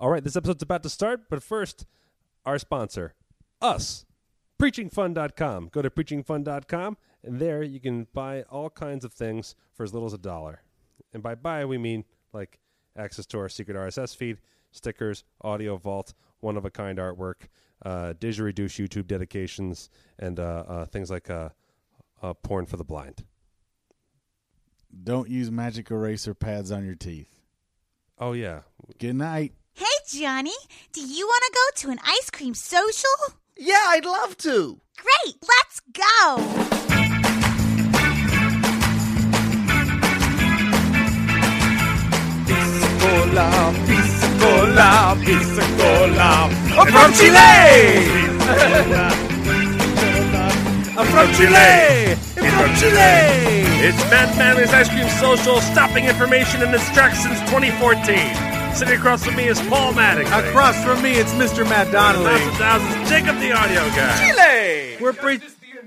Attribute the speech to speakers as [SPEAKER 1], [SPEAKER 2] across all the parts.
[SPEAKER 1] All right, this episode's about to start, but first, our sponsor, us, preachingfun.com. Go to preachingfun.com, and there you can buy all kinds of things for as little as a dollar. And by buy, we mean like access to our secret RSS feed, stickers, audio vault, one of a kind artwork, uh, didgeridoo YouTube dedications, and uh, uh, things like uh, uh, porn for the blind.
[SPEAKER 2] Don't use magic eraser pads on your teeth.
[SPEAKER 1] Oh, yeah.
[SPEAKER 2] Good night.
[SPEAKER 3] Hey, Johnny, do you want to go to an ice cream social?
[SPEAKER 4] Yeah, I'd love to.
[SPEAKER 3] Great, let's go!
[SPEAKER 4] Oh,
[SPEAKER 5] I'm from Chile! I'm from Chile! I'm from Chile! It's Mad Manly's Ice Cream Social, stopping information and distracts since 2014. Sitting across from me is Paul Maddox.
[SPEAKER 4] Across from me, it's Mr. Matt
[SPEAKER 5] Thousands
[SPEAKER 4] Donnelly.
[SPEAKER 5] of thousands, Jacob the audio guy. Chile!
[SPEAKER 4] We're pre-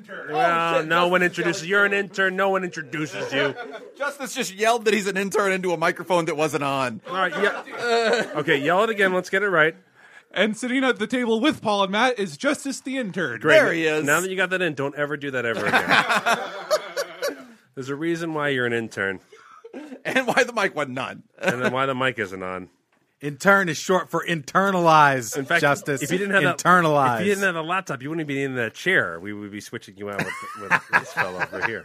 [SPEAKER 6] Oh,
[SPEAKER 5] Well, no one introduces You're an intern, no one introduces you.
[SPEAKER 7] Justice just yelled that he's an intern into a microphone that wasn't on.
[SPEAKER 5] All right, yeah.
[SPEAKER 4] Uh,
[SPEAKER 5] Okay, yell it again, let's get it right.
[SPEAKER 8] And sitting at the table with Paul and Matt is Justice the intern.
[SPEAKER 5] Great.
[SPEAKER 7] There he is.
[SPEAKER 5] Now that you got that in, don't ever do that ever again. There's a reason why you're an intern,
[SPEAKER 7] And why the mic wasn't on.
[SPEAKER 5] and then why the mic isn't on.
[SPEAKER 4] Intern is short for internalize.
[SPEAKER 5] In fact,
[SPEAKER 4] justice.
[SPEAKER 5] if you didn't have
[SPEAKER 4] internalize,
[SPEAKER 5] that, if you didn't have the laptop, you wouldn't be in that chair. We would be switching you out with, with this fellow over here.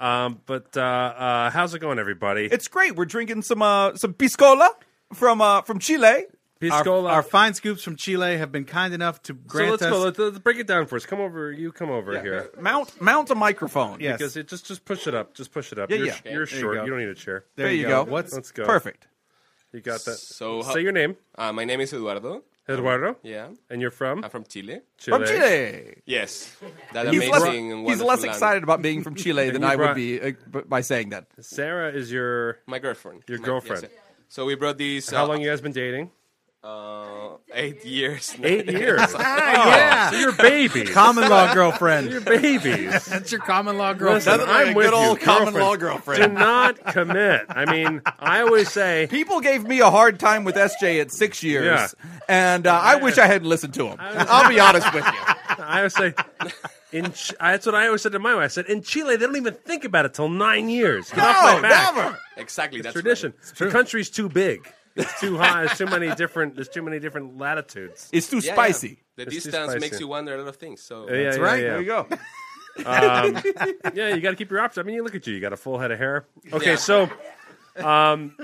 [SPEAKER 5] Um, but uh, uh, how's it going, everybody?
[SPEAKER 7] It's great. We're drinking some uh, some piscola from uh, from Chile.
[SPEAKER 4] our,
[SPEAKER 5] Piscola.
[SPEAKER 4] our fine scoops from Chile have been kind enough to
[SPEAKER 5] so
[SPEAKER 4] grant
[SPEAKER 5] let's
[SPEAKER 4] us.
[SPEAKER 5] go. Let's, let's break it down for us. Come over. You come over here.
[SPEAKER 7] Mount mount a microphone.
[SPEAKER 4] Yes.
[SPEAKER 5] Because it just just push it up. Just push it up.
[SPEAKER 7] Yeah,
[SPEAKER 5] you're
[SPEAKER 7] yeah.
[SPEAKER 5] you're
[SPEAKER 4] There you
[SPEAKER 5] short.
[SPEAKER 4] go.
[SPEAKER 5] you don't need a chair.
[SPEAKER 4] there, you go. What's
[SPEAKER 5] Let's go.
[SPEAKER 7] Perfect.
[SPEAKER 5] You got that.
[SPEAKER 6] So, how-
[SPEAKER 5] Say your name,
[SPEAKER 6] Uh, my name is Eduardo. Um,
[SPEAKER 5] Eduardo,
[SPEAKER 6] Yeah,
[SPEAKER 5] and you're from
[SPEAKER 6] I'm from Chile.
[SPEAKER 7] From Chile.
[SPEAKER 6] Yes, that
[SPEAKER 7] He's
[SPEAKER 6] amazing
[SPEAKER 7] less,
[SPEAKER 6] and
[SPEAKER 7] he's
[SPEAKER 6] wonderful
[SPEAKER 7] less
[SPEAKER 6] land.
[SPEAKER 7] excited about being from Chile than
[SPEAKER 5] you
[SPEAKER 7] I
[SPEAKER 5] brought-
[SPEAKER 7] would be uh, b- by saying that.
[SPEAKER 5] Sarah is your
[SPEAKER 6] My girlfriend.
[SPEAKER 5] Your
[SPEAKER 6] My-
[SPEAKER 5] girlfriend.
[SPEAKER 6] yes, yeah. So we brought these.
[SPEAKER 5] How
[SPEAKER 6] uh,
[SPEAKER 5] long you guys been dating?
[SPEAKER 6] Uh, eight years. now.
[SPEAKER 5] Eight years.
[SPEAKER 7] Ah,
[SPEAKER 6] oh.
[SPEAKER 5] yeah. So you're babies.
[SPEAKER 4] common law girlfriend?
[SPEAKER 5] You're babies.
[SPEAKER 2] That's your common law
[SPEAKER 5] Listen,
[SPEAKER 2] girlfriend.
[SPEAKER 7] like
[SPEAKER 5] I'm
[SPEAKER 7] a
[SPEAKER 5] with
[SPEAKER 7] good
[SPEAKER 5] you.
[SPEAKER 7] old common law
[SPEAKER 5] Do
[SPEAKER 7] girlfriend.
[SPEAKER 5] not commit. I mean, I always say
[SPEAKER 7] People gave me a hard time with SJ at six years,
[SPEAKER 5] Yeah.
[SPEAKER 7] and uh, I wish I hadn't listened to him. I'll be honest with you.
[SPEAKER 5] I always say, in Ch- that's what I always said to my wife. I said, in Chile, they don't even think about it till nine years. Get off my
[SPEAKER 7] No,
[SPEAKER 5] back.
[SPEAKER 7] never.
[SPEAKER 6] Exactly.
[SPEAKER 5] It's
[SPEAKER 6] that's
[SPEAKER 5] tradition. The country's too big. It's too high. There's too many different. There's too many different latitudes.
[SPEAKER 7] It's too
[SPEAKER 6] right. Yeah, yeah.
[SPEAKER 7] spicy.
[SPEAKER 6] The
[SPEAKER 5] It's too
[SPEAKER 6] distance makes
[SPEAKER 5] spicy.
[SPEAKER 6] you wonder a lot of things. So
[SPEAKER 5] That's yeah,
[SPEAKER 4] right.
[SPEAKER 5] Yeah, Um,
[SPEAKER 7] There you go.
[SPEAKER 5] Yeah, you got to keep your options. I mean, you look at you. You got a full head of hair. Okay,
[SPEAKER 6] Yeah.
[SPEAKER 5] so um,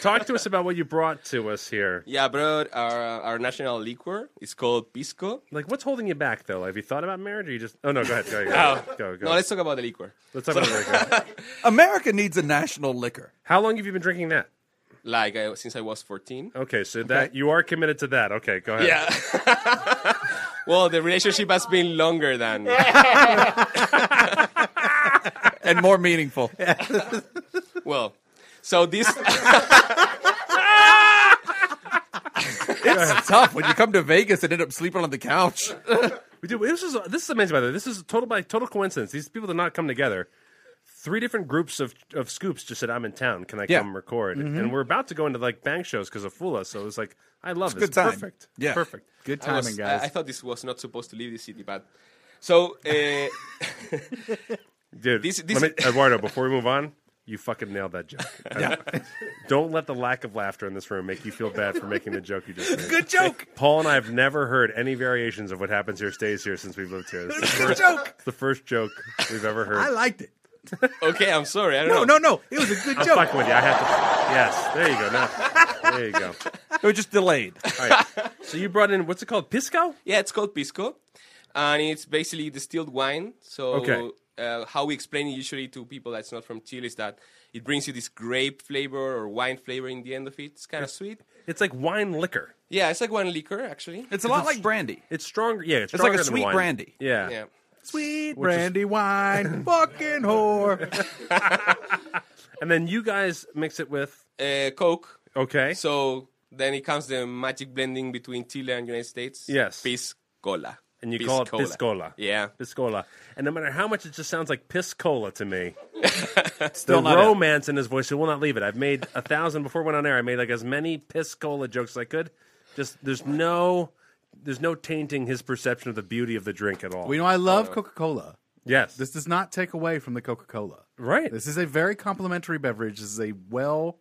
[SPEAKER 5] talk to us about what you brought to us here.
[SPEAKER 6] yeah, bro. Our uh, our national liquor is called pisco.
[SPEAKER 5] Like, what's holding you back, though? Have you thought about marriage, or you just? Oh no, go ahead, go, go, go, go, go.
[SPEAKER 6] No, let's talk about the liquor.
[SPEAKER 5] Let's talk about it. Right
[SPEAKER 7] America needs a national liquor.
[SPEAKER 5] How long have you been drinking that?
[SPEAKER 6] Like I, since I was fourteen.
[SPEAKER 5] Okay, so that you are committed to that. Okay, go ahead.
[SPEAKER 6] Yeah. well, the relationship has been longer than.
[SPEAKER 7] and more meaningful.
[SPEAKER 6] Well, so this.
[SPEAKER 7] It's tough when you come to Vegas and end up sleeping on the couch.
[SPEAKER 5] we do. This is this is amazing. By the way, this is total by total coincidence. These people did not come together. Three different groups of of scoops just said, "I'm in town. Can I
[SPEAKER 7] Yeah. Mm-hmm.
[SPEAKER 5] come record?" And we're about to go into like bank shows because of Fula. So it was like, I love this.
[SPEAKER 7] good time.
[SPEAKER 5] Perfect.
[SPEAKER 7] Yeah.
[SPEAKER 5] Perfect.
[SPEAKER 4] Good
[SPEAKER 6] I was-
[SPEAKER 4] timing,
[SPEAKER 6] I-
[SPEAKER 4] guys.
[SPEAKER 6] I, thought this was not supposed to leave the city, but so uh,
[SPEAKER 5] Dude,
[SPEAKER 6] These- these-
[SPEAKER 5] let me, Eduardo, before we move on, you fucking nailed that joke. Don't let the lack of laughter in this room make you feel bad for making the joke you just made.
[SPEAKER 7] Good joke.
[SPEAKER 5] Paul and I have never heard any variations of what happens here stays here since we've lived here. This is the
[SPEAKER 7] Good
[SPEAKER 5] first,
[SPEAKER 7] joke.
[SPEAKER 5] it's the first joke we've ever heard.
[SPEAKER 4] I liked it.
[SPEAKER 6] okay, I'm sorry. I don't
[SPEAKER 4] No,
[SPEAKER 6] know.
[SPEAKER 4] no, no. It was a good
[SPEAKER 5] am
[SPEAKER 4] joke.
[SPEAKER 5] fucking with you. I have to. Yes, there you go. Now, there you go.
[SPEAKER 7] It was just delayed.
[SPEAKER 5] All right. So you brought in what's it called? Pisco?
[SPEAKER 6] Yeah, it's called pisco, and it's basically distilled wine. So
[SPEAKER 5] Okay.
[SPEAKER 6] uh, how we explain it usually to people that's not from Chile is that it brings you this grape flavor or wine flavor in the end of it. It's kind of sweet.
[SPEAKER 5] It's like wine liquor.
[SPEAKER 6] Yeah, it's like wine liquor actually.
[SPEAKER 7] It's a lot like brandy.
[SPEAKER 5] It's stronger. Yeah, it's,
[SPEAKER 7] It's like a
[SPEAKER 5] stronger than
[SPEAKER 7] sweet
[SPEAKER 5] wine.
[SPEAKER 7] brandy.
[SPEAKER 5] Yeah.
[SPEAKER 6] yeah.
[SPEAKER 4] Sweet brandy wine, fucking whore.
[SPEAKER 5] And then you guys mix it with.
[SPEAKER 6] Uh, Coke.
[SPEAKER 5] Okay.
[SPEAKER 6] So then it comes the magic blending between Chile and United States.
[SPEAKER 5] Yes.
[SPEAKER 6] piscola.
[SPEAKER 5] and you call it
[SPEAKER 6] Piscola.
[SPEAKER 5] piscola.
[SPEAKER 6] Yeah.
[SPEAKER 5] Piscola. And no matter how much it just sounds like piscola to me,
[SPEAKER 7] Still
[SPEAKER 5] the
[SPEAKER 7] not it.
[SPEAKER 5] romance in his voice, you will not leave it. I've made a thousand before I went on air. I made like as many piscola jokes as I could. Just there's no there's no tainting his perception of the beauty of the drink at all.
[SPEAKER 4] We know I
[SPEAKER 7] Oh.
[SPEAKER 4] love Coca Cola.
[SPEAKER 5] yes,
[SPEAKER 4] This does not take away from the Coca Cola.
[SPEAKER 5] right.
[SPEAKER 4] This is a very complimentary beverage. This is a well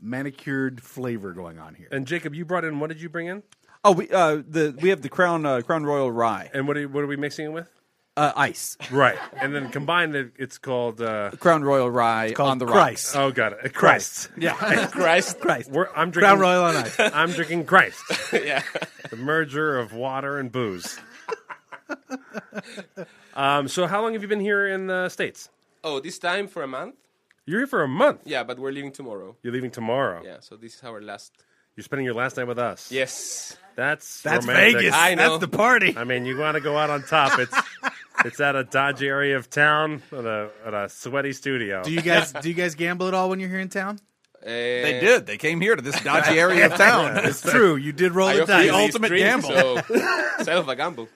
[SPEAKER 4] manicured flavor going on here.
[SPEAKER 5] and Jacob, you brought in what did you bring in?
[SPEAKER 7] Oh, we uh, the we have the crown uh, crown royal rye
[SPEAKER 5] And what are, you- what are we mixing it with?
[SPEAKER 7] uh, ice.
[SPEAKER 5] Right. And then combined, it, it's called. Uh,
[SPEAKER 7] Crown royal rye on the rocks.
[SPEAKER 4] Christ.
[SPEAKER 5] oh, got it. Christ.
[SPEAKER 4] Yeah.
[SPEAKER 6] Christ.
[SPEAKER 4] Christ.
[SPEAKER 5] We're, I'm drinking.
[SPEAKER 4] Crown Royal on Ice.
[SPEAKER 5] I'm drinking Christ.
[SPEAKER 6] yeah.
[SPEAKER 5] the merger of water and booze. um, so, how long have you been here in the states?
[SPEAKER 6] Oh, this time for a month?
[SPEAKER 5] You're here for a month.
[SPEAKER 6] Yeah, but we're leaving tomorrow.
[SPEAKER 5] You're leaving tomorrow.
[SPEAKER 6] Yeah, so this is our last.
[SPEAKER 5] You're spending your last night with us.
[SPEAKER 6] Yes.
[SPEAKER 5] That's
[SPEAKER 4] That's
[SPEAKER 5] romantic.
[SPEAKER 4] Vegas.
[SPEAKER 6] I know.
[SPEAKER 4] That's the party.
[SPEAKER 5] I mean, you want to go out on top. It's it's at a dodgy area of town at a, at a sweaty studio.
[SPEAKER 4] Do you guys do you guys gamble at all when you're here in town?
[SPEAKER 5] Eh.
[SPEAKER 7] They did. They came here to this dodgy area of town.
[SPEAKER 4] It's true. You did roll
[SPEAKER 6] I
[SPEAKER 4] the
[SPEAKER 6] offer
[SPEAKER 4] dice.
[SPEAKER 6] you these
[SPEAKER 7] ultimate
[SPEAKER 6] drinks,
[SPEAKER 7] gamble.
[SPEAKER 6] So, sell of a gamble.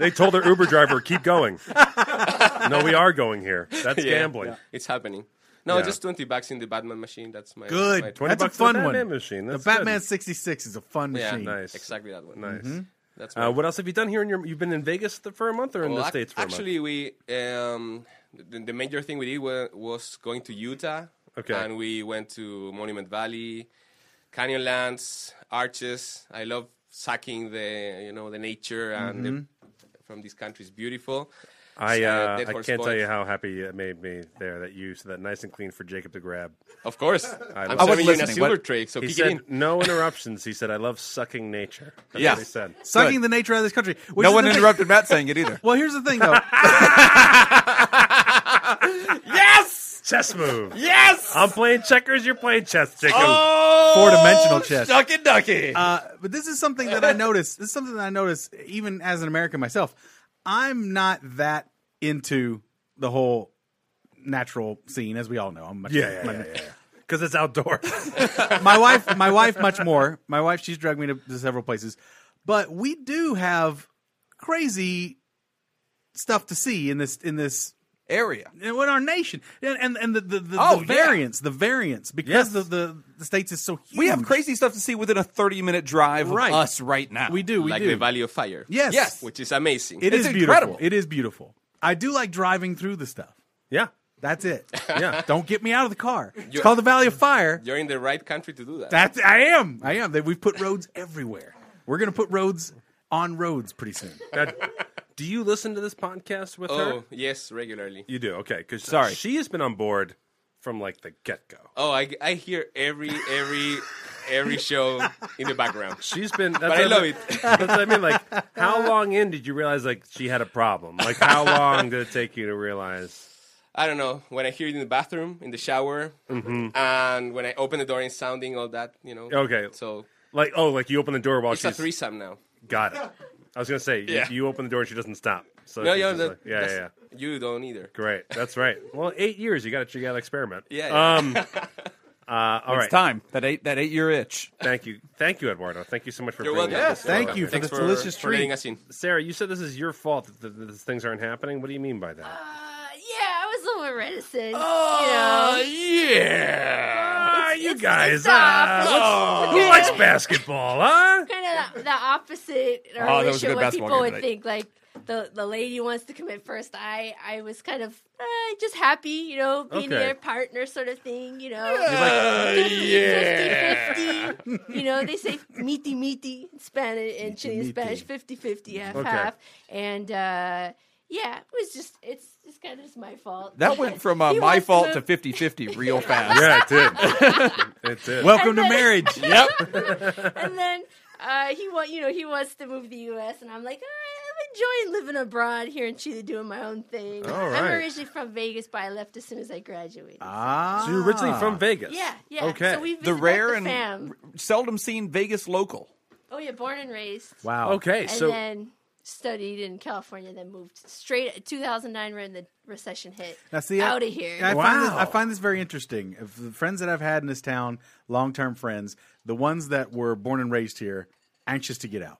[SPEAKER 5] they told their Uber driver, keep going. no, we are going here. That's
[SPEAKER 6] Yeah.
[SPEAKER 5] gambling.
[SPEAKER 6] It's happening. No,
[SPEAKER 5] Yeah.
[SPEAKER 6] just 20 bucks in the Batman machine. That's my.
[SPEAKER 4] Good.
[SPEAKER 6] my-
[SPEAKER 5] 20
[SPEAKER 4] That's a
[SPEAKER 5] bucks in the
[SPEAKER 4] fun one.
[SPEAKER 5] Batman machine.
[SPEAKER 4] The
[SPEAKER 5] That's good.
[SPEAKER 4] Batman 66 is a fun
[SPEAKER 6] Yeah,
[SPEAKER 4] machine. Mm-hmm.
[SPEAKER 5] Nice.
[SPEAKER 6] exactly that one.
[SPEAKER 5] Nice.
[SPEAKER 6] That's my
[SPEAKER 5] Uh, what else have you done here? In your, you've been in Vegas th- for a month, or in
[SPEAKER 6] Well,
[SPEAKER 5] the
[SPEAKER 6] ac-
[SPEAKER 5] states for
[SPEAKER 6] actually, we um, the, the major thing we did wa- was going to Utah.
[SPEAKER 5] Okay.
[SPEAKER 6] And we went to Monument Valley, Canyonlands, Arches. I love sucking the you know the nature and the,
[SPEAKER 4] Mm-hmm.
[SPEAKER 6] from this country is beautiful.
[SPEAKER 5] a month? I
[SPEAKER 6] So,
[SPEAKER 5] uh,
[SPEAKER 6] Dead
[SPEAKER 5] I can't
[SPEAKER 6] Horse
[SPEAKER 5] tell
[SPEAKER 6] Point.
[SPEAKER 5] you how happy it made me there that you said that nice and clean for Jacob to grab.
[SPEAKER 6] Of course, I am
[SPEAKER 5] love- I was
[SPEAKER 6] serving you in a
[SPEAKER 7] listening.
[SPEAKER 6] silver
[SPEAKER 7] What-
[SPEAKER 6] tray, so
[SPEAKER 5] He
[SPEAKER 6] kick it
[SPEAKER 5] said
[SPEAKER 6] in.
[SPEAKER 5] no interruptions. He said I love sucking nature. That's
[SPEAKER 7] Yeah.
[SPEAKER 5] what he said.
[SPEAKER 4] Sucking the nature out of this country. which
[SPEAKER 7] No
[SPEAKER 4] is
[SPEAKER 7] one
[SPEAKER 4] the thing-
[SPEAKER 7] interrupted Matt saying it either.
[SPEAKER 4] Well, here's the thing, though.
[SPEAKER 5] Yes, chess move.
[SPEAKER 7] Yes.
[SPEAKER 5] I'm playing checkers. You're playing chess, Jacob.
[SPEAKER 7] Oh,
[SPEAKER 4] Four-dimensional chess.
[SPEAKER 7] Ducky ducky.
[SPEAKER 4] Uh, but this is something that I noticed. This is something that I noticed, even as an American myself. I'm not that into the whole natural scene, as we all know. I'm much,
[SPEAKER 5] Yeah, yeah,
[SPEAKER 4] my,
[SPEAKER 5] yeah, yeah. Because it's outdoors.
[SPEAKER 4] my wife, my wife, much more. My wife, she's dragged me to, to several places, but we do have crazy stuff to see in this in this
[SPEAKER 7] Area.
[SPEAKER 4] in our nation and and, and the the, the,
[SPEAKER 7] Oh,
[SPEAKER 4] the
[SPEAKER 7] yeah.
[SPEAKER 4] variance the variance because the, the the states is so huge.
[SPEAKER 7] We have crazy stuff to see within a 30 minute drive
[SPEAKER 4] Right.
[SPEAKER 7] of us right now.
[SPEAKER 4] We do. We
[SPEAKER 6] like
[SPEAKER 4] do.
[SPEAKER 6] the Valley of Fire.
[SPEAKER 4] yes.
[SPEAKER 7] Yes.
[SPEAKER 6] Which is amazing.
[SPEAKER 4] It
[SPEAKER 7] It's
[SPEAKER 4] is
[SPEAKER 7] incredible.
[SPEAKER 4] beautiful. It is beautiful. I do like driving through the stuff.
[SPEAKER 5] yeah.
[SPEAKER 4] That's it.
[SPEAKER 5] Yeah.
[SPEAKER 4] Don't get me out of the car. It's
[SPEAKER 6] You're-
[SPEAKER 4] called the Valley of Fire.
[SPEAKER 6] You're in the right country to do that.
[SPEAKER 4] That's I am. I am. That we've put roads everywhere. We're gonna put roads on roads pretty soon.
[SPEAKER 5] That- do you listen to this podcast with her?
[SPEAKER 6] oh, yes, regularly.
[SPEAKER 5] You do. Okay. Because
[SPEAKER 7] Sorry.
[SPEAKER 5] she has been on board from like the get go.
[SPEAKER 6] Oh, I, I hear every every every show in the background.
[SPEAKER 5] She's been. That's
[SPEAKER 6] I
[SPEAKER 5] what
[SPEAKER 6] love
[SPEAKER 5] mean-
[SPEAKER 6] it.
[SPEAKER 5] That's what I mean. Like, how long in did you realize like she had a problem? Like, how long did it take you to realize?
[SPEAKER 6] I don't know when I hear it in the bathroom, in the shower, and when I open the door and sounding all that, you know.
[SPEAKER 5] Mm-hmm. Okay.
[SPEAKER 6] So
[SPEAKER 5] Like, oh, like you open the door while
[SPEAKER 6] it's a
[SPEAKER 5] she's
[SPEAKER 6] threesome now.
[SPEAKER 5] got it. I was gonna say, you-
[SPEAKER 6] Yeah.
[SPEAKER 5] you, open the door and she doesn't stop. So
[SPEAKER 6] No,
[SPEAKER 5] she's
[SPEAKER 6] yeah,
[SPEAKER 5] just
[SPEAKER 6] that-
[SPEAKER 5] like- yeah, yeah,
[SPEAKER 6] that's-
[SPEAKER 5] yeah.
[SPEAKER 6] You don't either.
[SPEAKER 5] Great. That's right. Well, eight years. You got to you got to experiment.
[SPEAKER 6] Yeah, yeah.
[SPEAKER 5] Um. Uh, all right.
[SPEAKER 7] It's time. That eight, that eight year itch.
[SPEAKER 5] Thank you. Thank you, Eduardo. Thank you so much for
[SPEAKER 6] You're
[SPEAKER 5] bringing
[SPEAKER 6] welcome.
[SPEAKER 5] up this
[SPEAKER 6] You're
[SPEAKER 5] show.
[SPEAKER 4] Thank
[SPEAKER 6] welcome.
[SPEAKER 4] you for
[SPEAKER 6] Thanks
[SPEAKER 4] this delicious
[SPEAKER 6] for letting
[SPEAKER 4] treat.
[SPEAKER 6] us in.
[SPEAKER 5] Sarah. You said this is your fault that, th that these things aren't happening. What do you mean by that?
[SPEAKER 7] Oh.
[SPEAKER 9] Yeah, I was a little reticent. Oh,
[SPEAKER 5] yeah. you
[SPEAKER 9] it's-
[SPEAKER 5] guys.
[SPEAKER 9] it's off.
[SPEAKER 5] uh, who likes basketball,
[SPEAKER 9] Kind
[SPEAKER 5] huh?
[SPEAKER 9] of the, the opposite in
[SPEAKER 7] Oh, that
[SPEAKER 9] our
[SPEAKER 7] was
[SPEAKER 9] relationship.
[SPEAKER 7] a good
[SPEAKER 9] What
[SPEAKER 7] basketball
[SPEAKER 9] people
[SPEAKER 7] game
[SPEAKER 9] would
[SPEAKER 7] tonight.
[SPEAKER 9] think, like the the lady wants to commit first. I I was kind of uh, just happy, you know, being
[SPEAKER 5] Okay.
[SPEAKER 9] their partner, sort of thing, you know.
[SPEAKER 7] Uh,
[SPEAKER 9] Yeah. 50-50. you know, they say miti miti in Spanish in Chilean Spanish, 50-50, half
[SPEAKER 5] Okay.
[SPEAKER 9] half, and. uh yeah, it was just it's it's kind of just my fault.
[SPEAKER 7] That went from uh,
[SPEAKER 9] He
[SPEAKER 7] my
[SPEAKER 9] wants
[SPEAKER 7] fault to
[SPEAKER 9] to-
[SPEAKER 7] 50 50 real fast.
[SPEAKER 5] Yeah, it did. it did.
[SPEAKER 4] Welcome to marriage.
[SPEAKER 7] Yep.
[SPEAKER 9] and then uh, he want you know he wants to move to the U.S. and I'm like, "Ah, I'm enjoying living abroad here in Chile, doing my own thing.
[SPEAKER 5] All right.
[SPEAKER 9] I'm originally from Vegas, but I left as soon as I graduated.
[SPEAKER 4] Ah,
[SPEAKER 5] So you're originally from Vegas.
[SPEAKER 9] yeah, yeah.
[SPEAKER 5] Okay.
[SPEAKER 9] So we've
[SPEAKER 7] The rare and
[SPEAKER 9] fam.
[SPEAKER 7] r- seldom seen Vegas local.
[SPEAKER 9] oh yeah, born and raised.
[SPEAKER 4] Wow.
[SPEAKER 5] okay.
[SPEAKER 9] And
[SPEAKER 5] So
[SPEAKER 9] then studied in California, then moved straight 2009 when the recession hit.
[SPEAKER 4] Now, see, I-
[SPEAKER 9] out of here.
[SPEAKER 4] I find this, I
[SPEAKER 5] Wow.
[SPEAKER 4] find this very interesting. Of the friends that I've had in this town, long term friends, the ones that were born and raised here, anxious to get out.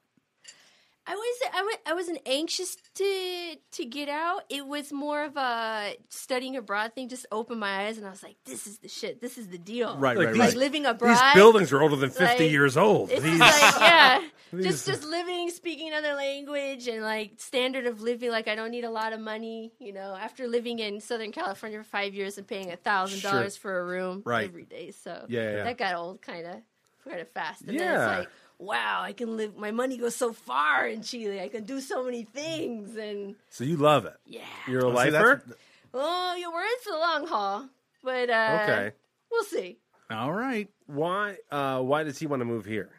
[SPEAKER 9] I wouldn't say I wa- I wasn't anxious to to get out. It was more of a studying abroad thing. Just opened my eyes and I was like, this is the shit. This is the deal.
[SPEAKER 4] Right,
[SPEAKER 9] Like,
[SPEAKER 4] right,
[SPEAKER 9] these
[SPEAKER 4] right.
[SPEAKER 9] living abroad.
[SPEAKER 5] These buildings are older than 50
[SPEAKER 9] like,
[SPEAKER 5] years old.
[SPEAKER 9] It's
[SPEAKER 5] These-
[SPEAKER 9] just like yeah, just just living, speaking another language, and like standard of living. Like I don't need a lot of money, you know. After living in Southern California for five years and paying a thousand
[SPEAKER 4] Sure.
[SPEAKER 9] dollars for a room
[SPEAKER 4] Right.
[SPEAKER 9] every day, so
[SPEAKER 4] Yeah, yeah, yeah.
[SPEAKER 9] that got old kind of kind of fast. And
[SPEAKER 4] Yeah.
[SPEAKER 9] then it's like wow, I can live. My money goes so far in Chile. I can do so many things, and
[SPEAKER 4] So you love it.
[SPEAKER 9] yeah.
[SPEAKER 5] You're a
[SPEAKER 4] Oh, see, that's-
[SPEAKER 5] lifer?
[SPEAKER 9] Oh, yeah, we're in for the long haul, but uh,
[SPEAKER 5] Okay.
[SPEAKER 9] we'll see.
[SPEAKER 4] All right.
[SPEAKER 5] Why, uh, why does he want to move here?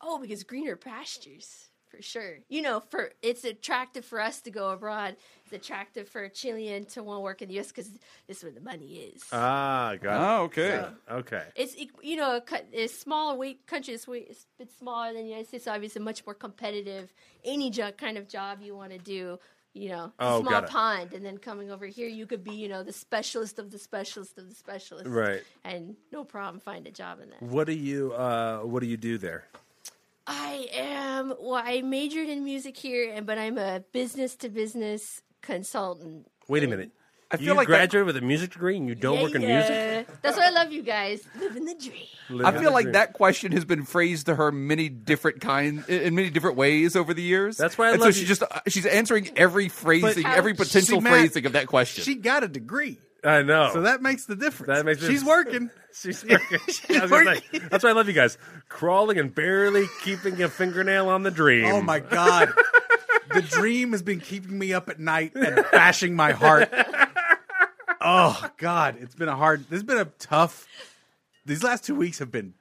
[SPEAKER 9] Oh, because greener pastures for sure. You know, for it's attractive for us to go abroad. It's attractive for a Chilean to want to work in the U.S. because this is where the money is.
[SPEAKER 5] Ah, got
[SPEAKER 7] Oh, okay.
[SPEAKER 5] it. Okay.
[SPEAKER 9] it's it- you know a, cou- a smaller weight country is way- it's a bit smaller than the United States. so Obviously, much more competitive. Any jo- kind of job you want to do, you know,
[SPEAKER 5] Oh,
[SPEAKER 9] small
[SPEAKER 5] got it.
[SPEAKER 9] pond, and then coming over here, you could be you know the specialist of the specialist of the specialist,
[SPEAKER 5] Right.
[SPEAKER 9] And no problem, find a job in that.
[SPEAKER 5] What do you, uh, what do you do there?
[SPEAKER 9] I am. Well, I majored in music here, and but I'm a business to business consultant.
[SPEAKER 5] Wait a minute.
[SPEAKER 7] I
[SPEAKER 5] you
[SPEAKER 7] feel like that-
[SPEAKER 5] graduated with a music degree and you don't
[SPEAKER 9] Yeah,
[SPEAKER 5] work in
[SPEAKER 9] yeah.
[SPEAKER 5] music?
[SPEAKER 9] That's why I love you guys. Living the dream.
[SPEAKER 7] I feel like that question has been phrased to her many different kinds in many different ways over the years.
[SPEAKER 5] That's why I
[SPEAKER 7] and
[SPEAKER 5] love
[SPEAKER 7] so she
[SPEAKER 5] you.
[SPEAKER 7] just uh, she's answering every phrasing,
[SPEAKER 9] But-
[SPEAKER 7] every
[SPEAKER 9] See,
[SPEAKER 7] potential
[SPEAKER 4] Matt,
[SPEAKER 7] phrasing of that question.
[SPEAKER 4] She got a degree.
[SPEAKER 5] I know.
[SPEAKER 4] So that makes the difference.
[SPEAKER 5] That makes
[SPEAKER 4] She's
[SPEAKER 5] it-
[SPEAKER 4] working.
[SPEAKER 5] She's working. I was gonna say, that's why I love you guys. Crawling and barely keeping a fingernail on the dream.
[SPEAKER 4] Oh my god. the dream has been keeping me up at night and bashing my heart. Oh god, it's been a hard. This has been a tough. These last two weeks have been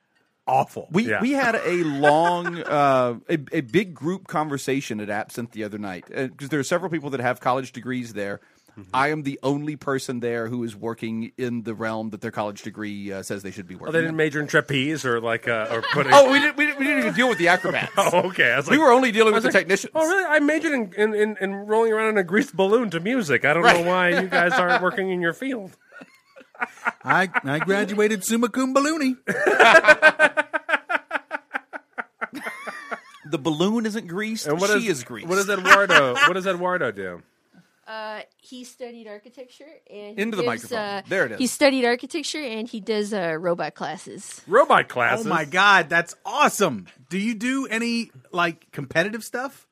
[SPEAKER 4] awful.
[SPEAKER 7] We
[SPEAKER 5] Yeah.
[SPEAKER 7] we had a long, uh, a, a big group conversation at Absinthe the other night because there are several people that have college degrees there.
[SPEAKER 5] Mm-hmm.
[SPEAKER 7] I am the only person there who is working in the realm that their college degree uh, says they should be working.
[SPEAKER 5] Oh, they didn't
[SPEAKER 7] in.
[SPEAKER 5] major in trapeze or like uh, or putting.
[SPEAKER 7] oh, we didn't, we didn't. We didn't even deal with the acrobats.
[SPEAKER 5] Oh, okay. I was
[SPEAKER 7] We
[SPEAKER 5] like,
[SPEAKER 7] were only dealing
[SPEAKER 5] I was
[SPEAKER 7] with the technicians.
[SPEAKER 5] Oh, really? I majored in, in, in, in rolling around in a greased balloon to music. I don't know
[SPEAKER 7] Right.
[SPEAKER 5] why you guys aren't working in your field.
[SPEAKER 4] I I graduated summa cum balloony.
[SPEAKER 7] The balloon isn't greased.
[SPEAKER 5] And what
[SPEAKER 7] she
[SPEAKER 5] does-
[SPEAKER 7] is greased.
[SPEAKER 5] What does Eduardo? what does Eduardo do?
[SPEAKER 9] Uh, he studied architecture and he
[SPEAKER 7] Into the
[SPEAKER 9] gives,
[SPEAKER 7] microphone.
[SPEAKER 9] uh,
[SPEAKER 7] There it is.
[SPEAKER 9] He studied architecture and he does uh, robot classes.
[SPEAKER 5] Robot classes.
[SPEAKER 4] Oh my god, that's awesome. Do you do any like competitive stuff?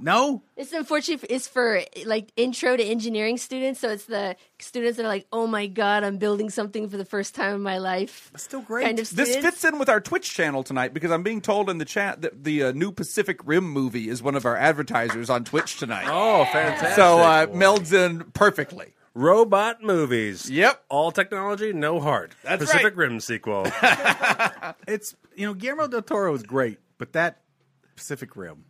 [SPEAKER 4] No.
[SPEAKER 9] It's unfortunate. It's for like intro to engineering students. So it's the students that are like, "Oh my god, I'm building something for the first time in my life."
[SPEAKER 4] Still great.
[SPEAKER 9] Kind of
[SPEAKER 7] this
[SPEAKER 9] students.
[SPEAKER 7] fits in with our Twitch channel tonight because I'm being told in the chat that the uh, new Pacific Rim movie is one of our advertisers on Twitch tonight.
[SPEAKER 5] Oh, fantastic!
[SPEAKER 7] so uh, melds in perfectly.
[SPEAKER 5] robot movies.
[SPEAKER 7] Yep.
[SPEAKER 5] All technology, no heart. That's Pacific
[SPEAKER 7] right.
[SPEAKER 5] Rim sequel.
[SPEAKER 4] It's you know Guillermo del Toro is great, but that Pacific Rim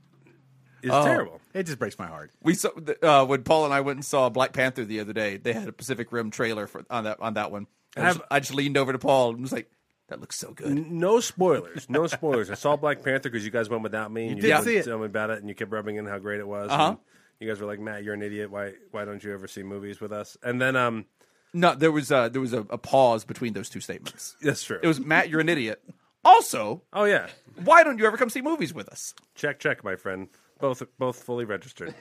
[SPEAKER 5] It's terrible.
[SPEAKER 4] it just breaks my heart.
[SPEAKER 7] We saw th- uh, when Paul and I went and saw Black Panther the other day. They had a Pacific Rim trailer for, on that on that one. And I,
[SPEAKER 5] Have-
[SPEAKER 7] just, I just leaned over to Paul and was like, "That looks so good."
[SPEAKER 5] No spoilers. No spoilers. I saw Black Panther because you guys went without me. And you,
[SPEAKER 4] did
[SPEAKER 5] wouldn't
[SPEAKER 4] see it.
[SPEAKER 5] Tell me about it, and you kept rubbing in how great it was.
[SPEAKER 7] Uh-huh.
[SPEAKER 5] and You guys were like, Matt, you're an idiot. Why? Why don't you ever see movies with us? And then, um,
[SPEAKER 7] No, there was uh, there was a, a pause between those two statements.
[SPEAKER 5] that's true.
[SPEAKER 7] It was Matt, you're an idiot. Also,
[SPEAKER 5] Oh yeah.
[SPEAKER 7] why don't you ever come see movies with us?
[SPEAKER 5] Check, check, my friend. Both, both fully registered.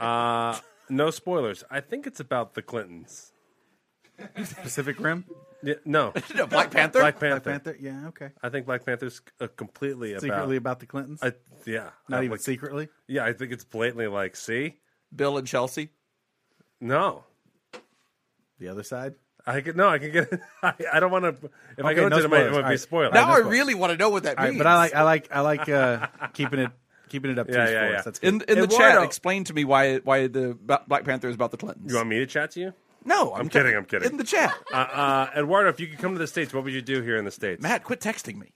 [SPEAKER 5] Uh, no spoilers. I think it's about the Clintons.
[SPEAKER 4] Pacific Rim,
[SPEAKER 5] Yeah, no,
[SPEAKER 7] No, Black Panther.
[SPEAKER 5] Black Panther.
[SPEAKER 4] Black Panther. Yeah, okay.
[SPEAKER 5] I think Black Panther's uh, completely
[SPEAKER 4] Secretly
[SPEAKER 5] about.
[SPEAKER 4] about the Clintons.
[SPEAKER 5] I, yeah,
[SPEAKER 4] Not
[SPEAKER 5] I'm
[SPEAKER 4] even
[SPEAKER 5] like-
[SPEAKER 4] secretly.
[SPEAKER 5] Yeah, I think it's blatantly like, see,
[SPEAKER 7] Bill and Chelsea.
[SPEAKER 5] no,
[SPEAKER 4] The other side.
[SPEAKER 5] I could no, I can get. I, I don't want to. If I
[SPEAKER 4] Okay,
[SPEAKER 5] go
[SPEAKER 4] no
[SPEAKER 5] into it, it might- it
[SPEAKER 4] spoilers.
[SPEAKER 5] might be
[SPEAKER 4] Alright.
[SPEAKER 5] spoiled.
[SPEAKER 7] Now I
[SPEAKER 4] one.
[SPEAKER 7] really want to know what that
[SPEAKER 4] All
[SPEAKER 7] means.
[SPEAKER 4] right, but I like I like I like uh, keeping it keeping it up to
[SPEAKER 5] Yeah,
[SPEAKER 4] his
[SPEAKER 5] yeah,
[SPEAKER 4] force.
[SPEAKER 5] yeah.
[SPEAKER 4] That's good.
[SPEAKER 7] in in the
[SPEAKER 5] Eduardo-
[SPEAKER 7] chat, explain to me why why the Ba- Black Panther is about the Clintons.
[SPEAKER 5] you want me to chat to you?
[SPEAKER 7] no, I'm,
[SPEAKER 5] kidding,
[SPEAKER 7] ta-
[SPEAKER 5] I'm kidding.
[SPEAKER 7] In the chat,
[SPEAKER 5] Uh, uh, Eduardo, if you could come to the states, what would you do here in the states?
[SPEAKER 7] Matt, quit texting me.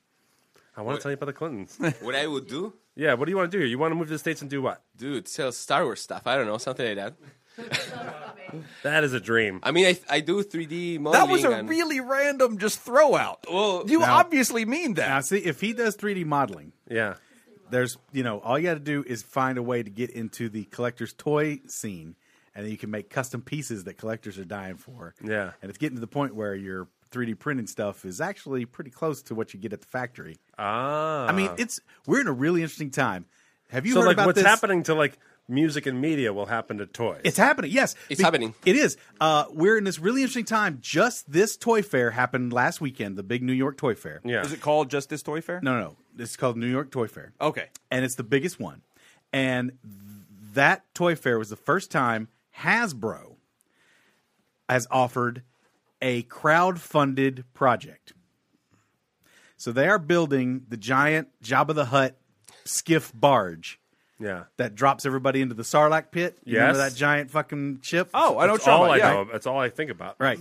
[SPEAKER 5] I want to tell you about the Clintons.
[SPEAKER 6] What I would do,
[SPEAKER 5] yeah, what do you want to do here? You want to move to the states and do what?
[SPEAKER 6] dude, sell Star Wars stuff. I don't know, something like that.
[SPEAKER 5] That is a dream.
[SPEAKER 6] I mean, I, I do 3D modeling.
[SPEAKER 7] That was a
[SPEAKER 6] and-
[SPEAKER 7] really random just throw out.
[SPEAKER 6] Well,
[SPEAKER 7] you
[SPEAKER 4] Now-
[SPEAKER 7] obviously mean
[SPEAKER 4] Now,
[SPEAKER 7] that.
[SPEAKER 4] see, if he does 3D modeling,
[SPEAKER 5] Yeah.
[SPEAKER 4] there's you know all you got to do is find a way to get into the collector's toy scene, and then you can make custom pieces that collectors are dying for.
[SPEAKER 5] Yeah.
[SPEAKER 4] and it's getting to the point where your 3D printing stuff is actually pretty close to what you get at the factory.
[SPEAKER 5] Ah.
[SPEAKER 4] I mean, it's we're in a really interesting time. Have you
[SPEAKER 5] so
[SPEAKER 4] heard
[SPEAKER 5] like
[SPEAKER 4] about
[SPEAKER 5] what's
[SPEAKER 4] this?
[SPEAKER 5] happening to like music and media will happen to toys.
[SPEAKER 4] It's happening. Yes,
[SPEAKER 6] It's happening.
[SPEAKER 4] It is. Uh, we're in this really interesting time. Just this toy fair happened last weekend, the big New York Toy Fair.
[SPEAKER 5] yeah.
[SPEAKER 7] Is it called just this toy fair?
[SPEAKER 4] No, no, no. It's called New York Toy Fair.
[SPEAKER 7] Okay.
[SPEAKER 4] and it's the biggest one. And th- that toy fair was the first time Hasbro has offered a crowd-funded project. So they are building the giant Jabba the Hutt skiff barge
[SPEAKER 5] yeah.
[SPEAKER 4] that drops everybody into the Sarlacc pit. You remember
[SPEAKER 5] Yes.
[SPEAKER 4] that giant fucking ship?
[SPEAKER 7] Oh, I know what
[SPEAKER 5] That's
[SPEAKER 7] you're
[SPEAKER 5] all I
[SPEAKER 7] talking about.
[SPEAKER 5] know. That's all I think about.
[SPEAKER 4] Right.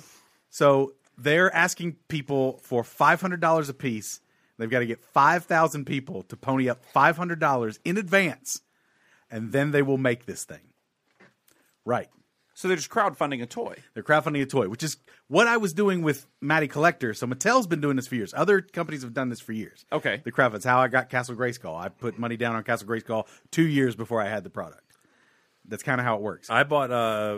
[SPEAKER 4] So they're asking people for five hundred dollars a piece. They've got to get five thousand people to pony up five hundred dollars in advance, and then they will make this thing. Right.
[SPEAKER 7] So they're just crowdfunding a toy.
[SPEAKER 4] They're crowdfunding a toy, which is what I was doing with Matty Collector. So Mattel's been doing this for years. Other companies have done this for years.
[SPEAKER 7] Okay.
[SPEAKER 4] The crowdfunding. It's how I got Castle Grayskull. I put money down on Castle Grayskull two years before I had the product. That's kind of how it works.
[SPEAKER 5] I bought uh,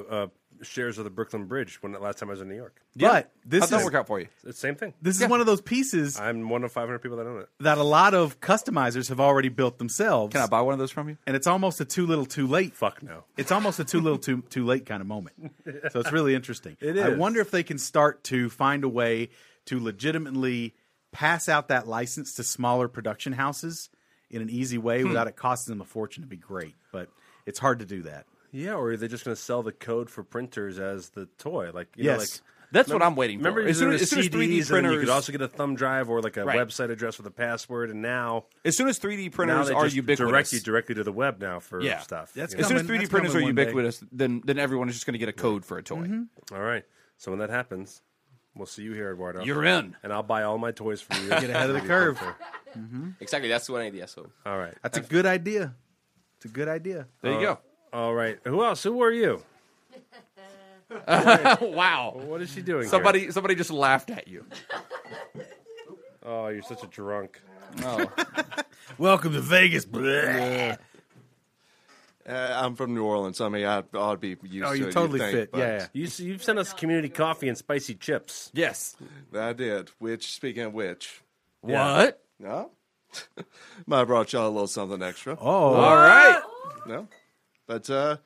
[SPEAKER 5] uh, shares of the Brooklyn Bridge when the last time I was in New York.
[SPEAKER 4] But this
[SPEAKER 7] How'd that
[SPEAKER 4] is
[SPEAKER 7] work out for you?
[SPEAKER 5] It's the same thing.
[SPEAKER 4] this is one of those pieces
[SPEAKER 5] I'm one of 500 people that own it.
[SPEAKER 4] that a lot of customizers have already built themselves.
[SPEAKER 7] Can I buy one of those from you?
[SPEAKER 4] and it's almost a too little too late.
[SPEAKER 5] Fuck no.
[SPEAKER 4] It's almost a too little too too late kind of moment. So it's really interesting.
[SPEAKER 5] It
[SPEAKER 4] I
[SPEAKER 5] is.
[SPEAKER 4] wonder if they can start to find a way to legitimately pass out that license to smaller production houses in an easy way without it costing them a fortune. It'd be great, but it's hard to do that.
[SPEAKER 5] Yeah, or they're just going to sell the code for printers as the toy. Like, you know,
[SPEAKER 4] Yes.
[SPEAKER 5] like
[SPEAKER 7] That's what I'm waiting
[SPEAKER 5] Remember,
[SPEAKER 7] for.
[SPEAKER 5] as soon as,
[SPEAKER 7] as soon as
[SPEAKER 5] CDs,
[SPEAKER 7] 3D
[SPEAKER 5] and then you could
[SPEAKER 7] printers-
[SPEAKER 5] also get a thumb drive or like a
[SPEAKER 7] Right.
[SPEAKER 5] website address with a password. And now,
[SPEAKER 7] As soon as 3D
[SPEAKER 5] now
[SPEAKER 7] printers
[SPEAKER 5] they
[SPEAKER 7] are
[SPEAKER 5] just direct
[SPEAKER 7] ubiquitous,
[SPEAKER 5] you directly to the web now for
[SPEAKER 7] Yeah.
[SPEAKER 5] stuff.
[SPEAKER 4] That's
[SPEAKER 5] you
[SPEAKER 7] as
[SPEAKER 5] know?
[SPEAKER 7] soon as
[SPEAKER 4] Coming-
[SPEAKER 7] 3D
[SPEAKER 4] that's
[SPEAKER 7] printers are
[SPEAKER 4] coming one day. Mm-hmm.
[SPEAKER 7] ubiquitous, then then everyone is just going to get a code for a toy.
[SPEAKER 5] all right. So when that happens, we'll see you here, Eduardo.
[SPEAKER 7] You're in.
[SPEAKER 5] and I'll buy all my toys from you.
[SPEAKER 4] Get ahead of the curve.
[SPEAKER 6] Exactly, that's one idea. So
[SPEAKER 5] all right,
[SPEAKER 4] That's a good idea. It's a good idea.
[SPEAKER 7] There you go.
[SPEAKER 5] all right. Who else? Who are you?
[SPEAKER 7] wow.
[SPEAKER 5] What is she doing? here?
[SPEAKER 7] Somebody somebody just laughed at you.
[SPEAKER 5] Oh, you're such a drunk.
[SPEAKER 4] Welcome to Vegas.
[SPEAKER 10] Uh, I'm from New Orleans. I mean, I, I'd be used to
[SPEAKER 4] Oh,
[SPEAKER 10] it.
[SPEAKER 4] you
[SPEAKER 10] you'd
[SPEAKER 4] totally
[SPEAKER 10] think,
[SPEAKER 4] fit.
[SPEAKER 10] but-
[SPEAKER 4] Yeah,
[SPEAKER 5] You, s- you've sent us community coffee and spicy chips.
[SPEAKER 7] Yes.
[SPEAKER 10] I did. Which, speaking of which,
[SPEAKER 7] What?
[SPEAKER 10] no, I brought y'all a little something extra.
[SPEAKER 5] Oh.
[SPEAKER 7] All right.
[SPEAKER 10] No, but uh,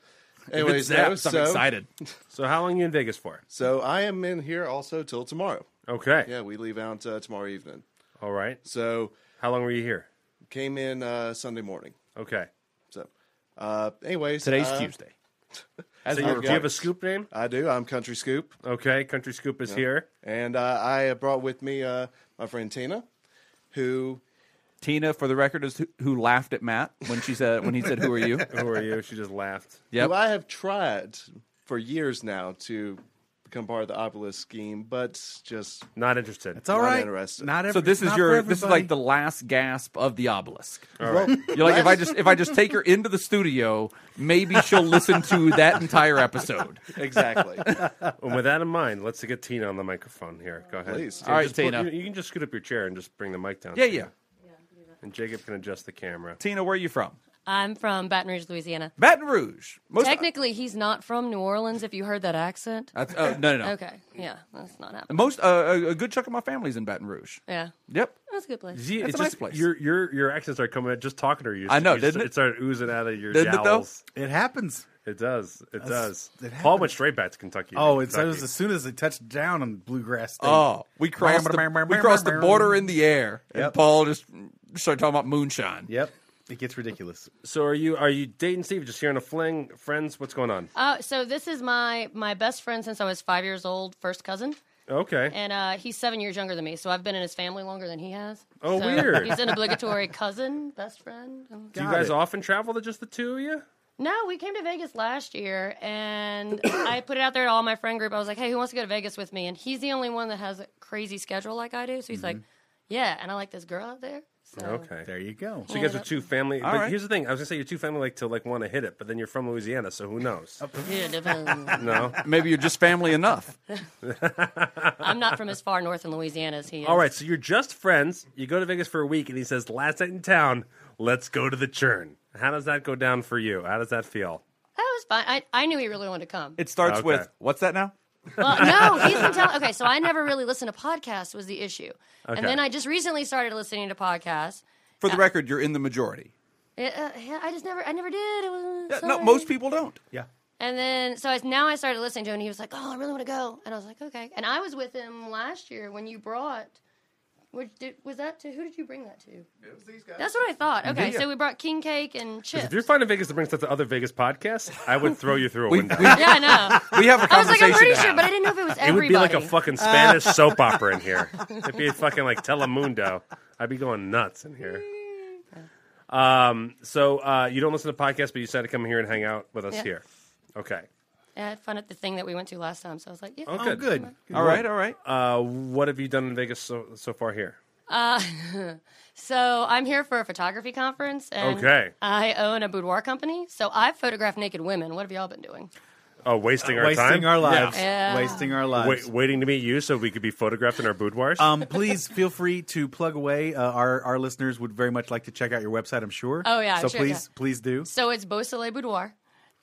[SPEAKER 10] anyways, no,
[SPEAKER 7] Zaps, I'm
[SPEAKER 10] so,
[SPEAKER 7] excited.
[SPEAKER 5] So how long you in Vegas for?
[SPEAKER 10] so I am in here also till tomorrow.
[SPEAKER 5] Okay.
[SPEAKER 10] Yeah, we leave out uh, tomorrow evening.
[SPEAKER 5] All right.
[SPEAKER 10] So
[SPEAKER 5] How long were you here?
[SPEAKER 10] came in uh, Sunday morning.
[SPEAKER 5] Okay.
[SPEAKER 10] So, uh, anyways,
[SPEAKER 7] Today's
[SPEAKER 10] uh,
[SPEAKER 7] Tuesday. As
[SPEAKER 5] So
[SPEAKER 7] we
[SPEAKER 5] you, do you have a
[SPEAKER 7] record.
[SPEAKER 5] scoop name?
[SPEAKER 10] I do. I'm Country Scoop,
[SPEAKER 5] Okay. Country Scoop is here.
[SPEAKER 10] and uh, I have brought with me uh, my friend Tina, who
[SPEAKER 7] Tina, for the record, is who, who laughed at Matt when she said when he said, "Who are you?"
[SPEAKER 5] Who are you? She just laughed.
[SPEAKER 7] Yep.
[SPEAKER 10] who I have tried for years now to become part of the obelisk scheme, but just
[SPEAKER 5] Not interested.
[SPEAKER 4] It's all
[SPEAKER 10] Not
[SPEAKER 4] right.
[SPEAKER 10] interested.
[SPEAKER 4] Not every,
[SPEAKER 7] So this is
[SPEAKER 4] not
[SPEAKER 7] your
[SPEAKER 4] for
[SPEAKER 7] this is
[SPEAKER 4] everybody.
[SPEAKER 7] like the last gasp of the obelisk.
[SPEAKER 10] Well,
[SPEAKER 7] You're like if I just if I just take her into the studio, maybe she'll listen to that entire episode.
[SPEAKER 10] exactly.
[SPEAKER 5] And with that in mind, let's get Tina on the microphone here. Go ahead.
[SPEAKER 10] Please.
[SPEAKER 5] Yeah,
[SPEAKER 7] All right,
[SPEAKER 5] just put-
[SPEAKER 7] Tina.
[SPEAKER 5] you- you can just scoot up your chair and just bring the mic down.
[SPEAKER 7] Yeah, yeah.
[SPEAKER 5] And Jacob can adjust the camera.
[SPEAKER 7] Tina, where are you from?
[SPEAKER 11] I'm from Baton Rouge, Louisiana.
[SPEAKER 7] Baton Rouge. Most,
[SPEAKER 11] Technically, he's not from New Orleans. If you heard that accent,
[SPEAKER 7] I- uh, no, no, no.
[SPEAKER 11] okay, yeah, that's not happening.
[SPEAKER 7] Most uh, a, a good chunk of my family's in Baton Rouge.
[SPEAKER 11] Yeah,
[SPEAKER 7] Yep.
[SPEAKER 11] that's a good place.
[SPEAKER 5] See,
[SPEAKER 7] That's a
[SPEAKER 5] it's
[SPEAKER 7] nice
[SPEAKER 5] just-
[SPEAKER 7] place.
[SPEAKER 5] Your your your accents are coming out just talking to her, you.
[SPEAKER 7] I know,
[SPEAKER 5] you just-
[SPEAKER 7] didn't it?
[SPEAKER 5] It started oozing out of your
[SPEAKER 7] Didn't it, though?
[SPEAKER 5] jowls.
[SPEAKER 4] It happens.
[SPEAKER 5] It does. It does.
[SPEAKER 4] it
[SPEAKER 5] Paul
[SPEAKER 4] happens.
[SPEAKER 5] went straight back to Kentucky.
[SPEAKER 4] Oh,
[SPEAKER 5] from
[SPEAKER 4] it's, it was
[SPEAKER 5] Kentucky.
[SPEAKER 4] as soon as they touched down on bluegrass. Thing.
[SPEAKER 7] Oh, we crossed the, we crossed the border in the air, and
[SPEAKER 4] Yep.
[SPEAKER 7] Paul just started talking about moonshine.
[SPEAKER 4] Yep, it gets ridiculous.
[SPEAKER 5] So are you are you dating Steve? Just here in a fling? Friends? What's going on?
[SPEAKER 11] Uh, so this is my my best friend since I was five years old, first cousin,
[SPEAKER 5] Okay.
[SPEAKER 11] and uh, he's seven years younger than me. So I've been in his family longer than he has.
[SPEAKER 5] Oh,
[SPEAKER 11] So
[SPEAKER 5] weird.
[SPEAKER 11] He's an obligatory cousin, best friend. Um,
[SPEAKER 5] Do you guys
[SPEAKER 4] it.
[SPEAKER 5] often travel to just the two of you?
[SPEAKER 11] No, we came to Vegas last year, and I put it out there to all my friend group. I was like, "Hey, who wants to go to Vegas with me?" And he's the only one that has a crazy schedule like I do. So he's like, "Yeah," and I like this girl out there. So
[SPEAKER 5] Okay.
[SPEAKER 4] There you go.
[SPEAKER 5] So you guys are two family.
[SPEAKER 7] All
[SPEAKER 5] but
[SPEAKER 7] right.
[SPEAKER 5] here's the thing: I was gonna say you're two family like to like want to hit it, but then you're from Louisiana, so who knows?
[SPEAKER 11] Yeah, definitely.
[SPEAKER 5] No.
[SPEAKER 7] Maybe you're just family enough.
[SPEAKER 11] I'm not from as far north in Louisiana as he is.
[SPEAKER 5] All right. So you're just friends. You go to Vegas for a week, and he says, "Last night in town, let's go to the churn." How does that go down for you? How does that feel?
[SPEAKER 11] that was fine. I, I knew he really wanted to come.
[SPEAKER 7] It starts
[SPEAKER 5] Okay.
[SPEAKER 7] with what's that now?
[SPEAKER 11] Well, no, he's been telling. Okay, so I never really listened to podcasts was the issue,
[SPEAKER 5] Okay.
[SPEAKER 11] and then I just recently started listening to podcasts.
[SPEAKER 7] For the record, you're in the majority.
[SPEAKER 11] It, uh, yeah, I just never, I never did. It was,
[SPEAKER 1] Yeah, no,
[SPEAKER 11] sorry.
[SPEAKER 1] most people don't.
[SPEAKER 4] Yeah.
[SPEAKER 11] And then, so I, now I started listening to him. And he was like, "Oh, I really want to go," and I was like, "Okay." And I was with him last year when you brought. Which did, was that to? Who did you bring that to? It was these guys. That's what I thought. Okay,
[SPEAKER 5] Yeah.
[SPEAKER 11] so we brought king cake and
[SPEAKER 5] 'Cause
[SPEAKER 11] chips.
[SPEAKER 5] If you're finding Vegas to bring stuff to other Vegas podcasts, I would throw you through a window.
[SPEAKER 11] yeah, I know.
[SPEAKER 5] We have a
[SPEAKER 11] I was like, I'm
[SPEAKER 5] conversation
[SPEAKER 11] pretty
[SPEAKER 5] to
[SPEAKER 11] sure,
[SPEAKER 5] have.
[SPEAKER 11] but I didn't know if it was
[SPEAKER 5] It would
[SPEAKER 11] everybody.
[SPEAKER 5] be like a fucking
[SPEAKER 11] Uh.
[SPEAKER 5] Spanish soap opera in here. It'd be fucking like Telemundo. I'd be going nuts in here. Um, so uh, you don't listen to podcasts, but you decided to come here and hang out with us
[SPEAKER 11] Yeah.
[SPEAKER 5] here. Okay.
[SPEAKER 11] I had fun at the thing that we went to last time, so I was like, yeah.
[SPEAKER 5] Oh, good.
[SPEAKER 1] All right, all right.
[SPEAKER 5] Uh, what have you done in Vegas so, so far here?
[SPEAKER 11] Uh, so I'm here for a photography conference, and
[SPEAKER 5] Okay.
[SPEAKER 11] I own a boudoir company, so I photograph naked women. What have y'all been doing?
[SPEAKER 5] Oh, wasting
[SPEAKER 12] Uh,
[SPEAKER 5] our
[SPEAKER 12] wasting
[SPEAKER 5] time?
[SPEAKER 12] our lives.
[SPEAKER 11] Yeah.
[SPEAKER 12] Wasting our lives.
[SPEAKER 5] Wait, waiting to meet you so we could be photographed in our boudoirs?
[SPEAKER 4] Um, please feel free to plug away. Uh, our our listeners would very much like to check out your website. I'm sure.
[SPEAKER 11] Oh, yeah,
[SPEAKER 4] So
[SPEAKER 11] sure,
[SPEAKER 4] please,
[SPEAKER 11] yeah.
[SPEAKER 4] please do.
[SPEAKER 11] So it's Beausoleil Boudoir.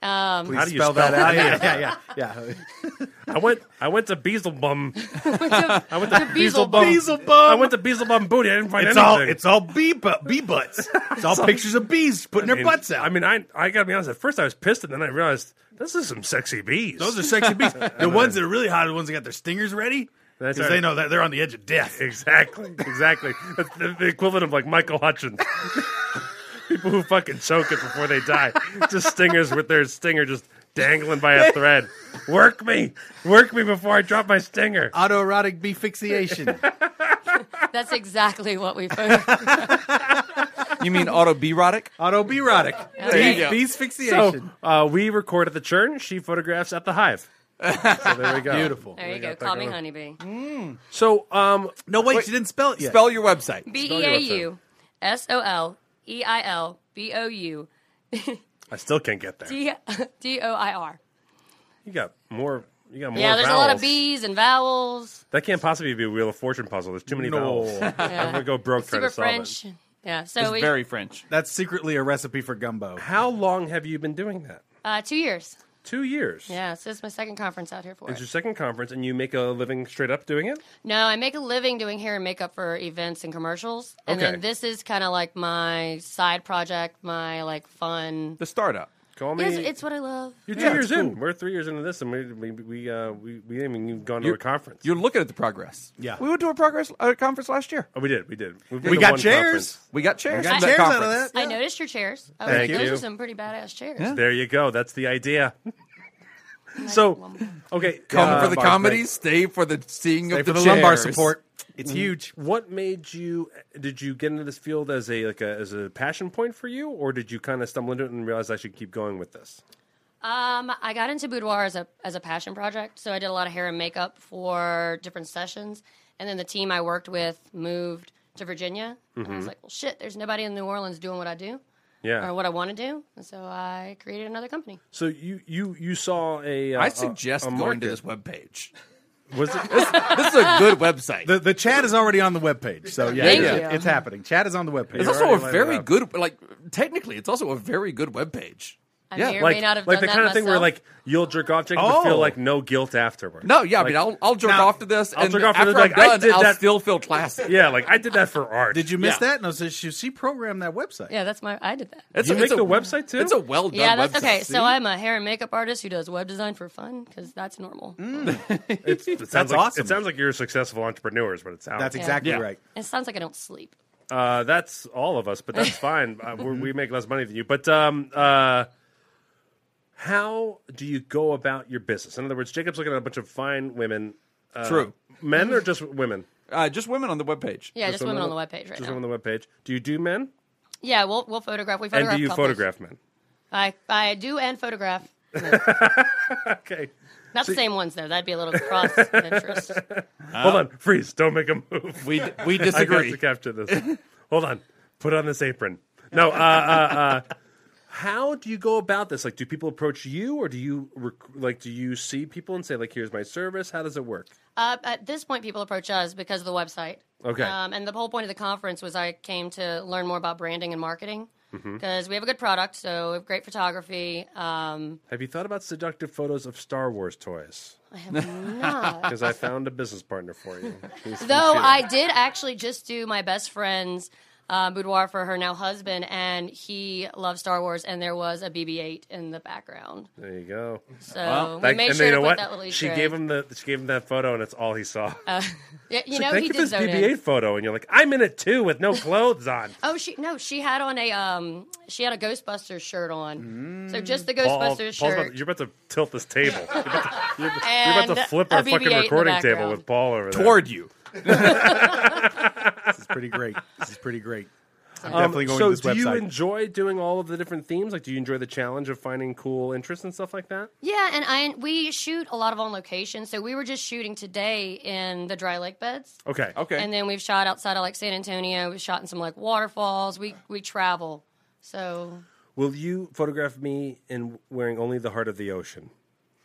[SPEAKER 11] Um,
[SPEAKER 4] Please
[SPEAKER 5] How do you
[SPEAKER 4] spell,
[SPEAKER 5] spell
[SPEAKER 4] that out.
[SPEAKER 5] that?
[SPEAKER 4] yeah, yeah, yeah, yeah.
[SPEAKER 5] I went. I went to Beelzebum. I went
[SPEAKER 11] to
[SPEAKER 5] to
[SPEAKER 11] Beelzebub.
[SPEAKER 5] Beelzebub. I went to Beelzebub booty. I didn't find
[SPEAKER 4] It's all
[SPEAKER 5] anything.
[SPEAKER 4] it's all bee bu- bee butts. It's all pictures of bees putting their
[SPEAKER 5] I mean,
[SPEAKER 4] butts out.
[SPEAKER 5] I mean, I I gotta be honest. At first, I was pissed, and then I realized this is some sexy bees.
[SPEAKER 4] Those are sexy bees. The ones that are really hot are the ones that got their stingers ready because
[SPEAKER 5] That's
[SPEAKER 4] they
[SPEAKER 5] right.
[SPEAKER 4] know that they're on the edge of death.
[SPEAKER 5] exactly, exactly. That's the, the equivalent of like Michael Hutchins. People who fucking choke it before they die. Just stingers with their stinger just dangling by a thread. Work me, work me before I drop my stinger.
[SPEAKER 4] Autoerotic bee fixation.
[SPEAKER 11] that's exactly what we photographed.
[SPEAKER 1] You mean autoberotic?
[SPEAKER 4] Autoberotic.
[SPEAKER 11] There you
[SPEAKER 4] Bee,
[SPEAKER 11] go.
[SPEAKER 4] bees
[SPEAKER 5] So
[SPEAKER 4] fixation.
[SPEAKER 5] uh, we record at the churn. She photographs at the hive. So there we go.
[SPEAKER 4] Beautiful.
[SPEAKER 11] There you go.
[SPEAKER 5] got that
[SPEAKER 11] Call me
[SPEAKER 5] going.
[SPEAKER 11] honeybee.
[SPEAKER 5] So um,
[SPEAKER 4] No, wait, she didn't spell it yet.
[SPEAKER 1] Spell your website.
[SPEAKER 11] B e a u s o l e i l b o u
[SPEAKER 5] I still can't get there.
[SPEAKER 11] d d o i r.
[SPEAKER 5] You got more. You got more.
[SPEAKER 11] Yeah, there's a lot of
[SPEAKER 5] vowels.
[SPEAKER 11] B's and vowels.
[SPEAKER 5] That can't possibly be a Wheel of Fortune puzzle. There's too many
[SPEAKER 4] No.
[SPEAKER 5] vowels.
[SPEAKER 11] Yeah.
[SPEAKER 5] I'm gonna go broke trying
[SPEAKER 11] Super
[SPEAKER 5] to solve
[SPEAKER 11] French.
[SPEAKER 5] it.
[SPEAKER 11] Yeah. So
[SPEAKER 1] It's
[SPEAKER 11] we
[SPEAKER 1] very French.
[SPEAKER 4] That's secretly a recipe for gumbo.
[SPEAKER 5] How long have you been doing that?
[SPEAKER 11] uh, two years.
[SPEAKER 5] Two years.
[SPEAKER 11] Yeah. So it's my second conference out here for
[SPEAKER 5] It's
[SPEAKER 11] it.
[SPEAKER 5] your second conference, and you make a living straight up doing it.
[SPEAKER 11] No, I make a living doing hair and makeup for events and commercials, and
[SPEAKER 5] Okay.
[SPEAKER 11] then this is kind of like my side project, my like fun.
[SPEAKER 1] The startup.
[SPEAKER 5] Call me.
[SPEAKER 11] Yes, it's what I love.
[SPEAKER 5] you're two
[SPEAKER 1] Yeah,
[SPEAKER 5] years
[SPEAKER 1] it's
[SPEAKER 5] in. We're three years into this, and we we we uh, we, we haven't even gone to
[SPEAKER 1] You're-
[SPEAKER 5] a conference.
[SPEAKER 1] You're looking at the progress.
[SPEAKER 4] Yeah.
[SPEAKER 1] We went to a progress
[SPEAKER 7] uh,
[SPEAKER 1] a conference last year.
[SPEAKER 5] Oh, we did. We did. We've been
[SPEAKER 4] We
[SPEAKER 5] to
[SPEAKER 4] got
[SPEAKER 5] one
[SPEAKER 4] chairs.
[SPEAKER 5] conference.
[SPEAKER 1] We got chairs.
[SPEAKER 4] Got
[SPEAKER 1] from
[SPEAKER 4] chairs out of
[SPEAKER 1] conference.
[SPEAKER 4] that.
[SPEAKER 11] I noticed your chairs. I was
[SPEAKER 5] Thank
[SPEAKER 11] like, those
[SPEAKER 5] you.
[SPEAKER 11] are some pretty badass chairs.
[SPEAKER 5] There you go. That's the idea. so, okay.
[SPEAKER 1] Come
[SPEAKER 5] uh,
[SPEAKER 1] for the
[SPEAKER 5] Mark,
[SPEAKER 1] comedy, stay for the seeing
[SPEAKER 4] Stay
[SPEAKER 1] of
[SPEAKER 4] for
[SPEAKER 1] the,
[SPEAKER 4] the lumbar
[SPEAKER 1] chairs.
[SPEAKER 4] support.
[SPEAKER 5] Mm-hmm.
[SPEAKER 4] It's huge.
[SPEAKER 5] what made you did you get into this field as a like a as a passion point for you or did you kind of stumble into it and realize i should keep going with this
[SPEAKER 11] Um, I got into boudoir as a as a passion project, so I did a lot of hair and makeup for different sessions, and then the team I worked with moved to Virginia, and I
[SPEAKER 5] Mm-hmm.
[SPEAKER 11] was like, well, shit, there's nobody in New Orleans doing what I do
[SPEAKER 5] yeah
[SPEAKER 11] or what I want to do, and so I created another company.
[SPEAKER 5] so you you you saw a uh,
[SPEAKER 1] I suggest
[SPEAKER 5] a, a
[SPEAKER 1] going to this
[SPEAKER 5] market.
[SPEAKER 1] webpage.
[SPEAKER 5] was it
[SPEAKER 1] This is a good website.
[SPEAKER 4] The the chat is already on the webpage, so yeah,
[SPEAKER 11] Thank
[SPEAKER 4] it-
[SPEAKER 11] you.
[SPEAKER 4] it's happening. Chat is on the webpage.
[SPEAKER 1] it's
[SPEAKER 5] You're
[SPEAKER 1] also a
[SPEAKER 5] already lining
[SPEAKER 1] very
[SPEAKER 5] up.
[SPEAKER 1] good, like technically, it's also a very good webpage.
[SPEAKER 11] I
[SPEAKER 1] Yeah,
[SPEAKER 11] may or
[SPEAKER 5] like,
[SPEAKER 11] may not have
[SPEAKER 5] like the
[SPEAKER 11] done that
[SPEAKER 5] kind of thing where
[SPEAKER 11] myself.
[SPEAKER 5] like you'll jerk off Jacob but
[SPEAKER 4] Oh.
[SPEAKER 5] feel like no guilt afterward
[SPEAKER 1] No, yeah,
[SPEAKER 5] Like,
[SPEAKER 1] I mean, I'll, I'll jerk
[SPEAKER 4] Now,
[SPEAKER 1] off to this,
[SPEAKER 5] I'll
[SPEAKER 1] and
[SPEAKER 5] jerk off to
[SPEAKER 1] after
[SPEAKER 5] this,
[SPEAKER 1] I'm
[SPEAKER 5] like, I
[SPEAKER 1] done,
[SPEAKER 5] did
[SPEAKER 1] I'll
[SPEAKER 5] that-
[SPEAKER 1] still feel classy.
[SPEAKER 5] yeah like i did that for art
[SPEAKER 4] Did you miss
[SPEAKER 1] Yeah.
[SPEAKER 4] that? No, so she, she programmed that website.
[SPEAKER 11] yeah, that's my I did that.
[SPEAKER 1] It's
[SPEAKER 5] You
[SPEAKER 1] a,
[SPEAKER 5] make
[SPEAKER 1] it's a-
[SPEAKER 5] the website, too?
[SPEAKER 1] It's a well done
[SPEAKER 11] yeah, that's
[SPEAKER 1] website.
[SPEAKER 11] okay.
[SPEAKER 1] See?
[SPEAKER 11] So I'm a hair and makeup artist who does web design for fun because that's normal.
[SPEAKER 4] Mm,
[SPEAKER 5] it's, it sounds
[SPEAKER 4] That's
[SPEAKER 5] like,
[SPEAKER 4] awesome.
[SPEAKER 5] it sounds like you're successful entrepreneurs but it sounds
[SPEAKER 4] That's
[SPEAKER 11] Yeah.
[SPEAKER 4] exactly
[SPEAKER 1] Yeah.
[SPEAKER 4] right.
[SPEAKER 11] It sounds like I don't sleep.
[SPEAKER 5] Uh, that's all of us, but that's fine. uh, we're, we make less money than you. But um, uh, how do you go about your business? In other words, Jacob's looking at a bunch of fine women. Uh,
[SPEAKER 1] True.
[SPEAKER 5] Men or just women?
[SPEAKER 1] Uh, just women on the webpage.
[SPEAKER 11] Yeah, just,
[SPEAKER 5] women
[SPEAKER 11] women on the
[SPEAKER 5] on
[SPEAKER 11] webpage right
[SPEAKER 5] just
[SPEAKER 11] now.
[SPEAKER 5] women on the webpage. Do you do men?
[SPEAKER 11] yeah, we'll we'll photograph. We
[SPEAKER 5] And
[SPEAKER 11] photograph.
[SPEAKER 5] do you
[SPEAKER 11] couples.
[SPEAKER 5] photograph men?
[SPEAKER 11] I I do and photograph.
[SPEAKER 5] Okay.
[SPEAKER 11] Not the same ones though. That'd be a little cross interest.
[SPEAKER 5] Hold on. Freeze. Don't make a move.
[SPEAKER 1] We, we
[SPEAKER 5] I got to
[SPEAKER 1] disagree.
[SPEAKER 5] capture this. Hold on. Put on this apron. No. Uh, uh, uh, how do you go about this? Like, do people approach you, or do you rec- like do you see people and say like, "Here's my service"? How does it work?
[SPEAKER 11] Uh, at this point, people approach us because of the website.
[SPEAKER 5] Okay.
[SPEAKER 11] Um, and the whole point of the conference was I came to learn more about branding and marketing
[SPEAKER 5] Hmm. Mm-hmm.
[SPEAKER 11] because we have a good product, so we have great photography. Um,
[SPEAKER 5] Have you thought about seductive photos of Star Wars toys?
[SPEAKER 11] I have not
[SPEAKER 5] Because I found a business partner for you. He's from
[SPEAKER 11] Though
[SPEAKER 5] Chile.
[SPEAKER 11] I did actually just do my best friend's uh, boudoir for her now husband, and he loves Star Wars, and there was a BB-8 in the background.
[SPEAKER 5] There you go.
[SPEAKER 11] So we made
[SPEAKER 5] and
[SPEAKER 11] sure
[SPEAKER 5] you
[SPEAKER 11] to
[SPEAKER 5] know
[SPEAKER 11] put
[SPEAKER 5] what?
[SPEAKER 11] that little Easter
[SPEAKER 5] she gave
[SPEAKER 11] egg.
[SPEAKER 5] him the she gave him that photo, and it's all he saw.
[SPEAKER 11] Uh, yeah, you
[SPEAKER 5] She's like,
[SPEAKER 11] know, he
[SPEAKER 5] thank you
[SPEAKER 11] did
[SPEAKER 5] for this
[SPEAKER 11] zone in.
[SPEAKER 5] BB-8 photo, and you're like, I'm in it too with no clothes on.
[SPEAKER 11] Oh, she no, she had on a um, she had a Ghostbusters shirt on. So just the
[SPEAKER 5] Mm. Paul-
[SPEAKER 11] Ghostbusters
[SPEAKER 5] Paul's about-
[SPEAKER 11] shirt.
[SPEAKER 5] you're about to tilt this table. You're about to, you're about to-
[SPEAKER 11] And
[SPEAKER 5] you're about to flip
[SPEAKER 11] a
[SPEAKER 5] our fucking
[SPEAKER 11] BB-8 in the
[SPEAKER 5] recording table
[SPEAKER 11] background.
[SPEAKER 5] with Paul over there.
[SPEAKER 7] Toward you.
[SPEAKER 4] this is pretty great. This is pretty great. I'm
[SPEAKER 5] Um,
[SPEAKER 4] definitely going
[SPEAKER 5] so
[SPEAKER 4] to this
[SPEAKER 5] do you
[SPEAKER 4] website.
[SPEAKER 5] enjoy doing all of the different themes? Like, do you enjoy the challenge of finding cool interests and stuff like that?
[SPEAKER 11] Yeah, and I we shoot a lot of on location. So we were just shooting today in the dry lake beds.
[SPEAKER 5] Okay.
[SPEAKER 11] And then we've shot outside of like San Antonio. We shot in some like waterfalls. We we travel. So
[SPEAKER 5] Will you photograph me in wearing only the heart of the ocean?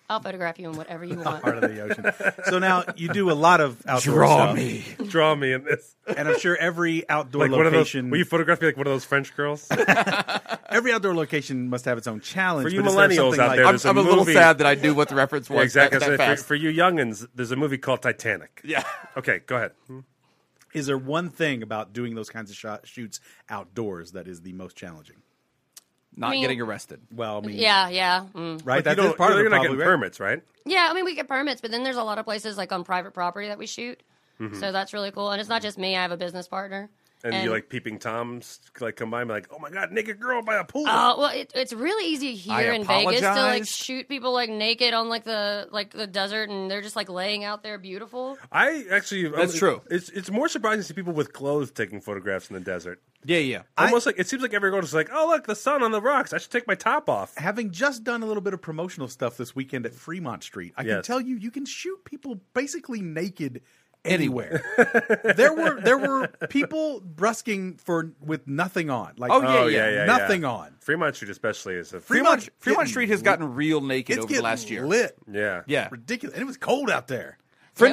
[SPEAKER 11] I'll photograph you in whatever you want.
[SPEAKER 4] Heart of the ocean. So now you do a lot of outdoor
[SPEAKER 5] Draw
[SPEAKER 4] stuff.
[SPEAKER 5] me. Draw me in this.
[SPEAKER 4] And I'm sure every outdoor
[SPEAKER 5] Like one of those,
[SPEAKER 4] location,
[SPEAKER 5] will you photograph me like one of those French girls?
[SPEAKER 4] every outdoor location must have its own challenge.
[SPEAKER 5] For you
[SPEAKER 4] but is there
[SPEAKER 5] millennials
[SPEAKER 4] something
[SPEAKER 5] out
[SPEAKER 4] like-
[SPEAKER 5] there, there's a movie- Yeah,
[SPEAKER 4] Yeah,
[SPEAKER 5] exactly.
[SPEAKER 4] so
[SPEAKER 5] So
[SPEAKER 4] if
[SPEAKER 5] for-
[SPEAKER 4] you're-
[SPEAKER 5] for, you youngins, there's a movie called Titanic. Yeah. Okay, go ahead.
[SPEAKER 4] Is there one thing about doing those kinds of shot, shoots outdoors that is the most challenging?
[SPEAKER 11] Not I mean- getting
[SPEAKER 7] arrested.
[SPEAKER 4] Well, I mean,
[SPEAKER 11] Yeah, yeah. mm.
[SPEAKER 4] right.
[SPEAKER 5] But you
[SPEAKER 4] That is
[SPEAKER 5] don't-
[SPEAKER 4] part of
[SPEAKER 5] you're
[SPEAKER 4] it.
[SPEAKER 5] not
[SPEAKER 4] probably,
[SPEAKER 5] getting
[SPEAKER 4] right?
[SPEAKER 5] permits, right?
[SPEAKER 11] Yeah, I mean we get permits, but then there's a lot of places like on private property that we shoot.
[SPEAKER 7] Mm-hmm.
[SPEAKER 5] Mhm.
[SPEAKER 11] So that's really cool. And it's not just me, I have a business partner.
[SPEAKER 5] And, you like peeping toms like come by and be like, oh my god, naked girl by a pool.
[SPEAKER 11] Oh well, it, it's really easy
[SPEAKER 5] I
[SPEAKER 11] here in Vegas to like
[SPEAKER 5] apologized.
[SPEAKER 11] shoot people like naked on like the like the desert, and they're just like laying out there beautiful.
[SPEAKER 5] I actually
[SPEAKER 7] That's
[SPEAKER 5] I'm-
[SPEAKER 7] true.
[SPEAKER 5] It's it's more surprising to see people with clothes taking photographs in the desert.
[SPEAKER 7] Yeah, yeah.
[SPEAKER 5] Almost like it seems like everyone is like, oh look, the sun on the rocks. I should take my top off.
[SPEAKER 4] Having just done a little bit of promotional stuff this weekend at Fremont Street, I can
[SPEAKER 5] Yes.
[SPEAKER 4] tell you, you can shoot people basically naked anywhere. there were there were people brusking for with nothing on, like
[SPEAKER 7] Oh,
[SPEAKER 5] Oh,
[SPEAKER 4] nothing on.
[SPEAKER 5] Fremont Street especially is a
[SPEAKER 4] Fremont-
[SPEAKER 5] Fremont
[SPEAKER 4] Fremont Street has gotten
[SPEAKER 7] real naked
[SPEAKER 4] It's over the getting last year. lit.
[SPEAKER 5] Yeah,
[SPEAKER 7] yeah,
[SPEAKER 4] ridiculous. And it was cold out there.
[SPEAKER 7] Friend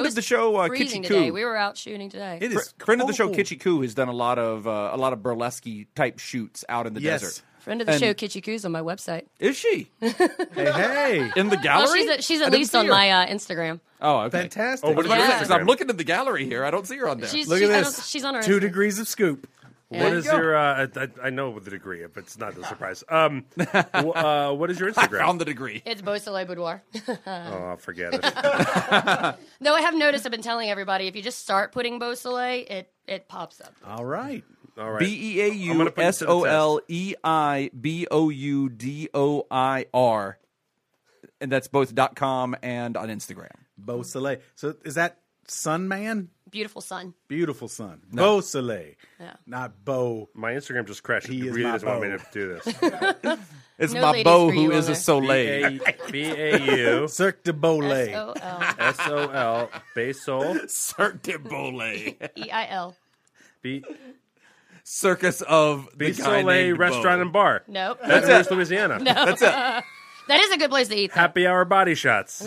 [SPEAKER 11] It
[SPEAKER 7] of
[SPEAKER 11] was
[SPEAKER 7] the show, uh,
[SPEAKER 11] freezing
[SPEAKER 7] Kitchi
[SPEAKER 11] today.
[SPEAKER 7] Koo.
[SPEAKER 11] We were out shooting today.
[SPEAKER 7] Fr- oh, friend of the show, Kitchi Koo, has done a lot of uh, a lot of burlesque type shoots out in the
[SPEAKER 11] Yes.
[SPEAKER 7] desert.
[SPEAKER 11] Friend of the
[SPEAKER 7] And-
[SPEAKER 11] show, Kitchi Koo's on my website.
[SPEAKER 7] Is she? hey, hey, in the gallery.
[SPEAKER 11] Well, she's at, she's
[SPEAKER 7] I
[SPEAKER 11] at
[SPEAKER 7] didn't
[SPEAKER 11] least
[SPEAKER 7] see
[SPEAKER 11] on
[SPEAKER 7] her.
[SPEAKER 11] my uh, Instagram.
[SPEAKER 7] Oh, okay.
[SPEAKER 4] fantastic!
[SPEAKER 7] Oh, what is
[SPEAKER 11] Yeah.
[SPEAKER 7] Because I'm looking at the gallery here. I don't see her on there.
[SPEAKER 11] She's- Look at she- I this. don't- she's on our Two Instagram.
[SPEAKER 4] degrees of scoop.
[SPEAKER 11] Yeah.
[SPEAKER 5] What
[SPEAKER 11] There
[SPEAKER 5] is
[SPEAKER 11] you go.
[SPEAKER 5] your? Uh, I, I- I know the degree, but it's not a surprise. Um, w- uh, what is your Instagram?
[SPEAKER 7] found the degree.
[SPEAKER 11] It's Beau Soleil Boudoir.
[SPEAKER 5] Oh, I'll forget it.
[SPEAKER 11] Though I have noticed, I've been telling everybody if you just start putting Beau Soleil, it it pops up.
[SPEAKER 4] All right.
[SPEAKER 5] All right.
[SPEAKER 7] B E A
[SPEAKER 5] I'm gonna
[SPEAKER 7] U
[SPEAKER 5] put you to
[SPEAKER 7] S
[SPEAKER 5] the
[SPEAKER 7] O L E I B O U D O I R. And that's both dot com and on Instagram.
[SPEAKER 4] Beau Soleil. So is that Sun Man?
[SPEAKER 11] Beautiful sun.
[SPEAKER 4] Beautiful Sun.
[SPEAKER 7] No.
[SPEAKER 4] Beau Soleil.
[SPEAKER 11] Yeah.
[SPEAKER 4] Not Beau.
[SPEAKER 5] My Instagram just crashed.
[SPEAKER 4] He
[SPEAKER 5] It
[SPEAKER 4] is
[SPEAKER 5] really
[SPEAKER 4] my
[SPEAKER 5] doesn't want me to do this.
[SPEAKER 7] It's
[SPEAKER 11] No
[SPEAKER 7] my
[SPEAKER 11] ladies
[SPEAKER 7] beau
[SPEAKER 11] for
[SPEAKER 7] who
[SPEAKER 11] you
[SPEAKER 7] is
[SPEAKER 11] over.
[SPEAKER 7] a Soleil.
[SPEAKER 5] B A U
[SPEAKER 4] Cirque du Soleil.
[SPEAKER 11] S-O-L.
[SPEAKER 5] S O L Basol
[SPEAKER 7] Cirque du Soleil.
[SPEAKER 11] E I L.
[SPEAKER 5] B
[SPEAKER 7] Circus of the
[SPEAKER 5] B
[SPEAKER 7] guy
[SPEAKER 5] Soleil
[SPEAKER 7] named
[SPEAKER 5] Restaurant
[SPEAKER 7] Beau.
[SPEAKER 5] and Bar.
[SPEAKER 11] Nope.
[SPEAKER 5] That's
[SPEAKER 7] That's
[SPEAKER 5] Louis, Louisiana.
[SPEAKER 11] No. That's it. that is a good place to eat.
[SPEAKER 5] Happy hour body shots.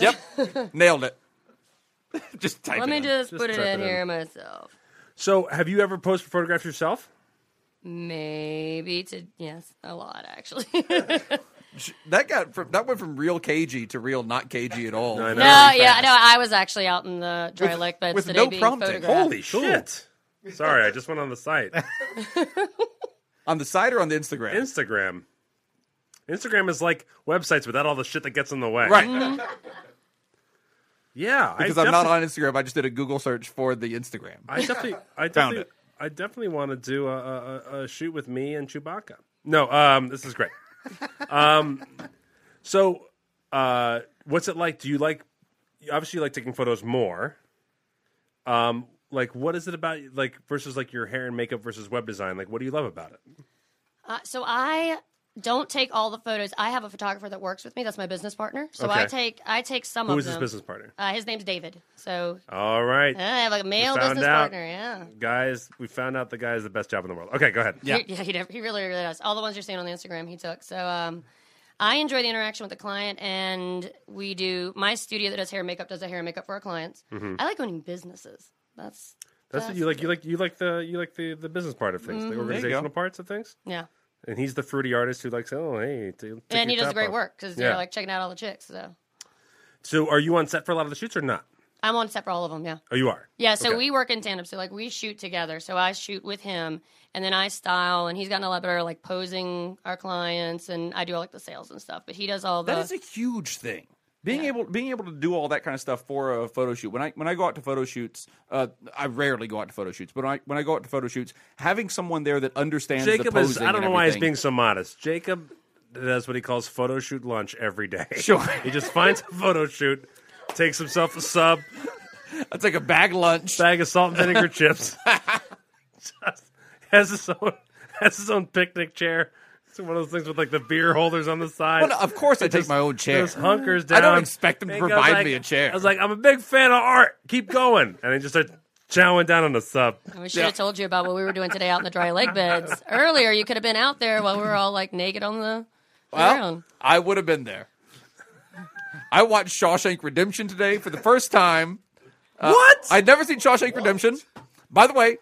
[SPEAKER 7] Yep, nailed it. just type
[SPEAKER 11] Let me just, put it
[SPEAKER 5] type
[SPEAKER 11] in
[SPEAKER 5] it in.
[SPEAKER 11] here myself.
[SPEAKER 5] So, have you ever posted photographs yourself?
[SPEAKER 11] Maybe to yes, a lot actually.
[SPEAKER 7] That got from that went from real cagey to real not cagey at all.
[SPEAKER 11] no, yeah, no, I was actually out in the dry
[SPEAKER 7] With-
[SPEAKER 11] lake beds
[SPEAKER 7] with
[SPEAKER 11] today
[SPEAKER 7] no
[SPEAKER 11] being
[SPEAKER 7] prompting.
[SPEAKER 11] photographed.
[SPEAKER 5] Holy shit! Sorry, I just went on the site.
[SPEAKER 7] on the site or on the Instagram?
[SPEAKER 5] Instagram. Instagram is like websites without all the shit that gets in the way.
[SPEAKER 7] Right.
[SPEAKER 5] Yeah, I
[SPEAKER 7] Because I'm not
[SPEAKER 5] definitely-
[SPEAKER 7] on Instagram. I just did a Google search for the Instagram.
[SPEAKER 5] I definitely, I
[SPEAKER 7] Found
[SPEAKER 5] definitely, I definitely want to do a, a, a- a shoot with me and Chewbacca. No, um, this is great. um, so, uh, what's it like? Do you like? you Obviously, you like taking photos more. Um, like, what is it about? Like, versus like your hair and makeup versus web design. Like, what do you love about it?
[SPEAKER 11] Uh, so I don't take all the photos. I have a photographer that works with me. That's my business partner. So I
[SPEAKER 5] Okay.
[SPEAKER 11] take I take some
[SPEAKER 5] Who
[SPEAKER 11] of
[SPEAKER 5] is
[SPEAKER 11] them.
[SPEAKER 5] this business partner?
[SPEAKER 11] Uh, his name's David. So
[SPEAKER 5] All right,
[SPEAKER 11] Uh, I have a
[SPEAKER 5] We
[SPEAKER 11] male
[SPEAKER 5] found
[SPEAKER 11] business
[SPEAKER 5] out.
[SPEAKER 11] partner. Yeah.
[SPEAKER 5] guys, we found out the guy is the best job in the world. Okay, go ahead.
[SPEAKER 11] He, yeah, he, never, he really, really does. All the ones you're seeing on the Instagram, he took. So um, I enjoy the interaction with the client, and we do. My studio that does hair and makeup does a hair and makeup for our clients.
[SPEAKER 5] Mhm.
[SPEAKER 11] I like owning businesses. That's
[SPEAKER 5] That's what you like. You like you like the you like the the business part of things,
[SPEAKER 11] Mhm. There
[SPEAKER 5] the
[SPEAKER 11] you
[SPEAKER 5] organizational
[SPEAKER 11] go.
[SPEAKER 5] parts of things.
[SPEAKER 11] Yeah.
[SPEAKER 5] And he's the fruity artist who likes, oh hey, t- take
[SPEAKER 11] and he
[SPEAKER 5] your
[SPEAKER 11] does
[SPEAKER 5] top
[SPEAKER 11] great
[SPEAKER 5] off."
[SPEAKER 11] work because
[SPEAKER 5] Yeah.
[SPEAKER 11] they're like checking out all the chicks. So
[SPEAKER 5] so are you on set for a lot of the shoots or not?
[SPEAKER 11] I'm on set for all of them. Yeah.
[SPEAKER 5] Oh, you are.
[SPEAKER 11] Yeah, so
[SPEAKER 5] Okay.
[SPEAKER 11] we work in tandem. So like we shoot together. So I shoot with him, and then I style, and he's gotten a lot better like posing our clients, and I do all like the sales and stuff. But he does all the.
[SPEAKER 7] That is a huge thing. Being able being able to do all that kind of stuff for a photo shoot. When I when I go out to photo shoots, uh, I rarely go out to photo shoots, but when I, when I go out to photo shoots, having someone there that understands the
[SPEAKER 5] Jacob
[SPEAKER 7] posing
[SPEAKER 5] is. I don't
[SPEAKER 7] and
[SPEAKER 5] know why he's
[SPEAKER 7] everything-
[SPEAKER 5] being so modest. Jacob does what he calls photo shoot lunch every day.
[SPEAKER 7] Sure.
[SPEAKER 5] he just finds a photo shoot, takes himself a sub.
[SPEAKER 7] That's like a bag lunch,
[SPEAKER 5] bag of salt and vinegar chips. Just has his own has his own picnic chair. It's one of those things with like the beer holders on the side.
[SPEAKER 7] Well, of course I
[SPEAKER 5] It
[SPEAKER 7] take
[SPEAKER 5] just-
[SPEAKER 7] my own chair.
[SPEAKER 5] Just hunkers down.
[SPEAKER 7] I don't expect them to
[SPEAKER 5] And goes
[SPEAKER 7] provide
[SPEAKER 5] like-
[SPEAKER 7] me a chair.
[SPEAKER 5] I was like, I'm a big fan of art. Keep going, and he just started chowing down on the sub.
[SPEAKER 11] And we should have told you about what we were doing today out in the dry lake beds earlier. You could have been out there while we were all like naked on the
[SPEAKER 7] Well,
[SPEAKER 11] ground.
[SPEAKER 7] I would have been there. I watched Shawshank Redemption today for the first time. what? I'd never seen Shawshank Redemption. By the way, uh,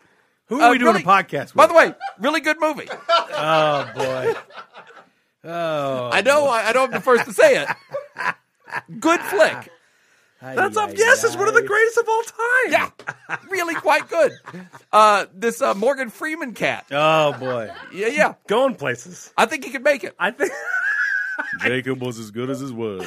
[SPEAKER 4] Who are we doing a podcast with?
[SPEAKER 7] By the way, really good movie.
[SPEAKER 4] Oh boy. Oh.
[SPEAKER 7] I know. I, I know. I'm the first to say it. Good flick.
[SPEAKER 5] That's up. Yes, it's one of the greatest of all time.
[SPEAKER 7] Yeah, really quite good. Uh, this uh, Morgan Freeman cat.
[SPEAKER 4] Oh boy.
[SPEAKER 7] Yeah, yeah.
[SPEAKER 5] Going places.
[SPEAKER 7] I think he could make it.
[SPEAKER 5] I think.
[SPEAKER 2] Jacob was as good as his word.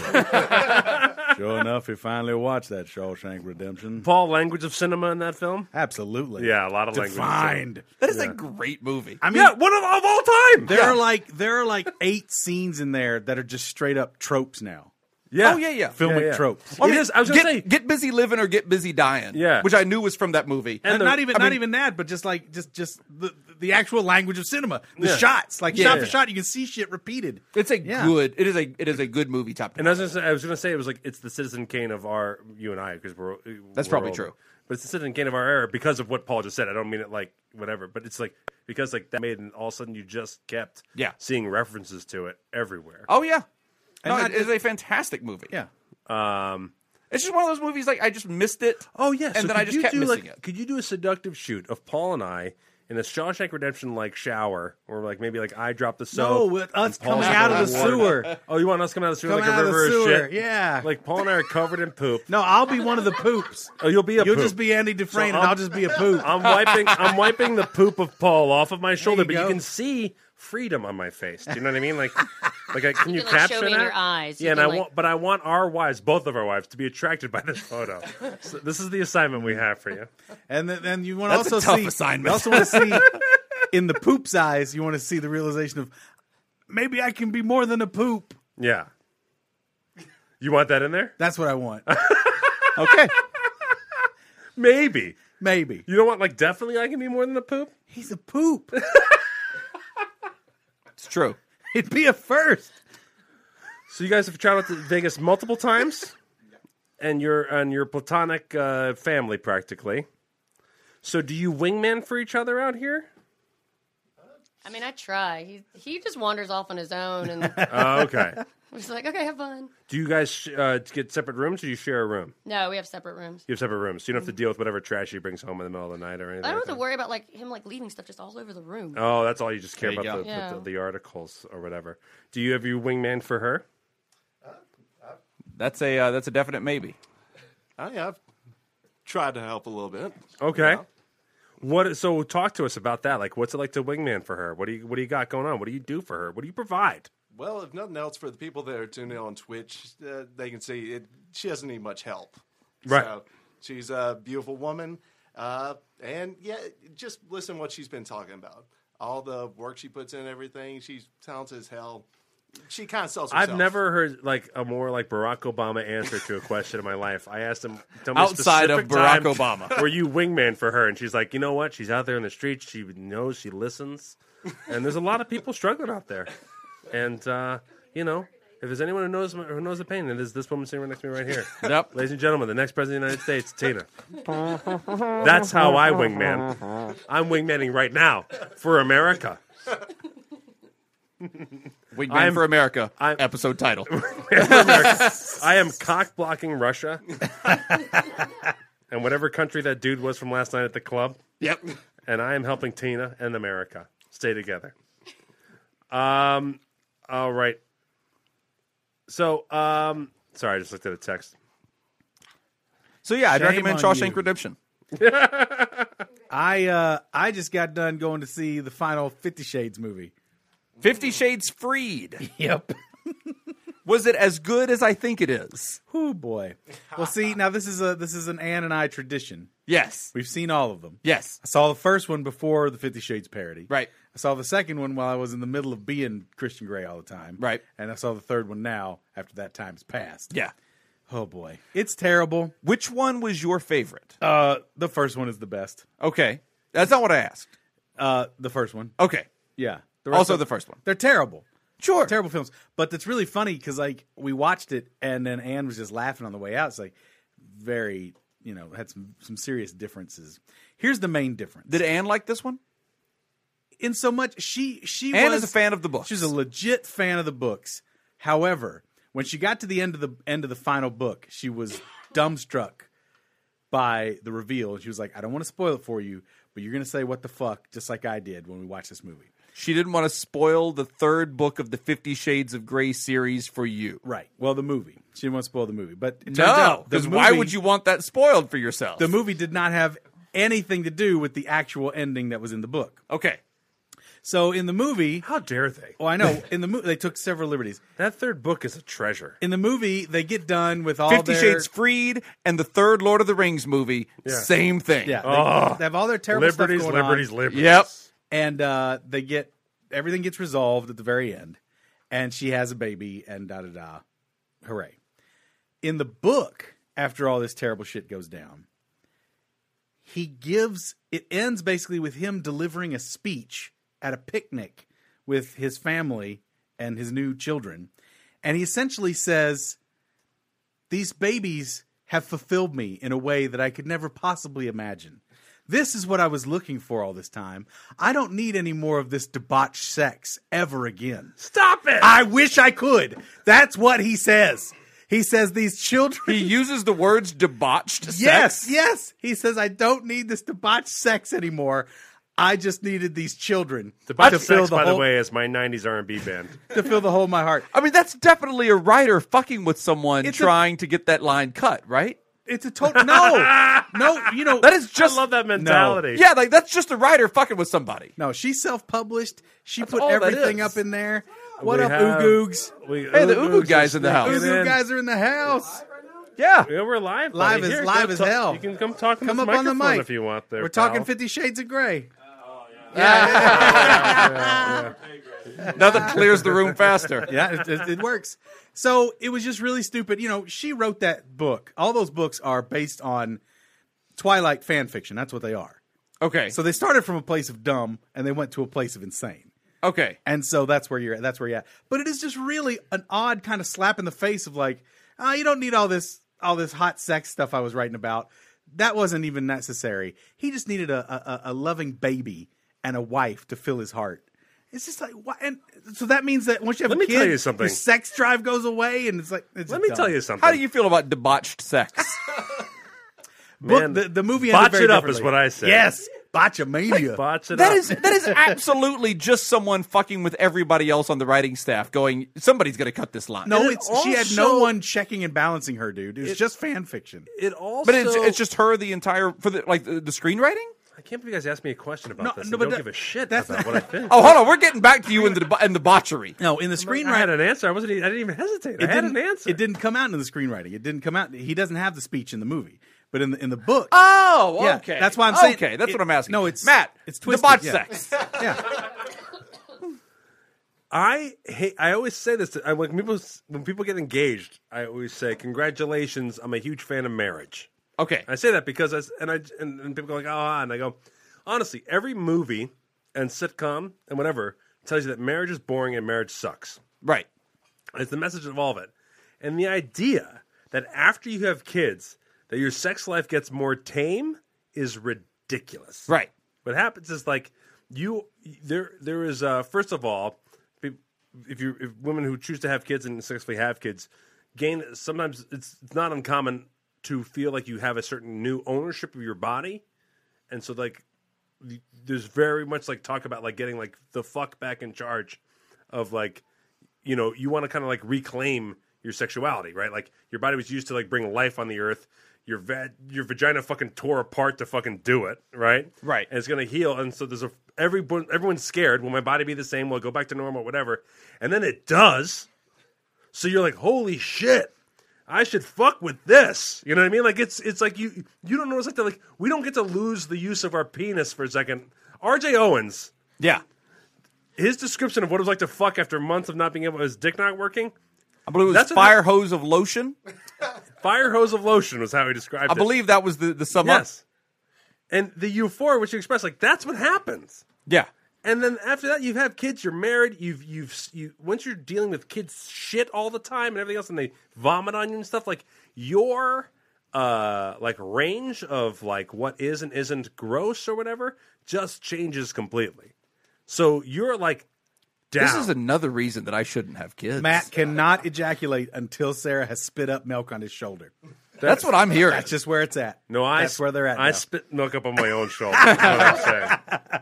[SPEAKER 2] sure enough, he finally watched that Shawshank Redemption.
[SPEAKER 5] Paul, language of cinema in that film.
[SPEAKER 2] Absolutely.
[SPEAKER 5] Yeah, a lot of language. of cinema.
[SPEAKER 4] Defined.
[SPEAKER 7] That is a great movie.
[SPEAKER 4] I mean,
[SPEAKER 5] Yeah, one of, of all time.
[SPEAKER 4] there are like there are like eight scenes in there that are just straight up tropes now.
[SPEAKER 5] Yeah.
[SPEAKER 7] Oh, yeah, yeah.
[SPEAKER 4] Filmic
[SPEAKER 5] Yeah, yeah.
[SPEAKER 4] tropes.
[SPEAKER 5] Well, I mean, this- I was
[SPEAKER 7] get,
[SPEAKER 5] gonna say,
[SPEAKER 7] get busy living or get busy dying.
[SPEAKER 5] Yeah.
[SPEAKER 7] which I knew was from that movie.
[SPEAKER 5] And
[SPEAKER 4] And
[SPEAKER 5] the-
[SPEAKER 4] not even
[SPEAKER 5] I
[SPEAKER 4] not
[SPEAKER 5] mean-
[SPEAKER 4] even that, but just like just just the the actual language of cinema, the shots, like
[SPEAKER 7] Yeah,
[SPEAKER 4] shot
[SPEAKER 7] yeah.
[SPEAKER 4] for shot, you can see shit repeated.
[SPEAKER 7] It's a
[SPEAKER 4] Yeah.
[SPEAKER 7] good. It is a it is a good movie. Top to
[SPEAKER 5] And I was, gonna say, I was gonna say it was like it's the Citizen Kane of our you and I because we're
[SPEAKER 7] That's
[SPEAKER 5] we're
[SPEAKER 7] probably
[SPEAKER 5] older.
[SPEAKER 7] true.
[SPEAKER 5] But it's the Citizen Kane of our era because of what Paul just said. I don't mean it like whatever, but it's like because like that made and all of a sudden you just kept
[SPEAKER 7] Yeah.
[SPEAKER 5] seeing references to it everywhere.
[SPEAKER 7] Oh yeah, no,
[SPEAKER 4] not
[SPEAKER 7] it is a fantastic movie.
[SPEAKER 4] Yeah.
[SPEAKER 5] Um,
[SPEAKER 7] it's just one of those movies like I just missed it.
[SPEAKER 5] oh yeah,
[SPEAKER 7] and then I just kept
[SPEAKER 5] do,
[SPEAKER 7] missing
[SPEAKER 5] like,
[SPEAKER 7] it.
[SPEAKER 5] Could you do a seductive shoot of Paul and I? In a Shawshank Redemption like shower, or like maybe like I drop
[SPEAKER 4] No,
[SPEAKER 5] the soap.
[SPEAKER 4] with us
[SPEAKER 5] and
[SPEAKER 4] coming
[SPEAKER 5] Paul's
[SPEAKER 4] out of
[SPEAKER 5] going
[SPEAKER 4] the
[SPEAKER 5] in water.
[SPEAKER 4] sewer.
[SPEAKER 5] Oh, you want us coming out of the sewer
[SPEAKER 4] Coming
[SPEAKER 5] like a
[SPEAKER 4] out of the
[SPEAKER 5] river of
[SPEAKER 4] sewer,
[SPEAKER 5] shit?
[SPEAKER 4] yeah.
[SPEAKER 5] Like Paul and I are covered in poop.
[SPEAKER 4] No, I'll be one of the poops.
[SPEAKER 5] Oh, you'll be a
[SPEAKER 4] You'll
[SPEAKER 5] poop.
[SPEAKER 4] just be Andy Dufresne,
[SPEAKER 5] So
[SPEAKER 4] and
[SPEAKER 5] I'm-
[SPEAKER 4] I'll just be a poop.
[SPEAKER 5] I'm wiping I'm wiping the poop of Paul off of my shoulder,
[SPEAKER 4] you
[SPEAKER 5] but you
[SPEAKER 4] go.
[SPEAKER 5] can see freedom on my face. Do you know what I mean? Like like I, can you,
[SPEAKER 11] You can, like,
[SPEAKER 5] capture
[SPEAKER 11] show me in
[SPEAKER 5] that?
[SPEAKER 11] your eyes. You
[SPEAKER 5] Yeah, and
[SPEAKER 11] can,
[SPEAKER 5] I
[SPEAKER 11] like-
[SPEAKER 5] want but I want our wives, both of our wives, to be attracted by this photo. so this is the assignment we have for you.
[SPEAKER 4] And then and you want to
[SPEAKER 7] That's a
[SPEAKER 4] also
[SPEAKER 7] tough
[SPEAKER 4] see
[SPEAKER 7] assignment.
[SPEAKER 4] you also want to see in the poop's eyes, you want to see the realization of maybe I can be more than a poop.
[SPEAKER 5] Yeah. You want that in there?
[SPEAKER 4] That's what I want.
[SPEAKER 7] Okay,
[SPEAKER 5] Maybe.
[SPEAKER 4] Maybe.
[SPEAKER 5] You don't want like definitely I can be more than a poop?
[SPEAKER 4] He's a poop.
[SPEAKER 7] it's true.
[SPEAKER 4] It'd be a first.
[SPEAKER 5] So you guys have traveled to Vegas multiple times, and your and your platonic uh, family practically. So do you wingman for each other out here?
[SPEAKER 11] I mean, I try. He he just wanders off on his own, and
[SPEAKER 5] Oh, okay.
[SPEAKER 11] I'm just like, okay, have fun.
[SPEAKER 5] Do you guys sh- uh, get separate rooms, or you share a room?
[SPEAKER 11] No, we have separate rooms.
[SPEAKER 5] You have separate rooms, so you don't have to deal with whatever trash he brings home in the middle of the night or anything.
[SPEAKER 11] I don't
[SPEAKER 5] like
[SPEAKER 11] have to
[SPEAKER 5] that?
[SPEAKER 11] worry about like him like leaving stuff just all over the room.
[SPEAKER 5] Oh, that's all you just care
[SPEAKER 7] There you
[SPEAKER 5] about the,
[SPEAKER 11] go.
[SPEAKER 5] the-
[SPEAKER 11] Yeah.
[SPEAKER 5] the, the articles or whatever. Do you have your wingman for her?
[SPEAKER 7] That's a uh, that's a definite maybe.
[SPEAKER 10] I have tried to help a little bit.
[SPEAKER 5] Okay. What? So talk to us about that. Like, what's it like to wingman for her? What do you What do you got going on? What do you do for her? What do you provide?
[SPEAKER 10] Well, if nothing else, for the people that are tuning in on Twitch, uh, they can see it, she doesn't need much help.
[SPEAKER 5] Right.
[SPEAKER 10] So she's a beautiful woman. Uh, and yeah, just listen what she's been talking about. All the work she puts in, everything. She's talented as hell. She kind of sells herself.
[SPEAKER 5] I've never heard like a more like Barack Obama answer to a question in my life. I asked him tell me a
[SPEAKER 7] Outside of
[SPEAKER 5] specific
[SPEAKER 7] Barack
[SPEAKER 5] time
[SPEAKER 7] Obama.
[SPEAKER 5] were you wingman for her? And she's like, you know what? She's out there in the streets. She knows. She listens. And there's a lot of people struggling out there. And uh, you know, if there's anyone who knows who knows the pain, it is this woman sitting right next to me right here.
[SPEAKER 7] Yep.
[SPEAKER 5] Ladies and gentlemen, the next president of the United States, Tina. That's how I wingman. I'm wingmanning right now for America.
[SPEAKER 7] Wingman
[SPEAKER 5] I'm-
[SPEAKER 7] for America.
[SPEAKER 5] I'm-
[SPEAKER 7] episode title.
[SPEAKER 5] I am cock blocking Russia and whatever country that dude was from last night at the club.
[SPEAKER 7] yep.
[SPEAKER 5] And I am helping Tina and America stay together. Um, all right. So, um, sorry, I just looked at a text.
[SPEAKER 7] So yeah, I'd
[SPEAKER 4] Shame
[SPEAKER 7] recommend
[SPEAKER 4] on
[SPEAKER 7] Shawshank
[SPEAKER 4] you.
[SPEAKER 7] Redemption.
[SPEAKER 4] I uh, I just got done going to see the final Fifty Shades movie.
[SPEAKER 7] Fifty Shades Freed.
[SPEAKER 4] Yep.
[SPEAKER 7] Was it as good as I think it is?
[SPEAKER 4] Oh boy. Well, see, now this is a this is an Ann and I tradition.
[SPEAKER 7] Yes.
[SPEAKER 4] We've seen all of them.
[SPEAKER 7] Yes.
[SPEAKER 4] I saw the first one before the Fifty Shades parody.
[SPEAKER 7] Right.
[SPEAKER 4] I saw the second one while I was in the middle of being Christian Grey all the time.
[SPEAKER 7] Right.
[SPEAKER 4] And I saw the third one now after that time's passed.
[SPEAKER 7] Yeah.
[SPEAKER 4] Oh boy, it's terrible.
[SPEAKER 7] Which one was your favorite?
[SPEAKER 4] Uh, the first one is the best.
[SPEAKER 7] Okay, that's not what I asked.
[SPEAKER 4] Uh, the first one.
[SPEAKER 7] Okay,
[SPEAKER 4] Yeah. The
[SPEAKER 7] also
[SPEAKER 4] of-
[SPEAKER 7] the first one.
[SPEAKER 4] They're terrible.
[SPEAKER 7] Sure.
[SPEAKER 4] Terrible films. But it's really funny because, like, we watched it and then Anne was just laughing on the way out. It's like, very, you know, had some, some serious differences. Here's the main difference.
[SPEAKER 7] Did Anne like this one?
[SPEAKER 4] In so much, she, she
[SPEAKER 7] Anne
[SPEAKER 4] was,
[SPEAKER 7] is a fan of the books.
[SPEAKER 4] She's a legit fan of the books. However, when she got to the end of the end of the final book, she was dumbstruck by the reveal. And she was like, I don't want to spoil it for you, but you're going to say what the fuck, just like I did when we watched this movie.
[SPEAKER 7] She didn't want to spoil the third book of the Fifty Shades of Grey series for you.
[SPEAKER 4] Right. Well, the movie. She didn't want to spoil the movie, but it turns
[SPEAKER 7] No,
[SPEAKER 4] out the
[SPEAKER 7] because why
[SPEAKER 4] movie-
[SPEAKER 7] would you want that spoiled for yourself?
[SPEAKER 4] The movie did not have anything to do with the actual ending that was in the book.
[SPEAKER 7] okay,
[SPEAKER 4] So in the movie,
[SPEAKER 5] How dare they?
[SPEAKER 4] well, I know in the movie they took several liberties.
[SPEAKER 5] That third book is a treasure.
[SPEAKER 4] In the movie, they get done with all
[SPEAKER 7] Fifty
[SPEAKER 4] their
[SPEAKER 7] Shades Freed and the third Lord of the Rings movie, same thing.
[SPEAKER 4] yeah, they,
[SPEAKER 5] Oh.
[SPEAKER 4] they have all their terrible
[SPEAKER 5] Liberties,
[SPEAKER 4] stuff going
[SPEAKER 5] liberties,
[SPEAKER 4] on,
[SPEAKER 5] liberties.
[SPEAKER 7] Yep.
[SPEAKER 4] and uh, they get everything gets resolved at the very end, and she has a baby, and da da da, hooray! In the book, after all this terrible shit goes down, he gives it ends basically with him delivering a speech at a picnic with his family and his new children and he essentially says these babies have fulfilled me in a way that I could never possibly imagine this is what I was looking for all this time. I don't need any more of this debauched sex ever again.
[SPEAKER 5] Stop it!
[SPEAKER 4] I wish I could. That's what he says. He says these children
[SPEAKER 7] He uses the words debauched
[SPEAKER 4] Yes,
[SPEAKER 7] sex.
[SPEAKER 4] yes. He says, I don't need this debauched sex anymore. I just needed these children
[SPEAKER 5] Debauched
[SPEAKER 4] to fill
[SPEAKER 5] Sex,
[SPEAKER 4] the
[SPEAKER 5] by
[SPEAKER 4] whole,
[SPEAKER 5] the way, is my '90s R&B band.
[SPEAKER 4] to fill the hole in my heart.
[SPEAKER 7] I mean, that's definitely a writer fucking with someone
[SPEAKER 4] It's a-
[SPEAKER 7] trying to get that line cut, right?
[SPEAKER 4] It's a total no, no. You know
[SPEAKER 7] That is
[SPEAKER 5] I
[SPEAKER 7] just
[SPEAKER 5] love that mentality.
[SPEAKER 7] Yeah, like that's just a writer fucking with somebody.
[SPEAKER 4] no. She self-published. She put
[SPEAKER 7] all that
[SPEAKER 4] everything
[SPEAKER 7] is.
[SPEAKER 4] up in there. What
[SPEAKER 5] We
[SPEAKER 4] up,
[SPEAKER 5] have-
[SPEAKER 4] Oogoogs?
[SPEAKER 5] We,
[SPEAKER 7] Hey, the Ugu guy's in the house.
[SPEAKER 5] Get
[SPEAKER 4] Oogoo
[SPEAKER 5] in.
[SPEAKER 4] guys are in the house.
[SPEAKER 7] Yeah.
[SPEAKER 5] Yeah, we're live.
[SPEAKER 4] Live
[SPEAKER 5] buddy.
[SPEAKER 4] is-
[SPEAKER 5] Here,
[SPEAKER 4] live
[SPEAKER 5] go
[SPEAKER 4] as
[SPEAKER 5] talk-
[SPEAKER 4] hell.
[SPEAKER 5] You can come talk. in
[SPEAKER 4] Come
[SPEAKER 5] this
[SPEAKER 4] up on the
[SPEAKER 5] microphone
[SPEAKER 4] mic
[SPEAKER 5] if you want. There,
[SPEAKER 4] We're talking
[SPEAKER 5] pal.
[SPEAKER 4] Fifty Shades of Grey.
[SPEAKER 7] Nothing clears the room faster.
[SPEAKER 4] yeah, it, it, it works. So it was just really stupid. You know, she wrote that book. All those books are based on Twilight fan fiction. That's what they are.
[SPEAKER 7] Okay.
[SPEAKER 4] So they started from a place of dumb and they went to a place of insane.
[SPEAKER 7] okay.
[SPEAKER 4] And so that's where you're at. That's where you're at. But it is just really an odd kind of slap in the face of like, ah, you don't need all this all this hot sex stuff I was writing about. That wasn't even necessary. He just needed a a, a loving baby and a wife to fill his heart. It's just like why and so that means that once you have
[SPEAKER 5] Let
[SPEAKER 4] a
[SPEAKER 5] me
[SPEAKER 4] kid,
[SPEAKER 5] tell you something.
[SPEAKER 4] your sex drive goes away and it's like it's
[SPEAKER 5] Let me
[SPEAKER 4] dumb.
[SPEAKER 5] tell you something.
[SPEAKER 7] How do you feel about debauched sex?
[SPEAKER 4] Book-
[SPEAKER 5] Man,
[SPEAKER 4] the, the movie ended
[SPEAKER 5] botch
[SPEAKER 4] very
[SPEAKER 5] it up is
[SPEAKER 4] differently.
[SPEAKER 5] what I say.
[SPEAKER 4] Yes, botchamania.
[SPEAKER 5] botch it
[SPEAKER 7] that
[SPEAKER 5] up.
[SPEAKER 7] is that is absolutely just someone fucking with everybody else on the writing staff going somebody's going to cut this line.
[SPEAKER 4] no,
[SPEAKER 5] And it
[SPEAKER 4] it's she had no
[SPEAKER 5] also-
[SPEAKER 4] one checking and balancing her, dude. It was just fan fiction.
[SPEAKER 5] it also.
[SPEAKER 7] But it's it's just her the entire for the like the, the screenwriting?
[SPEAKER 5] I can't believe you guys asked me a question about
[SPEAKER 4] No,
[SPEAKER 5] this.
[SPEAKER 4] no, but
[SPEAKER 5] and don't
[SPEAKER 4] that-
[SPEAKER 5] give a shit
[SPEAKER 4] that's
[SPEAKER 5] about
[SPEAKER 4] not-
[SPEAKER 5] what I think.
[SPEAKER 7] Oh, hold on. We're getting back to you in the deba- in the botchery.
[SPEAKER 4] No, in the
[SPEAKER 5] I had
[SPEAKER 4] screenwriting,
[SPEAKER 5] an answer. I wasn't. Even, I didn't even hesitate. I had an answer.
[SPEAKER 4] It didn't come out in the screenwriting. It didn't come out. He doesn't have the speech in the movie, but in the in the book.
[SPEAKER 7] Oh,
[SPEAKER 4] Yeah,
[SPEAKER 7] okay.
[SPEAKER 4] that's why I'm saying-
[SPEAKER 7] Okay, that's
[SPEAKER 4] it-
[SPEAKER 7] what I'm asking.
[SPEAKER 4] no, it's-
[SPEAKER 7] Matt.
[SPEAKER 4] it's twisted,
[SPEAKER 7] debauched
[SPEAKER 4] yeah.
[SPEAKER 7] sex.
[SPEAKER 4] yeah,
[SPEAKER 5] I hate. I always say this. I, when people when people get engaged, I always say, "Congratulations! I'm a huge fan of marriage."
[SPEAKER 7] Okay.
[SPEAKER 5] I say that because I s- and I and, and people go like, "Ah," and I go, honestly, every movie and sitcom and whatever tells you that marriage is boring and marriage sucks.
[SPEAKER 7] Right.
[SPEAKER 5] It's the message of all of it, and the idea that after you have kids, that your sex life gets more tame is ridiculous.
[SPEAKER 7] Right.
[SPEAKER 5] What happens is like you there there is uh first of all pe- if you if women who choose to have kids and successfully have kids gain sometimes it's, it's not uncommon to feel like you have a certain new ownership of your body and so like y- there's very much like talk about like getting like the fuck back in charge of like you know you want to kind of like reclaim your sexuality right like your body was used to like bring life on the earth your va- your vagina fucking tore apart to fucking do it, right?
[SPEAKER 13] Right.
[SPEAKER 5] And it's gonna heal, and so there's a everyone everyone's scared. Will my body be the same? Will it go back to normal? Whatever. And then it does. So you're like, holy shit. I should fuck with this. You know what I mean? Like it's it's like you you don't know what it's like to like we don't get to lose the use of our penis for a second. RJ Owens.
[SPEAKER 13] Yeah.
[SPEAKER 5] His description of what it was like to fuck after months of not being able his dick not working.
[SPEAKER 7] I believe it was fire hose of lotion.
[SPEAKER 5] fire hose of lotion was how he described
[SPEAKER 7] I
[SPEAKER 5] it.
[SPEAKER 7] believe that was the the sum
[SPEAKER 5] Yes. And the euphoria which you express, like that's what happens.
[SPEAKER 7] Yeah.
[SPEAKER 5] And then after that, you have kids. You're married. You've you've you. Once you're dealing with kids shit all the time and everything else, and they vomit on you and stuff. Like your uh like range of like what is and isn't gross or whatever just changes completely. So you're like down.
[SPEAKER 7] This is another reason that I shouldn't have kids.
[SPEAKER 4] Matt cannot ejaculate until Sarah has spit up milk on his shoulder.
[SPEAKER 7] That's, what I'm hearing.
[SPEAKER 4] That's just where it's at.
[SPEAKER 5] No, I
[SPEAKER 4] That's
[SPEAKER 5] sp-
[SPEAKER 4] where they're at.
[SPEAKER 5] I
[SPEAKER 4] now.
[SPEAKER 5] spit milk up on my own shoulder. is what I'm saying.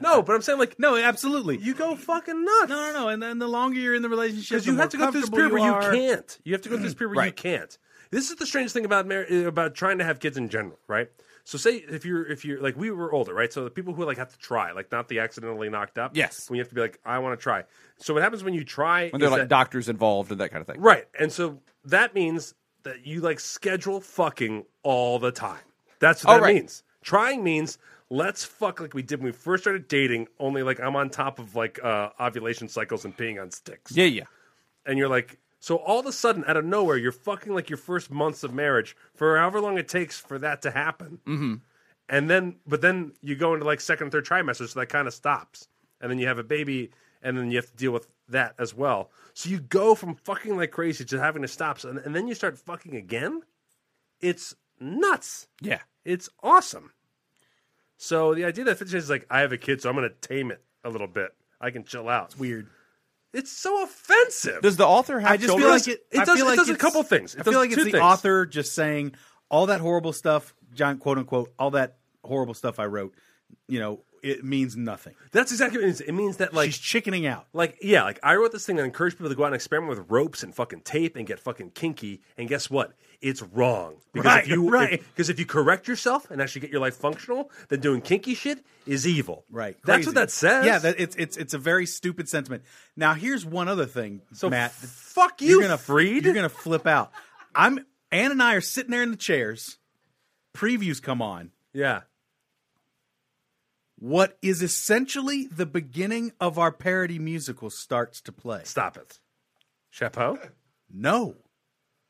[SPEAKER 5] no, but I'm saying like
[SPEAKER 4] no, absolutely.
[SPEAKER 5] You go fucking nuts.
[SPEAKER 4] No, no, no. And then the longer you're in the relationship,
[SPEAKER 5] because
[SPEAKER 4] the
[SPEAKER 5] you
[SPEAKER 4] more
[SPEAKER 5] have to go through this period
[SPEAKER 4] comfortable
[SPEAKER 5] where you
[SPEAKER 4] are.
[SPEAKER 5] can't. You have to go through this period where you
[SPEAKER 4] Right.
[SPEAKER 5] can't. This is the strangest thing about mar- uh, about trying to have kids in general, right? So say if you're if you're like we were older, right? So the people who like have to try, like not the accidentally knocked up.
[SPEAKER 7] Yes.
[SPEAKER 5] when you have to be like, I want to try. So what happens when you try?
[SPEAKER 7] When there are
[SPEAKER 5] is
[SPEAKER 7] like
[SPEAKER 5] that-
[SPEAKER 7] doctors involved and that kind of thing.
[SPEAKER 5] Right. And so that means that you like schedule fucking all the time. That's what
[SPEAKER 7] Oh,
[SPEAKER 5] that
[SPEAKER 7] right.
[SPEAKER 5] means. Trying means let's fuck like we did when we first started dating, only like I'm on top of like uh, ovulation cycles and peeing on sticks.
[SPEAKER 7] Yeah, yeah.
[SPEAKER 5] And you're like, so all of a sudden, out of nowhere, you're fucking like your first months of marriage for however long it takes for that to happen.
[SPEAKER 13] Mm-hmm.
[SPEAKER 5] And then, but then you go into like second and third trimester, so that kind of stops. And then you have a baby, and then you have to deal with that as well. So you go from fucking like crazy to having to stop, so- and, and then you start fucking again. It's nuts.
[SPEAKER 7] Yeah.
[SPEAKER 5] It's awesome. So the idea that Fifty Shades is like, I have a kid, so I'm going to tame it a little bit. I can chill out. It's
[SPEAKER 4] weird.
[SPEAKER 5] It's so offensive.
[SPEAKER 7] Does the author have
[SPEAKER 4] I just
[SPEAKER 5] children?
[SPEAKER 4] feel like it.
[SPEAKER 5] It
[SPEAKER 4] I
[SPEAKER 5] does-
[SPEAKER 4] feel
[SPEAKER 5] it
[SPEAKER 4] like
[SPEAKER 5] does a
[SPEAKER 4] it's-
[SPEAKER 5] couple things. It
[SPEAKER 4] I
[SPEAKER 5] does
[SPEAKER 4] feel like
[SPEAKER 5] two
[SPEAKER 4] it's the
[SPEAKER 5] things.
[SPEAKER 4] author just saying all that horrible stuff, John, quote unquote, all that horrible stuff I wrote. You know, it means nothing.
[SPEAKER 5] That's exactly what it means. It means that like
[SPEAKER 4] she's chickening out.
[SPEAKER 5] Like, yeah, like I wrote this thing that encouraged people to go out and experiment with ropes and fucking tape and get fucking kinky. And guess what? It's wrong because
[SPEAKER 4] Right,
[SPEAKER 5] if you
[SPEAKER 4] right.
[SPEAKER 5] because if, you correct yourself and actually get your life functional, then doing kinky shit is evil.
[SPEAKER 4] Right.
[SPEAKER 5] That's what
[SPEAKER 4] Crazy.
[SPEAKER 5] that says.
[SPEAKER 4] Yeah, that, it's it's it's a very stupid sentiment. Now here's one other thing,
[SPEAKER 5] So
[SPEAKER 4] Matt.
[SPEAKER 5] f- fuck you,
[SPEAKER 4] you're gonna, Freed. You're gonna flip out. I'm Ann and I are sitting there in the chairs. Previews come on.
[SPEAKER 5] Yeah.
[SPEAKER 4] What is essentially the beginning of our parody musical starts to play.
[SPEAKER 5] Stop it. Chapeau?
[SPEAKER 4] No.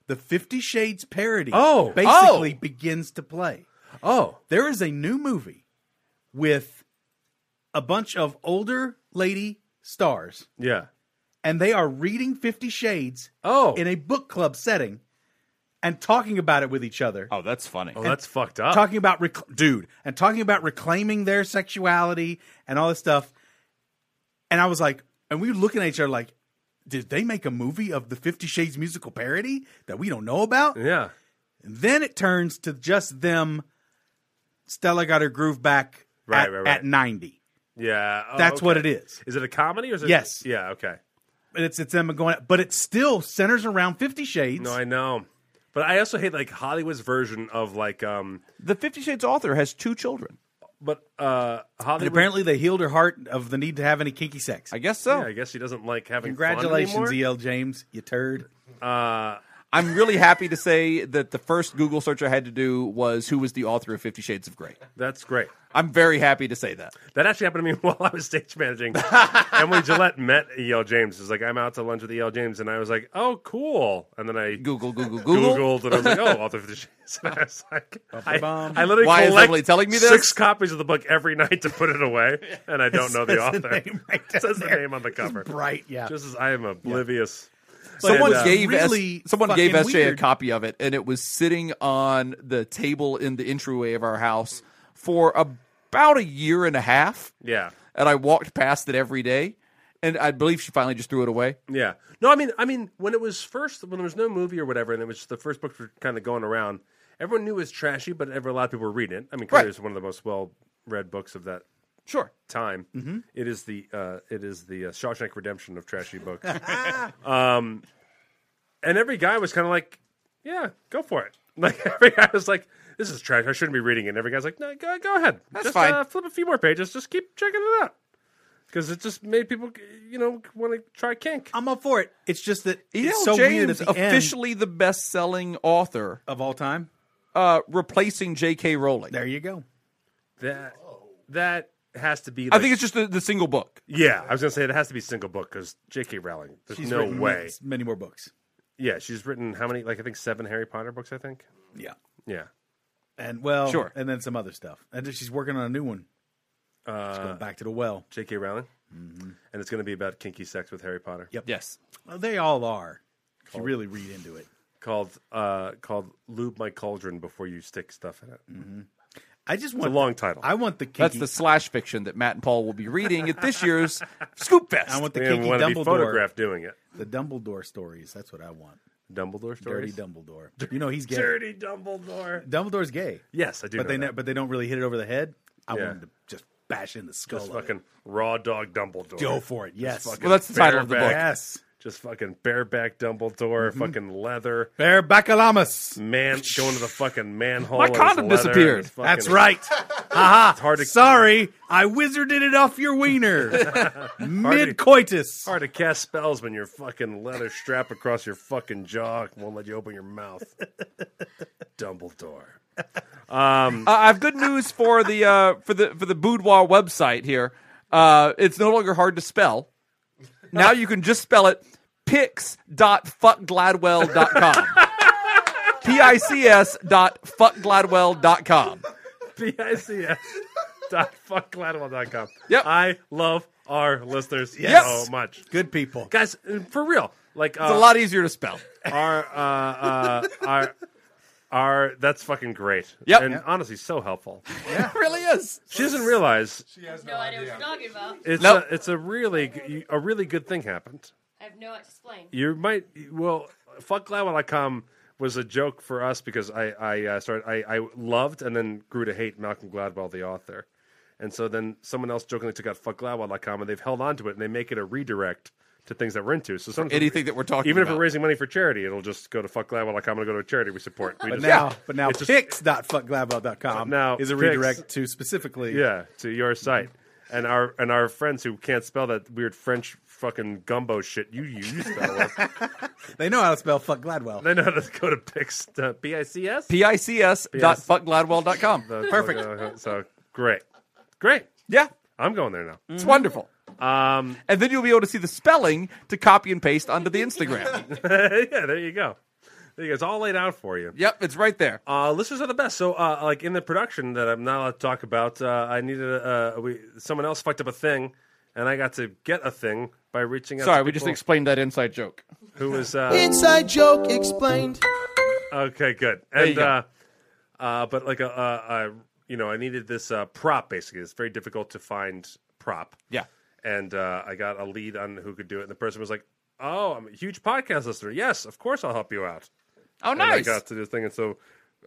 [SPEAKER 4] The Fifty Shades parody
[SPEAKER 5] Oh.
[SPEAKER 4] basically
[SPEAKER 5] Oh.
[SPEAKER 4] begins to play.
[SPEAKER 5] Oh.
[SPEAKER 4] There is a new movie with a bunch of older lady stars
[SPEAKER 5] yeah.
[SPEAKER 4] and they are reading Fifty Shades
[SPEAKER 5] oh.
[SPEAKER 4] in a book club setting and talking about it with each other.
[SPEAKER 13] Oh, that's funny.
[SPEAKER 5] Oh, that's fucked up.
[SPEAKER 4] Talking about rec- dude and talking about reclaiming their sexuality and all this stuff. And I was like, and we were looking at each other like, did they make a movie of the Fifty Shades musical parody that we don't know about?
[SPEAKER 5] Yeah.
[SPEAKER 4] And then it turns to just them. Stella got her groove back
[SPEAKER 5] Right,
[SPEAKER 4] at,
[SPEAKER 5] right, right.
[SPEAKER 4] at ninety.
[SPEAKER 5] Yeah. Oh,
[SPEAKER 4] That's what it
[SPEAKER 5] okay.
[SPEAKER 4] is.
[SPEAKER 5] Is it a comedy or is it
[SPEAKER 4] Yes.
[SPEAKER 5] Yeah, okay.
[SPEAKER 4] But it's it's them going, but it still centers around Fifty Shades.
[SPEAKER 5] No, I know. But I also hate like Hollywood's version of like um
[SPEAKER 7] The Fifty Shades author has two children.
[SPEAKER 5] but uh Hollywood
[SPEAKER 4] And apparently, they healed her heart of the need to have any kinky sex. I
[SPEAKER 7] guess
[SPEAKER 5] Yeah, I guess she doesn't like having fun
[SPEAKER 4] Congratulations,
[SPEAKER 5] anymore.
[SPEAKER 4] E.L. James, you turd.
[SPEAKER 5] Uh,
[SPEAKER 7] I'm really happy to say that the first Google search I had to do was who was the author of Fifty Shades of Grey.
[SPEAKER 5] That's great.
[SPEAKER 7] I'm very happy to say that.
[SPEAKER 5] That actually happened to me while I was stage managing. Emily Gillette met E.L. James. It's like, I'm out to lunch with E.L. James. And I was like, oh, cool. And then I
[SPEAKER 7] Google, Google, Google.
[SPEAKER 5] Googled. And I was like, oh, author of the Shades. And I was like, I,
[SPEAKER 7] Bum.
[SPEAKER 5] I literally
[SPEAKER 7] Why is
[SPEAKER 5] collect
[SPEAKER 7] Emily telling me
[SPEAKER 5] six
[SPEAKER 7] this?
[SPEAKER 5] copies of the book every night to put it away. And I don't know the
[SPEAKER 4] Says
[SPEAKER 5] author.
[SPEAKER 4] the name right
[SPEAKER 5] It says
[SPEAKER 4] down
[SPEAKER 5] the
[SPEAKER 4] there.
[SPEAKER 5] name on the
[SPEAKER 4] It's
[SPEAKER 5] cover.
[SPEAKER 4] bright, yeah.
[SPEAKER 5] Just as I am oblivious.
[SPEAKER 7] Someone
[SPEAKER 5] And, uh,
[SPEAKER 7] gave
[SPEAKER 4] really
[SPEAKER 7] S- someone gave
[SPEAKER 4] fucking
[SPEAKER 7] SJ a
[SPEAKER 4] weird.
[SPEAKER 7] copy of it, and it was sitting on the table in the entryway of our house for about a year and a half.
[SPEAKER 5] Yeah.
[SPEAKER 7] and I walked past it every day, and I believe she finally just threw it away.
[SPEAKER 5] Yeah. No, I mean, I mean, when it was first, when there was no movie or whatever, and it was the first books were kind of going around. Everyone knew it was trashy, but ever a lot of people were reading it. I mean, 'cause
[SPEAKER 7] Right.
[SPEAKER 5] it was one of the most well-read books of that
[SPEAKER 7] sure
[SPEAKER 5] time.
[SPEAKER 7] Mhm.
[SPEAKER 5] It is the uh, it is the uh, Shawshank Redemption of trashy books. um, and every guy was kind of like, "Yeah, go for it." Like every guy was like, "This is trash. I shouldn't be reading it." And every guy's like, "No, go, go ahead.
[SPEAKER 7] That's
[SPEAKER 5] just,
[SPEAKER 7] fine.
[SPEAKER 5] Uh, flip a few more pages. Just keep checking it out." Because it just made people, you know, want to try kink.
[SPEAKER 4] I'm up for it. It's just that
[SPEAKER 7] E.L.
[SPEAKER 4] it's so weird at
[SPEAKER 7] E James,
[SPEAKER 4] the end.
[SPEAKER 7] officially the best-selling author
[SPEAKER 4] of all time,
[SPEAKER 7] uh, replacing J.K. Rowling.
[SPEAKER 4] There you go.
[SPEAKER 5] That that has to be.
[SPEAKER 7] I
[SPEAKER 5] like-
[SPEAKER 7] think it's just the, the single book.
[SPEAKER 5] Yeah, I was gonna say it has to be single book because J.K. Rowling. There's
[SPEAKER 4] She's
[SPEAKER 5] no
[SPEAKER 4] written
[SPEAKER 5] way.
[SPEAKER 4] many- many more books.
[SPEAKER 5] Yeah, she's written how many? Like I think seven Harry Potter books. I think.
[SPEAKER 4] Yeah.
[SPEAKER 5] Yeah.
[SPEAKER 4] And well,
[SPEAKER 7] Sure.
[SPEAKER 4] and then some other stuff. And then she's working on a new one. She's
[SPEAKER 5] Uh,
[SPEAKER 4] going back to the well. Mm-hmm.
[SPEAKER 5] J.K. Rowling, and it's gonna be about kinky sex with Harry Potter.
[SPEAKER 4] Yep.
[SPEAKER 7] Yes.
[SPEAKER 4] Well, they all are. If you really read into it.
[SPEAKER 5] Called uh called lube my cauldron before you stick stuff in it.
[SPEAKER 4] Mm-hmm. I just
[SPEAKER 5] It's a
[SPEAKER 4] want
[SPEAKER 5] long title.
[SPEAKER 4] I want the kinky.
[SPEAKER 7] That's the slash fiction that Matt and Paul will be reading at this year's Scoop Fest.
[SPEAKER 4] I want the
[SPEAKER 5] We
[SPEAKER 4] kinky
[SPEAKER 5] want to be
[SPEAKER 4] Dumbledore.
[SPEAKER 5] photographed doing it.
[SPEAKER 4] The Dumbledore stories. That's what I want.
[SPEAKER 5] Dumbledore
[SPEAKER 4] Dirty
[SPEAKER 5] stories.
[SPEAKER 4] Dumbledore. You know he's gay.
[SPEAKER 5] Dirty Dumbledore.
[SPEAKER 4] Dumbledore's gay.
[SPEAKER 5] Yes, I do.
[SPEAKER 4] but
[SPEAKER 5] know
[SPEAKER 4] they
[SPEAKER 5] that.
[SPEAKER 4] ne- but they don't really hit it over the head. I
[SPEAKER 5] Yeah.
[SPEAKER 4] want him to just bash in the skull.
[SPEAKER 5] just
[SPEAKER 4] of it.
[SPEAKER 5] fucking raw dog Dumbledore.
[SPEAKER 4] go for it. Yes.
[SPEAKER 5] fucking
[SPEAKER 7] Well, that's the title of the
[SPEAKER 5] bareback-
[SPEAKER 4] Yes.
[SPEAKER 5] Just fucking bareback Dumbledore, fucking leather
[SPEAKER 4] Bear Bacalamus.
[SPEAKER 5] man going to the fucking manhole.
[SPEAKER 7] My
[SPEAKER 5] and
[SPEAKER 7] condom
[SPEAKER 5] his leather
[SPEAKER 7] disappeared.
[SPEAKER 5] and his fucking-
[SPEAKER 4] That's right. Aha.
[SPEAKER 5] hard to-
[SPEAKER 4] Sorry, I wizarded it off your wiener. Mid coitus.
[SPEAKER 5] Hard to cast spells when your fucking leather strap across your fucking jaw won't let you open your mouth. Dumbledore. Um,
[SPEAKER 7] Uh, I have good news for the uh, for the for the boudoir website here. Uh, it's no longer hard to spell. Now you can just spell it pix.fuckgladwell.com. P I C S dot fuckgladwell.com.
[SPEAKER 5] B I C S dot fuckgladwell.com.
[SPEAKER 7] Yep.
[SPEAKER 5] I love our listeners
[SPEAKER 7] Yes.
[SPEAKER 5] so much.
[SPEAKER 4] Good people.
[SPEAKER 5] Guys, for real. Like uh,
[SPEAKER 7] It's a lot easier to spell.
[SPEAKER 5] our uh, uh, our our that's fucking great.
[SPEAKER 7] Yep.
[SPEAKER 5] and honestly, so helpful.
[SPEAKER 7] It really is.
[SPEAKER 5] She doesn't realize
[SPEAKER 10] She has
[SPEAKER 11] No idea what you're talking about.
[SPEAKER 5] it's
[SPEAKER 7] Nope.
[SPEAKER 5] a, it's a really g- a really good thing happened.
[SPEAKER 11] I have no explain.
[SPEAKER 5] You might well fuck Gladwell.com was a joke for us because I I uh, started I, I loved and then grew to hate Malcolm Gladwell the author, and so then someone else jokingly took out fuck Gladwell.com and they've held on to it and they make it a redirect to things that we're into. So sometimes
[SPEAKER 7] Anything that we're talking
[SPEAKER 5] even
[SPEAKER 7] about.
[SPEAKER 5] if we're raising money for charity, it'll just go to fuck Gladwell.com and it'll go to a charity we support. We
[SPEAKER 4] But
[SPEAKER 5] just-
[SPEAKER 4] now, but now,
[SPEAKER 5] It's just-
[SPEAKER 4] pix.fuckgladwell.com
[SPEAKER 5] Now,
[SPEAKER 4] is a
[SPEAKER 5] Pix-
[SPEAKER 4] redirect to specifically.
[SPEAKER 5] Yeah, to your site. And our and our friends who can't spell that weird French fucking gumbo shit you use spell with,
[SPEAKER 4] They know how to spell fuck Gladwell.
[SPEAKER 5] they know how to go to Pix uh, P I C S. Uh,
[SPEAKER 7] P I C S dot fuckgladwell.com. Perfect.
[SPEAKER 5] So great, great.
[SPEAKER 7] Yeah.
[SPEAKER 5] I'm going there now. Mm-hmm.
[SPEAKER 7] It's wonderful. Um, and then you'll be able to see the spelling to copy and paste onto the Instagram.
[SPEAKER 5] yeah, there you go. There you go. It's all laid out for you.
[SPEAKER 7] yep, it's right there.
[SPEAKER 5] Uh, listeners are the best. So, uh, like in the production that I'm not allowed to talk about, uh, I needed a, uh, we someone else fucked up a thing, and I got to get a thing by reaching out.
[SPEAKER 7] Sorry,
[SPEAKER 5] to
[SPEAKER 7] we just
[SPEAKER 5] people
[SPEAKER 7] explained that inside joke.
[SPEAKER 5] who was uh,
[SPEAKER 13] Inside joke explained.
[SPEAKER 5] Okay, good.
[SPEAKER 7] you
[SPEAKER 5] And
[SPEAKER 7] go.
[SPEAKER 5] uh, uh, but like a, a, a you know, I needed this uh, prop. Basically, it's very difficult to find prop.
[SPEAKER 7] Yeah.
[SPEAKER 5] And uh, I got a lead on who could do it, and the person was like, "Oh, I'm a huge podcast listener. Yes, of course I'll help you out."
[SPEAKER 7] Oh,
[SPEAKER 5] And I
[SPEAKER 7] nice.
[SPEAKER 5] got to do the thing, and so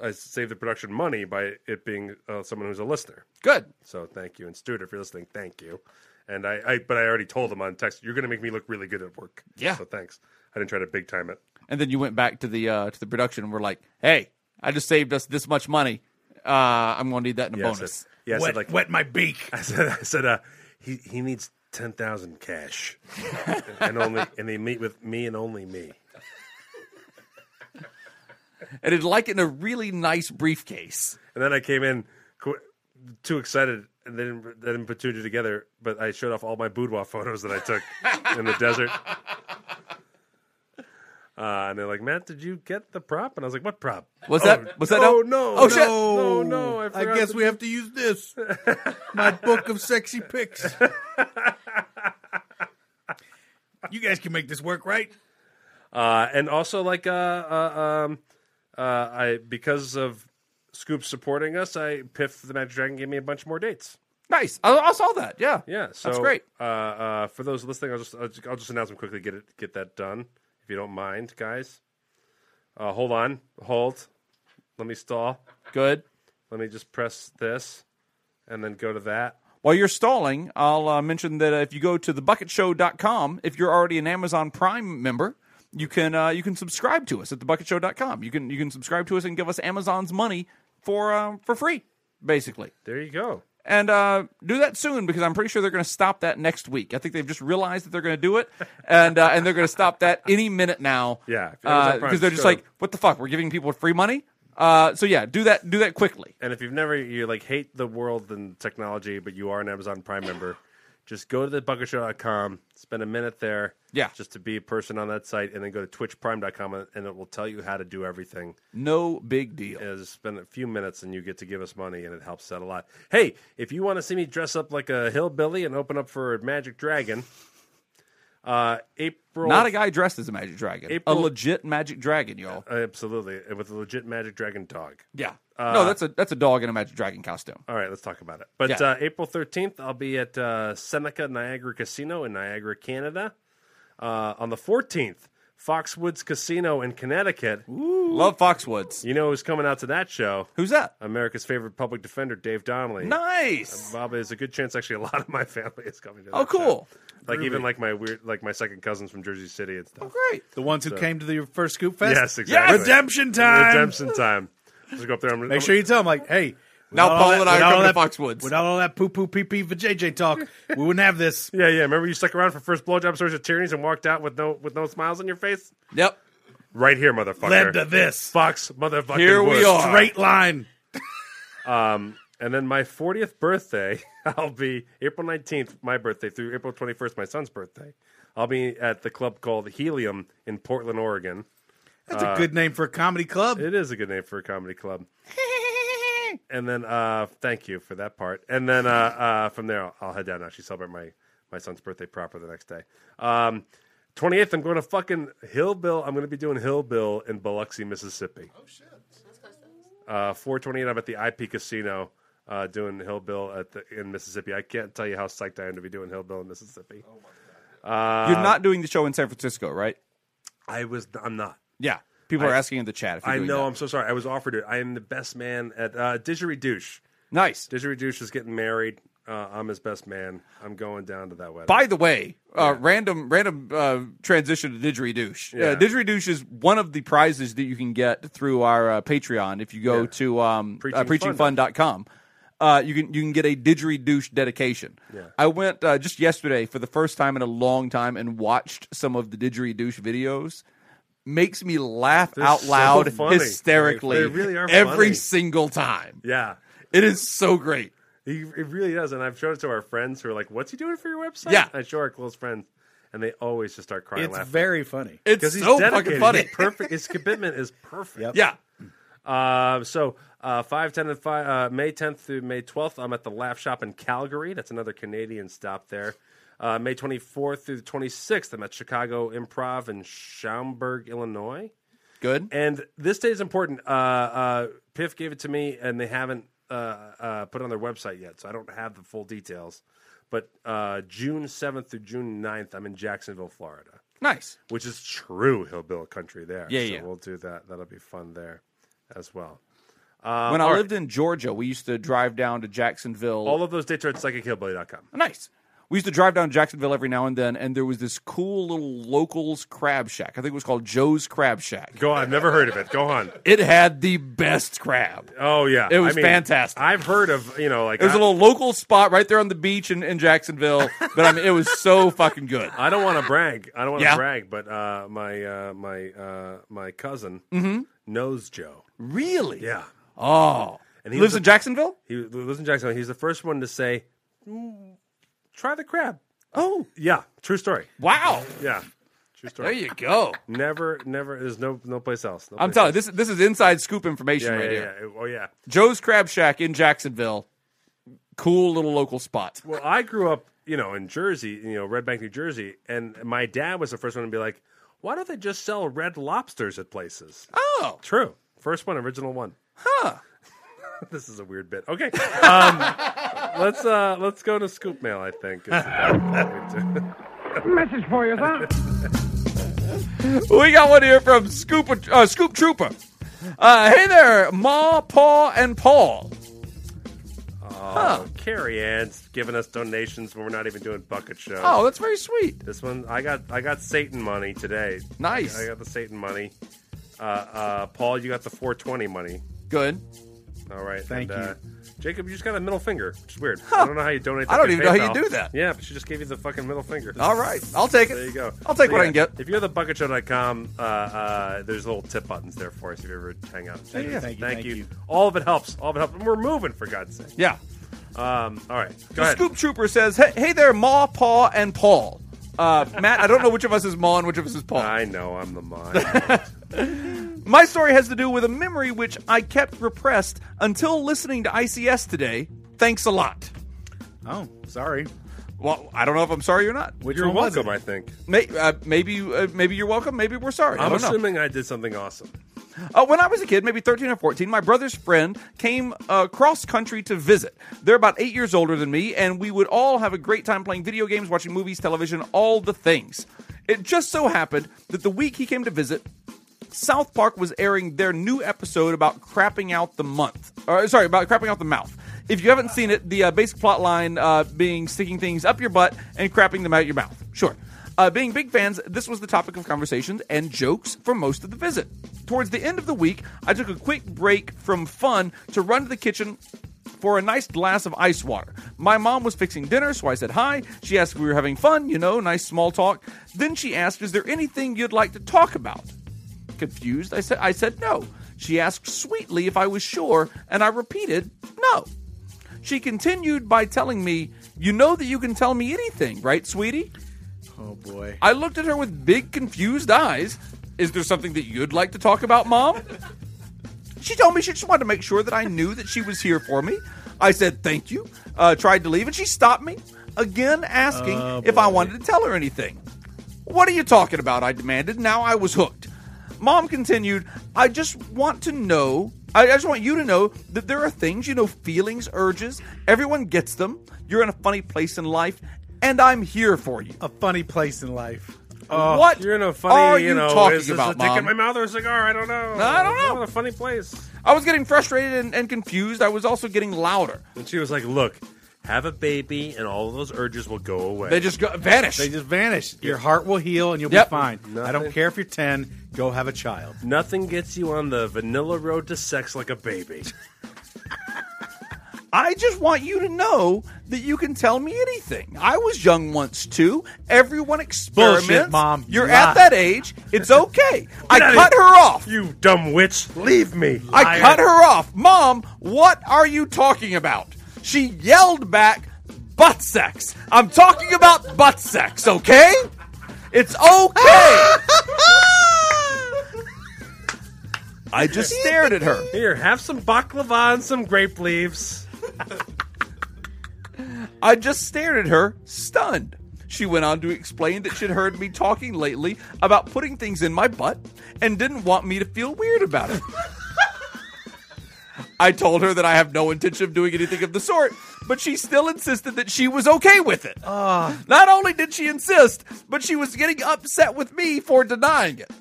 [SPEAKER 5] I saved the production money by it being uh, someone who's a listener.
[SPEAKER 7] Good.
[SPEAKER 5] So thank you, and Stuart, if you're listening, thank you. And I, I but I already told them on text, you're going to make me look really good at work.
[SPEAKER 7] Yeah.
[SPEAKER 5] So thanks. I didn't try to big time it.
[SPEAKER 7] And then you went back to the uh, to the production and were like, "Hey, I just saved us this much money. Uh, I'm going to need that in a
[SPEAKER 5] Yeah, I
[SPEAKER 7] bonus."
[SPEAKER 5] said- yeah, I said,
[SPEAKER 4] wet,
[SPEAKER 5] like
[SPEAKER 4] wet my beak.
[SPEAKER 5] I said, I said, uh, he he needs ten thousand cash, and only and they meet with me and only me.
[SPEAKER 7] And it'd like it in a really nice briefcase.
[SPEAKER 5] And then I came in qu- too excited, and they didn't, they didn't put two and two together. But I showed off all my boudoir photos that I took in the desert. Uh, and they're like, Matt, did you get the prop? And I was like, what prop?
[SPEAKER 7] Was
[SPEAKER 5] Oh,
[SPEAKER 7] that was that?
[SPEAKER 5] Oh
[SPEAKER 7] out?
[SPEAKER 5] no!
[SPEAKER 7] Oh, shit.
[SPEAKER 5] No, no! I,
[SPEAKER 4] I
[SPEAKER 5] forgot
[SPEAKER 4] guess
[SPEAKER 5] to-
[SPEAKER 4] we have to use this. My book of sexy pics. you guys can make this work, right?
[SPEAKER 5] Uh, and also, like, uh, uh, um, uh, I because of Scoop supporting us, I Piff the Magic Dragon gave me a bunch more dates.
[SPEAKER 7] Nice. I, I saw that. Yeah.
[SPEAKER 5] Yeah, so
[SPEAKER 7] That's great.
[SPEAKER 5] Uh, uh, for those listening, I'll just I'll just, I'll just announce them quickly. Get it, get that done, if you don't mind, guys. Uh, hold on, hold. Let me stall.
[SPEAKER 7] Good.
[SPEAKER 5] Let me just press this, and then go to that.
[SPEAKER 7] While you're stalling, I'll uh, mention that uh, if you go to thebucketshow.com, if you're already an Amazon Prime member, you can uh, you can subscribe to us at thebucketshow.com. You can you can subscribe to us and give us Amazon's money for um, for free, basically.
[SPEAKER 5] There you go.
[SPEAKER 7] And uh, do that soon because I'm pretty sure they're going to stop that next week. I think they've just realized that they're going to do it, and uh, and they're going to stop that any minute now. Uh,
[SPEAKER 5] Yeah, if Amazon
[SPEAKER 7] because
[SPEAKER 5] Prime
[SPEAKER 7] they're just
[SPEAKER 5] showed-
[SPEAKER 7] like, what the fuck? We're giving people free money. Uh, so yeah, do that do that quickly.
[SPEAKER 5] And if you've never, you like hate the world and technology, but you are an Amazon Prime member, just go to thebucketshow.com, spend a minute there.
[SPEAKER 7] Yeah.
[SPEAKER 5] Just to be a person on that site, and then go to twitchprime.com, and it will tell you how to do everything.
[SPEAKER 7] No big deal.
[SPEAKER 5] Yeah, just spend a few minutes, and you get to give us money, and it helps out a lot. Hey, if you want to see me dress up like a hillbilly and open up for a magic dragon, uh, April.
[SPEAKER 7] Not a guy dressed as a magic dragon,
[SPEAKER 5] April-
[SPEAKER 7] a
[SPEAKER 5] Uh,
[SPEAKER 7] legit magic dragon, y'all.
[SPEAKER 5] Absolutely. With a legit magic dragon dog.
[SPEAKER 7] Yeah.
[SPEAKER 5] Uh,
[SPEAKER 7] no, that's a that's a dog in a magic dragon costume.
[SPEAKER 5] All right, let's talk about it. But
[SPEAKER 7] Yeah.
[SPEAKER 5] uh, April 13th, I'll be at uh, Seneca Niagara Casino in Niagara, Canada. Uh, on the 14th, Foxwoods Casino in Connecticut.
[SPEAKER 7] Love Foxwoods.
[SPEAKER 5] You know who's coming out to that show?
[SPEAKER 7] Who's that?
[SPEAKER 5] America's favorite public defender, Dave Donnelly.
[SPEAKER 7] Nice.
[SPEAKER 5] Uh, Bob, there's a good chance actually a lot of my family is coming to that
[SPEAKER 7] Oh, cool.
[SPEAKER 5] show. Like even like my weird like my second cousins from Jersey City and stuff.
[SPEAKER 7] Oh, Great.
[SPEAKER 4] The ones who
[SPEAKER 5] So-
[SPEAKER 4] came to the first Scoop Fest?
[SPEAKER 5] Yes, exactly.
[SPEAKER 4] Redemption time.
[SPEAKER 5] Redemption time. Just go up there. I'm,
[SPEAKER 4] Make sure you tell them, like, hey,
[SPEAKER 7] Now
[SPEAKER 4] without
[SPEAKER 7] Paul
[SPEAKER 4] all
[SPEAKER 7] and I are
[SPEAKER 4] without all
[SPEAKER 7] coming to
[SPEAKER 4] that-
[SPEAKER 7] Foxwoods.
[SPEAKER 4] Without all that poo poo pee pee for JJ talk, we wouldn't have this.
[SPEAKER 5] Yeah, yeah. Remember you stuck around for first blowjob stories of tyrannies and walked out with no with no smiles on your face.
[SPEAKER 7] Yep.
[SPEAKER 5] Right here, motherfucker.
[SPEAKER 4] Led to this.
[SPEAKER 5] Fox, motherfucker.
[SPEAKER 7] Here we are.
[SPEAKER 4] Straight line.
[SPEAKER 5] Um, and then my 40th birthday, I'll be April 19th, my birthday, through April 21st, my son's birthday. I'll be at the club called Helium in Portland, Oregon.
[SPEAKER 4] That's
[SPEAKER 5] Uh,
[SPEAKER 4] a good name for a comedy club.
[SPEAKER 5] It is a good name for a comedy club. and then, uh, thank you for that part. And then uh, uh, from there, I'll, I'll head down and actually celebrate my, my son's birthday proper the next day. Um, 28th, I'm going to fucking Hillbill. I'm going to be doing Hillbill in Biloxi, Mississippi. Oh, shit. Uh, 428, I'm at the IP Casino uh, doing Hillbill at the, in Mississippi. I can't tell you how psyched I am to be doing Hillbill in Mississippi. Uh, Oh, my God.
[SPEAKER 7] You're not doing the show in San Francisco, right?
[SPEAKER 5] I was. I'm not.
[SPEAKER 7] Yeah. People are
[SPEAKER 5] I-
[SPEAKER 7] asking in the chat if you're
[SPEAKER 5] I
[SPEAKER 7] doing
[SPEAKER 5] know.
[SPEAKER 7] that.
[SPEAKER 5] I'm so sorry. I was offered it. I am the best man at uh, Didgeridoosh.
[SPEAKER 7] Nice.
[SPEAKER 5] Didgeridoosh is getting married. Uh, I'm his best man. I'm going down to that wedding.
[SPEAKER 7] By the way, uh, random random uh, transition to Didgeridoosh.
[SPEAKER 5] Yeah.
[SPEAKER 7] Uh, Didgeridoosh is one of the prizes that you can get through our uh, Patreon if you go
[SPEAKER 5] Yeah.
[SPEAKER 7] to um, uh,
[SPEAKER 5] Preachingfun.
[SPEAKER 7] preachingfun.com. Uh, you can you can get a Didgeridoosh dedication.
[SPEAKER 5] Yeah.
[SPEAKER 7] I went uh, just yesterday for the first time in a long time and watched some of the Didgeridoosh videos. Makes me laugh
[SPEAKER 5] They're
[SPEAKER 7] out
[SPEAKER 5] so
[SPEAKER 7] loud
[SPEAKER 5] funny.
[SPEAKER 7] hysterically
[SPEAKER 5] They really are
[SPEAKER 7] every
[SPEAKER 5] funny.
[SPEAKER 7] single time.
[SPEAKER 5] yeah.
[SPEAKER 7] It is so great.
[SPEAKER 5] He, it really does. And I've shown it to our friends who are like, what's he doing for your website?
[SPEAKER 7] Yeah.
[SPEAKER 5] I show our close friends, and they always just start crying
[SPEAKER 4] It's
[SPEAKER 5] laughing.
[SPEAKER 4] very funny.
[SPEAKER 7] It's
[SPEAKER 5] Because he's
[SPEAKER 7] so fucking
[SPEAKER 5] dedicated.
[SPEAKER 7] funny.
[SPEAKER 5] He's perfect. His commitment is perfect.
[SPEAKER 7] Yeah.
[SPEAKER 5] Uh, so uh, 5, 10, and 5, uh, May 10th through May 12th, I'm at the Laugh Shop in Calgary. That's another Canadian stop there. Uh, May 24th through the 26th, I'm at Chicago Improv in Schaumburg, Illinois.
[SPEAKER 7] Good.
[SPEAKER 5] And this day is important. Uh, uh, Piff gave it to me, and they haven't uh, uh, put it on their website yet, so I don't have the full details. But uh, June 7th through June 9th, I'm in Jacksonville, Florida
[SPEAKER 7] Nice.
[SPEAKER 5] which is true hillbilly country there.
[SPEAKER 7] Yeah,
[SPEAKER 5] so
[SPEAKER 7] yeah.
[SPEAKER 5] We'll do that. That'll be fun there as well. Um,
[SPEAKER 7] when I
[SPEAKER 5] all right.
[SPEAKER 7] lived in Georgia, we used to drive down to Jacksonville.
[SPEAKER 5] all of those dates are at psychichillbilly.com.
[SPEAKER 7] nice. We used to drive down to Jacksonville every now and then, and there was this cool little locals crab shack. I think it was called Joe's Crab Shack.
[SPEAKER 5] Go on. I've never heard of it. Go on.
[SPEAKER 7] It had the best crab.
[SPEAKER 5] Oh yeah,
[SPEAKER 7] It was
[SPEAKER 5] I mean,
[SPEAKER 7] fantastic.
[SPEAKER 5] I've heard of you know like
[SPEAKER 7] It was
[SPEAKER 5] I,
[SPEAKER 7] a little local spot right there on the beach in, in Jacksonville, but I mean, it was so fucking good.
[SPEAKER 5] I don't want to brag. I don't want to
[SPEAKER 7] Yeah.
[SPEAKER 5] brag, but uh, my uh, my uh, my cousin knows Joe.
[SPEAKER 7] Mm-hmm. Really?
[SPEAKER 5] Yeah,
[SPEAKER 7] Oh.
[SPEAKER 5] And he
[SPEAKER 7] Lives
[SPEAKER 5] was
[SPEAKER 7] in
[SPEAKER 5] a-
[SPEAKER 7] Jacksonville?
[SPEAKER 5] he lives in Jacksonville. He's the first one to say, "Mm, "Try the crab."
[SPEAKER 7] Oh.
[SPEAKER 5] Yeah, true story.
[SPEAKER 7] Wow.
[SPEAKER 5] Yeah, true story.
[SPEAKER 7] There you go.
[SPEAKER 5] Never, never. There's no no place else. No
[SPEAKER 7] I'm
[SPEAKER 5] place
[SPEAKER 7] telling you,
[SPEAKER 5] else.
[SPEAKER 7] this, this is inside scoop information
[SPEAKER 5] Yeah,
[SPEAKER 7] right
[SPEAKER 5] yeah,
[SPEAKER 7] here.
[SPEAKER 5] yeah. Oh yeah.
[SPEAKER 7] Joe's Crab Shack in Jacksonville. Cool little local spot.
[SPEAKER 5] Well, I grew up, you know, in Jersey, you know, Red Bank, New Jersey, and my dad was the first one to be like, "Why don't they just sell red lobsters at places?"
[SPEAKER 7] Oh.
[SPEAKER 5] True. First one, original one.
[SPEAKER 7] Huh.
[SPEAKER 5] This is a weird bit. Okay, um, let's uh, let's go to scoop mail. I think. is about what we do.
[SPEAKER 14] Message for you, sir.
[SPEAKER 7] We got one here from Scoop, uh, Scoop Trooper. Uh, hey there, Ma, Pa, and Paul.
[SPEAKER 5] Oh, Carrie Ann's giving us donations when we're not even doing bucket shows.
[SPEAKER 7] Oh, that's very sweet.
[SPEAKER 5] This one, I got, I got Satan money today.
[SPEAKER 7] Nice.
[SPEAKER 5] I, got the Satan money. Uh, uh, Paul, you got the 420 money.
[SPEAKER 7] Good.
[SPEAKER 5] All right.
[SPEAKER 7] Thank
[SPEAKER 5] and,
[SPEAKER 7] you.
[SPEAKER 5] Uh, Jacob, you just got a middle finger, which is weird. I don't know how you donate. That
[SPEAKER 7] I don't
[SPEAKER 5] through
[SPEAKER 7] even know how
[SPEAKER 5] PayPal.
[SPEAKER 7] you do that.
[SPEAKER 5] Yeah, but she just gave you the fucking middle finger.
[SPEAKER 7] All right. I'll take it.
[SPEAKER 5] There you go.
[SPEAKER 7] I'll take
[SPEAKER 5] So,
[SPEAKER 7] what I
[SPEAKER 5] yeah,
[SPEAKER 7] can get.
[SPEAKER 5] If you're the bucketshow.com, uh, uh, there's little tip buttons there for us if you ever hang out.
[SPEAKER 7] Thank you, thank you,
[SPEAKER 5] Thank
[SPEAKER 7] thank
[SPEAKER 5] you. All of it helps. All of it helps. And we're moving for God's sake.
[SPEAKER 7] Yeah.
[SPEAKER 5] Um, all right. Go
[SPEAKER 7] the
[SPEAKER 5] ahead.
[SPEAKER 7] Scoop Trooper says, "Hey, hey there, Ma, Pa, and Paul." Uh, Matt, I don't know which of us is Ma and which of us is Paul. I
[SPEAKER 5] know I'm the Ma.
[SPEAKER 7] My story has to do with a memory which I kept repressed until listening to ICS today. Thanks a lot.
[SPEAKER 4] Oh, sorry.
[SPEAKER 7] Well, I don't know if I'm sorry or not.
[SPEAKER 5] Which You're one was welcome, it? I think.
[SPEAKER 7] May, uh, maybe, uh, maybe you're welcome. Maybe we're sorry. I
[SPEAKER 5] I'm
[SPEAKER 7] don't know.
[SPEAKER 5] assuming I did something awesome.
[SPEAKER 7] Uh, when I was a kid, maybe 13 or 14, my brother's friend came uh, cross country to visit. They're about eight years older than me, and we would all have a great time playing video games, watching movies, television, all the things. It just so happened that the week he came to visit, South Park was airing their new episode about crapping out the month. Or, sorry, about crapping out the mouth. If you haven't seen it, the uh, basic plot line uh, being sticking things up your butt and crapping them out your mouth. Sure. Uh, being big fans, this was the topic of conversations and jokes for most of the visit. Towards the end of the week, I took a quick break from fun to run to the kitchen for a nice glass of ice water. My mom was fixing dinner, so I said hi. She asked if we were having fun, you know, nice small talk. Then she asked, Is there anything you'd like to talk about? Confused, I said, I said no. She asked sweetly if I was sure, and I repeated no. She continued by telling me, You know that you can tell me anything, right, sweetie?
[SPEAKER 4] Oh boy.
[SPEAKER 7] I looked at her with big, confused eyes. Is there something that you'd like to talk about, Mom? She told me she just wanted to make sure that I knew that she was here for me. I said thank you, uh, tried to leave, and she stopped me again, asking
[SPEAKER 4] Oh,
[SPEAKER 7] if I wanted to tell her anything. What are you talking about? I demanded. Now I was hooked. Mom continued, I just want to know, I I just want you to know that there are things, you know, feelings, urges. Everyone gets them. You're in a funny place in life, and I'm here for you.
[SPEAKER 4] A funny place in life.
[SPEAKER 5] Oh,
[SPEAKER 7] what
[SPEAKER 5] You're in a funny,
[SPEAKER 7] are you,
[SPEAKER 5] know, is
[SPEAKER 7] talking
[SPEAKER 5] this
[SPEAKER 7] about,
[SPEAKER 5] a dick
[SPEAKER 7] Mom?
[SPEAKER 5] in my mouth or a cigar? I don't know.
[SPEAKER 7] I don't know.
[SPEAKER 5] What a funny place.
[SPEAKER 7] I was getting frustrated and, and confused. I was also getting louder.
[SPEAKER 5] And she was like, "Look, have a baby, and all of those urges will go away.
[SPEAKER 7] They just go, vanish.
[SPEAKER 4] They just vanish. Your heart will heal and you'll
[SPEAKER 5] Yep.
[SPEAKER 4] be fine. I
[SPEAKER 5] Nothing.
[SPEAKER 4] don't care if you're 10, go have a child.
[SPEAKER 5] Nothing gets you on the vanilla road to sex like a baby.
[SPEAKER 7] I just want you to know that you can tell me anything. I was young once too. Everyone experiments.
[SPEAKER 4] Mom.
[SPEAKER 7] You're
[SPEAKER 4] You
[SPEAKER 7] at
[SPEAKER 4] lie.
[SPEAKER 7] that age. It's okay. I
[SPEAKER 5] Get outta
[SPEAKER 7] cut
[SPEAKER 5] here.
[SPEAKER 7] her off.
[SPEAKER 5] You dumb witch. Leave me.
[SPEAKER 7] I cut her off. Mom, what are you talking about? She yelled back, butt sex. I'm talking about butt sex, okay? It's okay. I just stared at her.
[SPEAKER 5] Here, have some baklava and some grape leaves.
[SPEAKER 7] I just stared at her, stunned. She went on to explain that she'd heard me talking lately about putting things in my butt and didn't want me to feel weird about it. I told her that I have no intention of doing anything of the sort, but she still insisted that she was okay with it. Not only did she insist, but she was getting upset with me for denying it.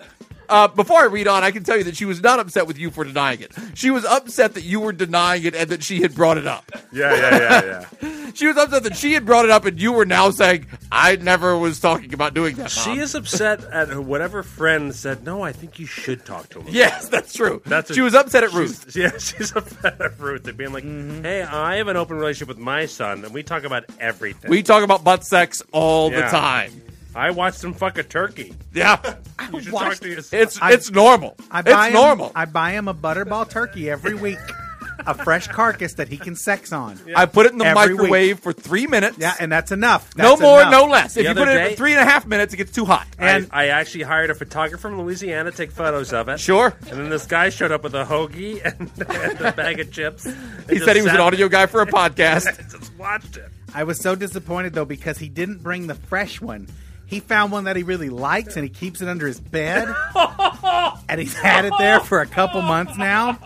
[SPEAKER 7] Uh, before I read on, I can tell you that she was not upset with you for denying it. She was upset that you were denying it and that she had brought it up.
[SPEAKER 5] Yeah, yeah, yeah, yeah.
[SPEAKER 7] She was upset that she had brought it up, and you were now saying, "I never was talking about doing that." Mom."
[SPEAKER 5] She is upset at her whatever friend said. No, I think you should talk to him. about
[SPEAKER 7] Yes,
[SPEAKER 5] it."
[SPEAKER 7] that's true.
[SPEAKER 5] That's
[SPEAKER 7] She was upset at
[SPEAKER 5] she's- Yeah, she's upset at Ruth at being like,
[SPEAKER 4] Mm-hmm.
[SPEAKER 5] "Hey, I have an open relationship with my son, and we talk about everything.
[SPEAKER 7] We talk about butt sex all the
[SPEAKER 5] Yeah.
[SPEAKER 7] time.
[SPEAKER 5] I watched him fuck a turkey.
[SPEAKER 7] Yeah,
[SPEAKER 5] You should talk
[SPEAKER 4] Watched-
[SPEAKER 5] to your son.
[SPEAKER 7] it's
[SPEAKER 4] I-
[SPEAKER 7] it's normal.
[SPEAKER 4] I buy
[SPEAKER 7] it's
[SPEAKER 4] him,
[SPEAKER 7] normal.
[SPEAKER 4] I buy him a butterball turkey every week, a fresh carcass that he can sex on.
[SPEAKER 7] I put it in the
[SPEAKER 4] Every
[SPEAKER 7] microwave
[SPEAKER 4] week.
[SPEAKER 7] for three minutes.
[SPEAKER 4] Yeah, and that's enough.
[SPEAKER 7] no
[SPEAKER 4] That's
[SPEAKER 7] more,
[SPEAKER 4] enough.
[SPEAKER 7] no less. If
[SPEAKER 5] The
[SPEAKER 7] you
[SPEAKER 5] other
[SPEAKER 7] put it in
[SPEAKER 5] day-
[SPEAKER 7] for three and a half minutes, it gets too hot.
[SPEAKER 5] And I, I actually hired a photographer from Louisiana to take photos of it.
[SPEAKER 7] Sure.
[SPEAKER 5] And then this guy showed up with a hoagie and, and a bag of chips.
[SPEAKER 7] he said he was an audio guy for a podcast.
[SPEAKER 5] Just watched it.
[SPEAKER 4] I was so disappointed though because he didn't bring the fresh one. He found one that he really likes and he keeps it under his bed. and he's had it there for a couple months now.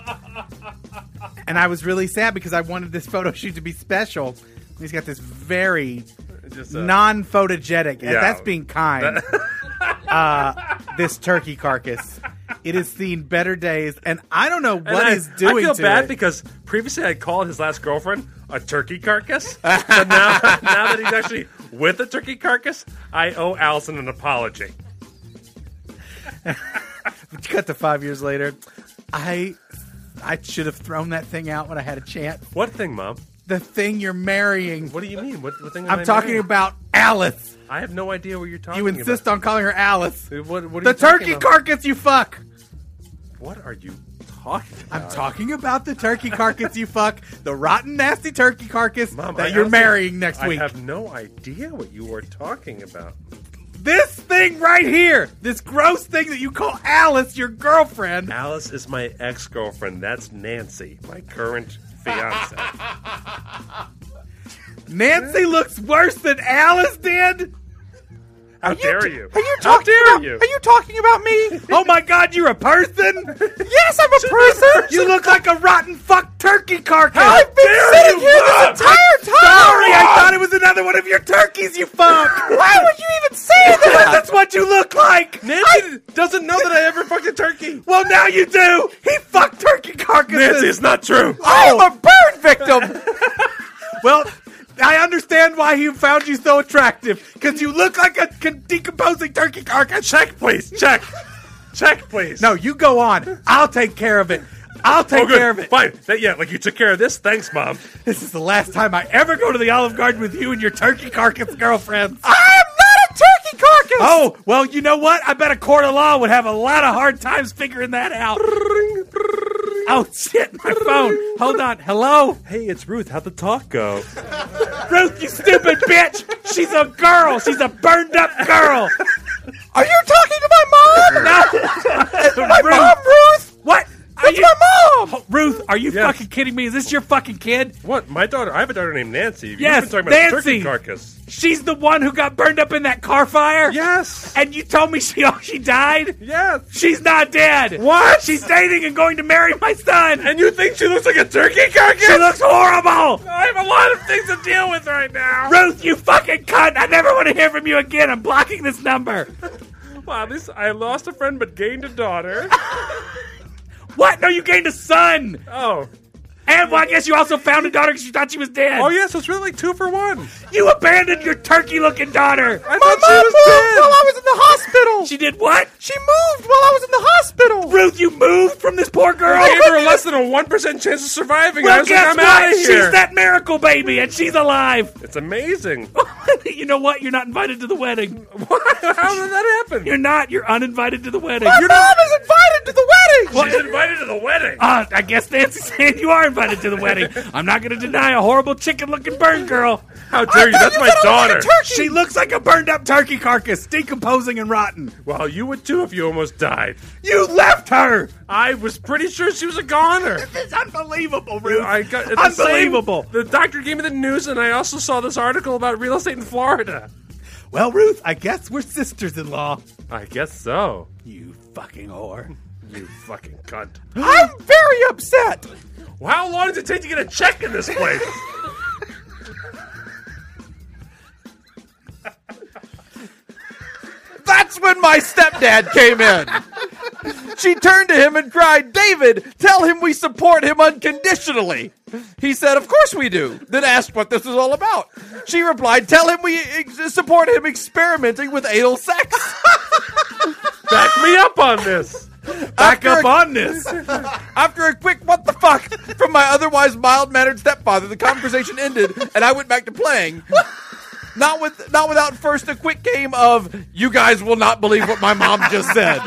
[SPEAKER 4] And I was really sad because I wanted this photo shoot to be special. And He's got this very
[SPEAKER 5] Just, uh,
[SPEAKER 4] non photogenic, and
[SPEAKER 5] Yeah.
[SPEAKER 4] that's being kind. uh, this turkey carcass. It has seen better days, and I don't know
[SPEAKER 5] And
[SPEAKER 4] what
[SPEAKER 5] I-
[SPEAKER 4] he's doing
[SPEAKER 5] I feel
[SPEAKER 4] to
[SPEAKER 5] bad
[SPEAKER 4] it.
[SPEAKER 5] because previously I called his last girlfriend.
[SPEAKER 1] a turkey carcass. but now, now that he's actually with a turkey carcass, I owe Allison an apology.
[SPEAKER 13] Cut to five years later. I I should have thrown that thing out when I had a chance.
[SPEAKER 1] What thing, Mom?
[SPEAKER 13] The thing you're marrying.
[SPEAKER 1] What do you mean? What, what thing? am
[SPEAKER 13] I'm
[SPEAKER 1] I
[SPEAKER 13] talking
[SPEAKER 1] marrying?
[SPEAKER 13] about Alice.
[SPEAKER 1] I have no idea what you're talking.
[SPEAKER 13] You insist
[SPEAKER 1] about.
[SPEAKER 13] on calling her Alice.
[SPEAKER 1] What, what are you
[SPEAKER 13] the turkey
[SPEAKER 1] talking about?
[SPEAKER 13] carcass, you fuck.
[SPEAKER 1] What are you talking?
[SPEAKER 13] I'm
[SPEAKER 1] about?
[SPEAKER 13] talking about the turkey carcass, you fuck. The rotten, nasty turkey carcass
[SPEAKER 1] Mom,
[SPEAKER 13] that
[SPEAKER 1] I
[SPEAKER 13] you're
[SPEAKER 1] honestly-
[SPEAKER 13] marrying next week.
[SPEAKER 1] I have no idea what you are talking about.
[SPEAKER 13] This thing right here. This gross thing that you call Alice, your girlfriend.
[SPEAKER 1] Alice is my ex girlfriend. That's Nancy, my current fiance.
[SPEAKER 13] Nancy looks worse than Alice did.
[SPEAKER 1] How dare you?
[SPEAKER 13] Are you
[SPEAKER 1] How
[SPEAKER 13] talking
[SPEAKER 1] dare
[SPEAKER 13] about?
[SPEAKER 1] you?
[SPEAKER 13] Are you talking about me? Oh my God, you're a person. yes, I'm a person. you look like a rotten fuck turkey carcass. I've been sitting here this entire time. Sorry, I thought it was another one of your turkeys. You fuck. Why would you even say that? That's what you look like. Nancy doesn't know that I ever fucked a turkey. Well, now you do. He fucked turkey carcasses.
[SPEAKER 1] Nancy, it's not true.
[SPEAKER 13] I am a bird victim. well, I understand why he found you so attractive because you look like a con- decomposing turkey carcass. Check,
[SPEAKER 1] please. Check. Check, please.
[SPEAKER 13] No, you go on. I'll take care of it. I'll take
[SPEAKER 1] oh, good.
[SPEAKER 13] care of it.
[SPEAKER 1] Fine. That- yeah, like you took care of this. Thanks, Mom.
[SPEAKER 13] This is the last time I ever go to the Olive Garden with you and your turkey carcass girlfriends.
[SPEAKER 15] I am not a turkey carcass.
[SPEAKER 13] Oh, well, you know what? I bet a court of law would have a lot of hard times figuring that out. Oh, shit, my phone. Hold on. Hello?
[SPEAKER 1] Hey, it's Ruth. How'd the talk go?
[SPEAKER 13] Ruth, you stupid bitch. She's a girl. She's a burned up girl.
[SPEAKER 15] Are you talking to my mom?
[SPEAKER 13] No.
[SPEAKER 15] My mom, Ruth.
[SPEAKER 13] What? Are
[SPEAKER 15] That's
[SPEAKER 13] you,
[SPEAKER 15] my mom.
[SPEAKER 13] Ho- Ruth, are you
[SPEAKER 1] Yes.
[SPEAKER 13] fucking kidding me? Is this your fucking kid?
[SPEAKER 1] What? My daughter. I have a daughter named Nancy. You've
[SPEAKER 13] Yes,
[SPEAKER 1] been talking about
[SPEAKER 13] Nancy.
[SPEAKER 1] turkey carcass.
[SPEAKER 13] She's the one who got burned up in that car fire?
[SPEAKER 1] Yes.
[SPEAKER 13] And you told me she oh, she died?
[SPEAKER 1] Yes.
[SPEAKER 13] She's not dead. What? She's dating and going to marry my son.
[SPEAKER 1] And you think she looks like a turkey carcass?
[SPEAKER 13] she looks horrible.
[SPEAKER 1] I have a lot of things to deal with right now.
[SPEAKER 13] Ruth, you fucking cunt. I never want to hear from you again. I'm blocking this number.
[SPEAKER 1] Wow, this I lost a friend but gained a daughter.
[SPEAKER 13] What? No, you gained a son.
[SPEAKER 1] Oh.
[SPEAKER 13] And well, I guess you also found a daughter because you thought she was dead.
[SPEAKER 1] Oh yeah, so it's really like two for one.
[SPEAKER 13] You abandoned your turkey looking daughter.
[SPEAKER 1] I thought she was dead.
[SPEAKER 15] While I was in the hospital,
[SPEAKER 13] She did what?
[SPEAKER 15] she moved while I was in the hospital.
[SPEAKER 13] Ruth, you moved from this poor girl.
[SPEAKER 1] I gave her less than a one percent chance of surviving. I
[SPEAKER 13] Well,
[SPEAKER 1] was like,
[SPEAKER 13] guess
[SPEAKER 1] I'm
[SPEAKER 13] what?
[SPEAKER 1] out of here.
[SPEAKER 13] She's that miracle baby, and she's alive.
[SPEAKER 1] it's amazing.
[SPEAKER 13] you know what? You're not invited to the wedding.
[SPEAKER 1] What? How did that happen?
[SPEAKER 13] You're not. You're uninvited to the wedding.
[SPEAKER 15] My
[SPEAKER 13] You're
[SPEAKER 15] mom
[SPEAKER 13] not.
[SPEAKER 15] is invited to the wedding.
[SPEAKER 1] She's invited to the wedding.
[SPEAKER 13] Uh, I guess Nancy's saying you are invited to the wedding. I'm not going to deny a horrible chicken looking burn girl.
[SPEAKER 1] How dare you? That's my daughter.
[SPEAKER 13] She looks like a burned up turkey carcass, decomposing and rotten.
[SPEAKER 1] Well, you would too if you almost died.
[SPEAKER 13] You left her.
[SPEAKER 1] I was pretty sure she was a goner.
[SPEAKER 13] This is unbelievable, Ruth.
[SPEAKER 1] I got, at the same-
[SPEAKER 13] unbelievable.
[SPEAKER 1] the doctor gave me the news, and I also saw this article about real estate in Florida.
[SPEAKER 13] Well, Ruth, I guess we're sisters in law.
[SPEAKER 1] I guess so.
[SPEAKER 13] You fucking whore.
[SPEAKER 1] You fucking cunt.
[SPEAKER 15] I'm very upset.
[SPEAKER 1] Well, How long does it take to get a check in this place?
[SPEAKER 7] That's when my stepdad came in. She turned to him and cried, David, tell him we support him unconditionally. He said, Of course we do. Then asked what this was all about. She replied, Tell him we ex- support him experimenting with anal sex.
[SPEAKER 1] Back me up on this.
[SPEAKER 13] Back
[SPEAKER 7] After
[SPEAKER 13] up
[SPEAKER 7] a-
[SPEAKER 13] on this.
[SPEAKER 7] After a quick what the fuck from my otherwise mild mannered stepfather, the conversation ended and I went back to playing. Not with not without first a quick game of you guys will not believe what my mom just said.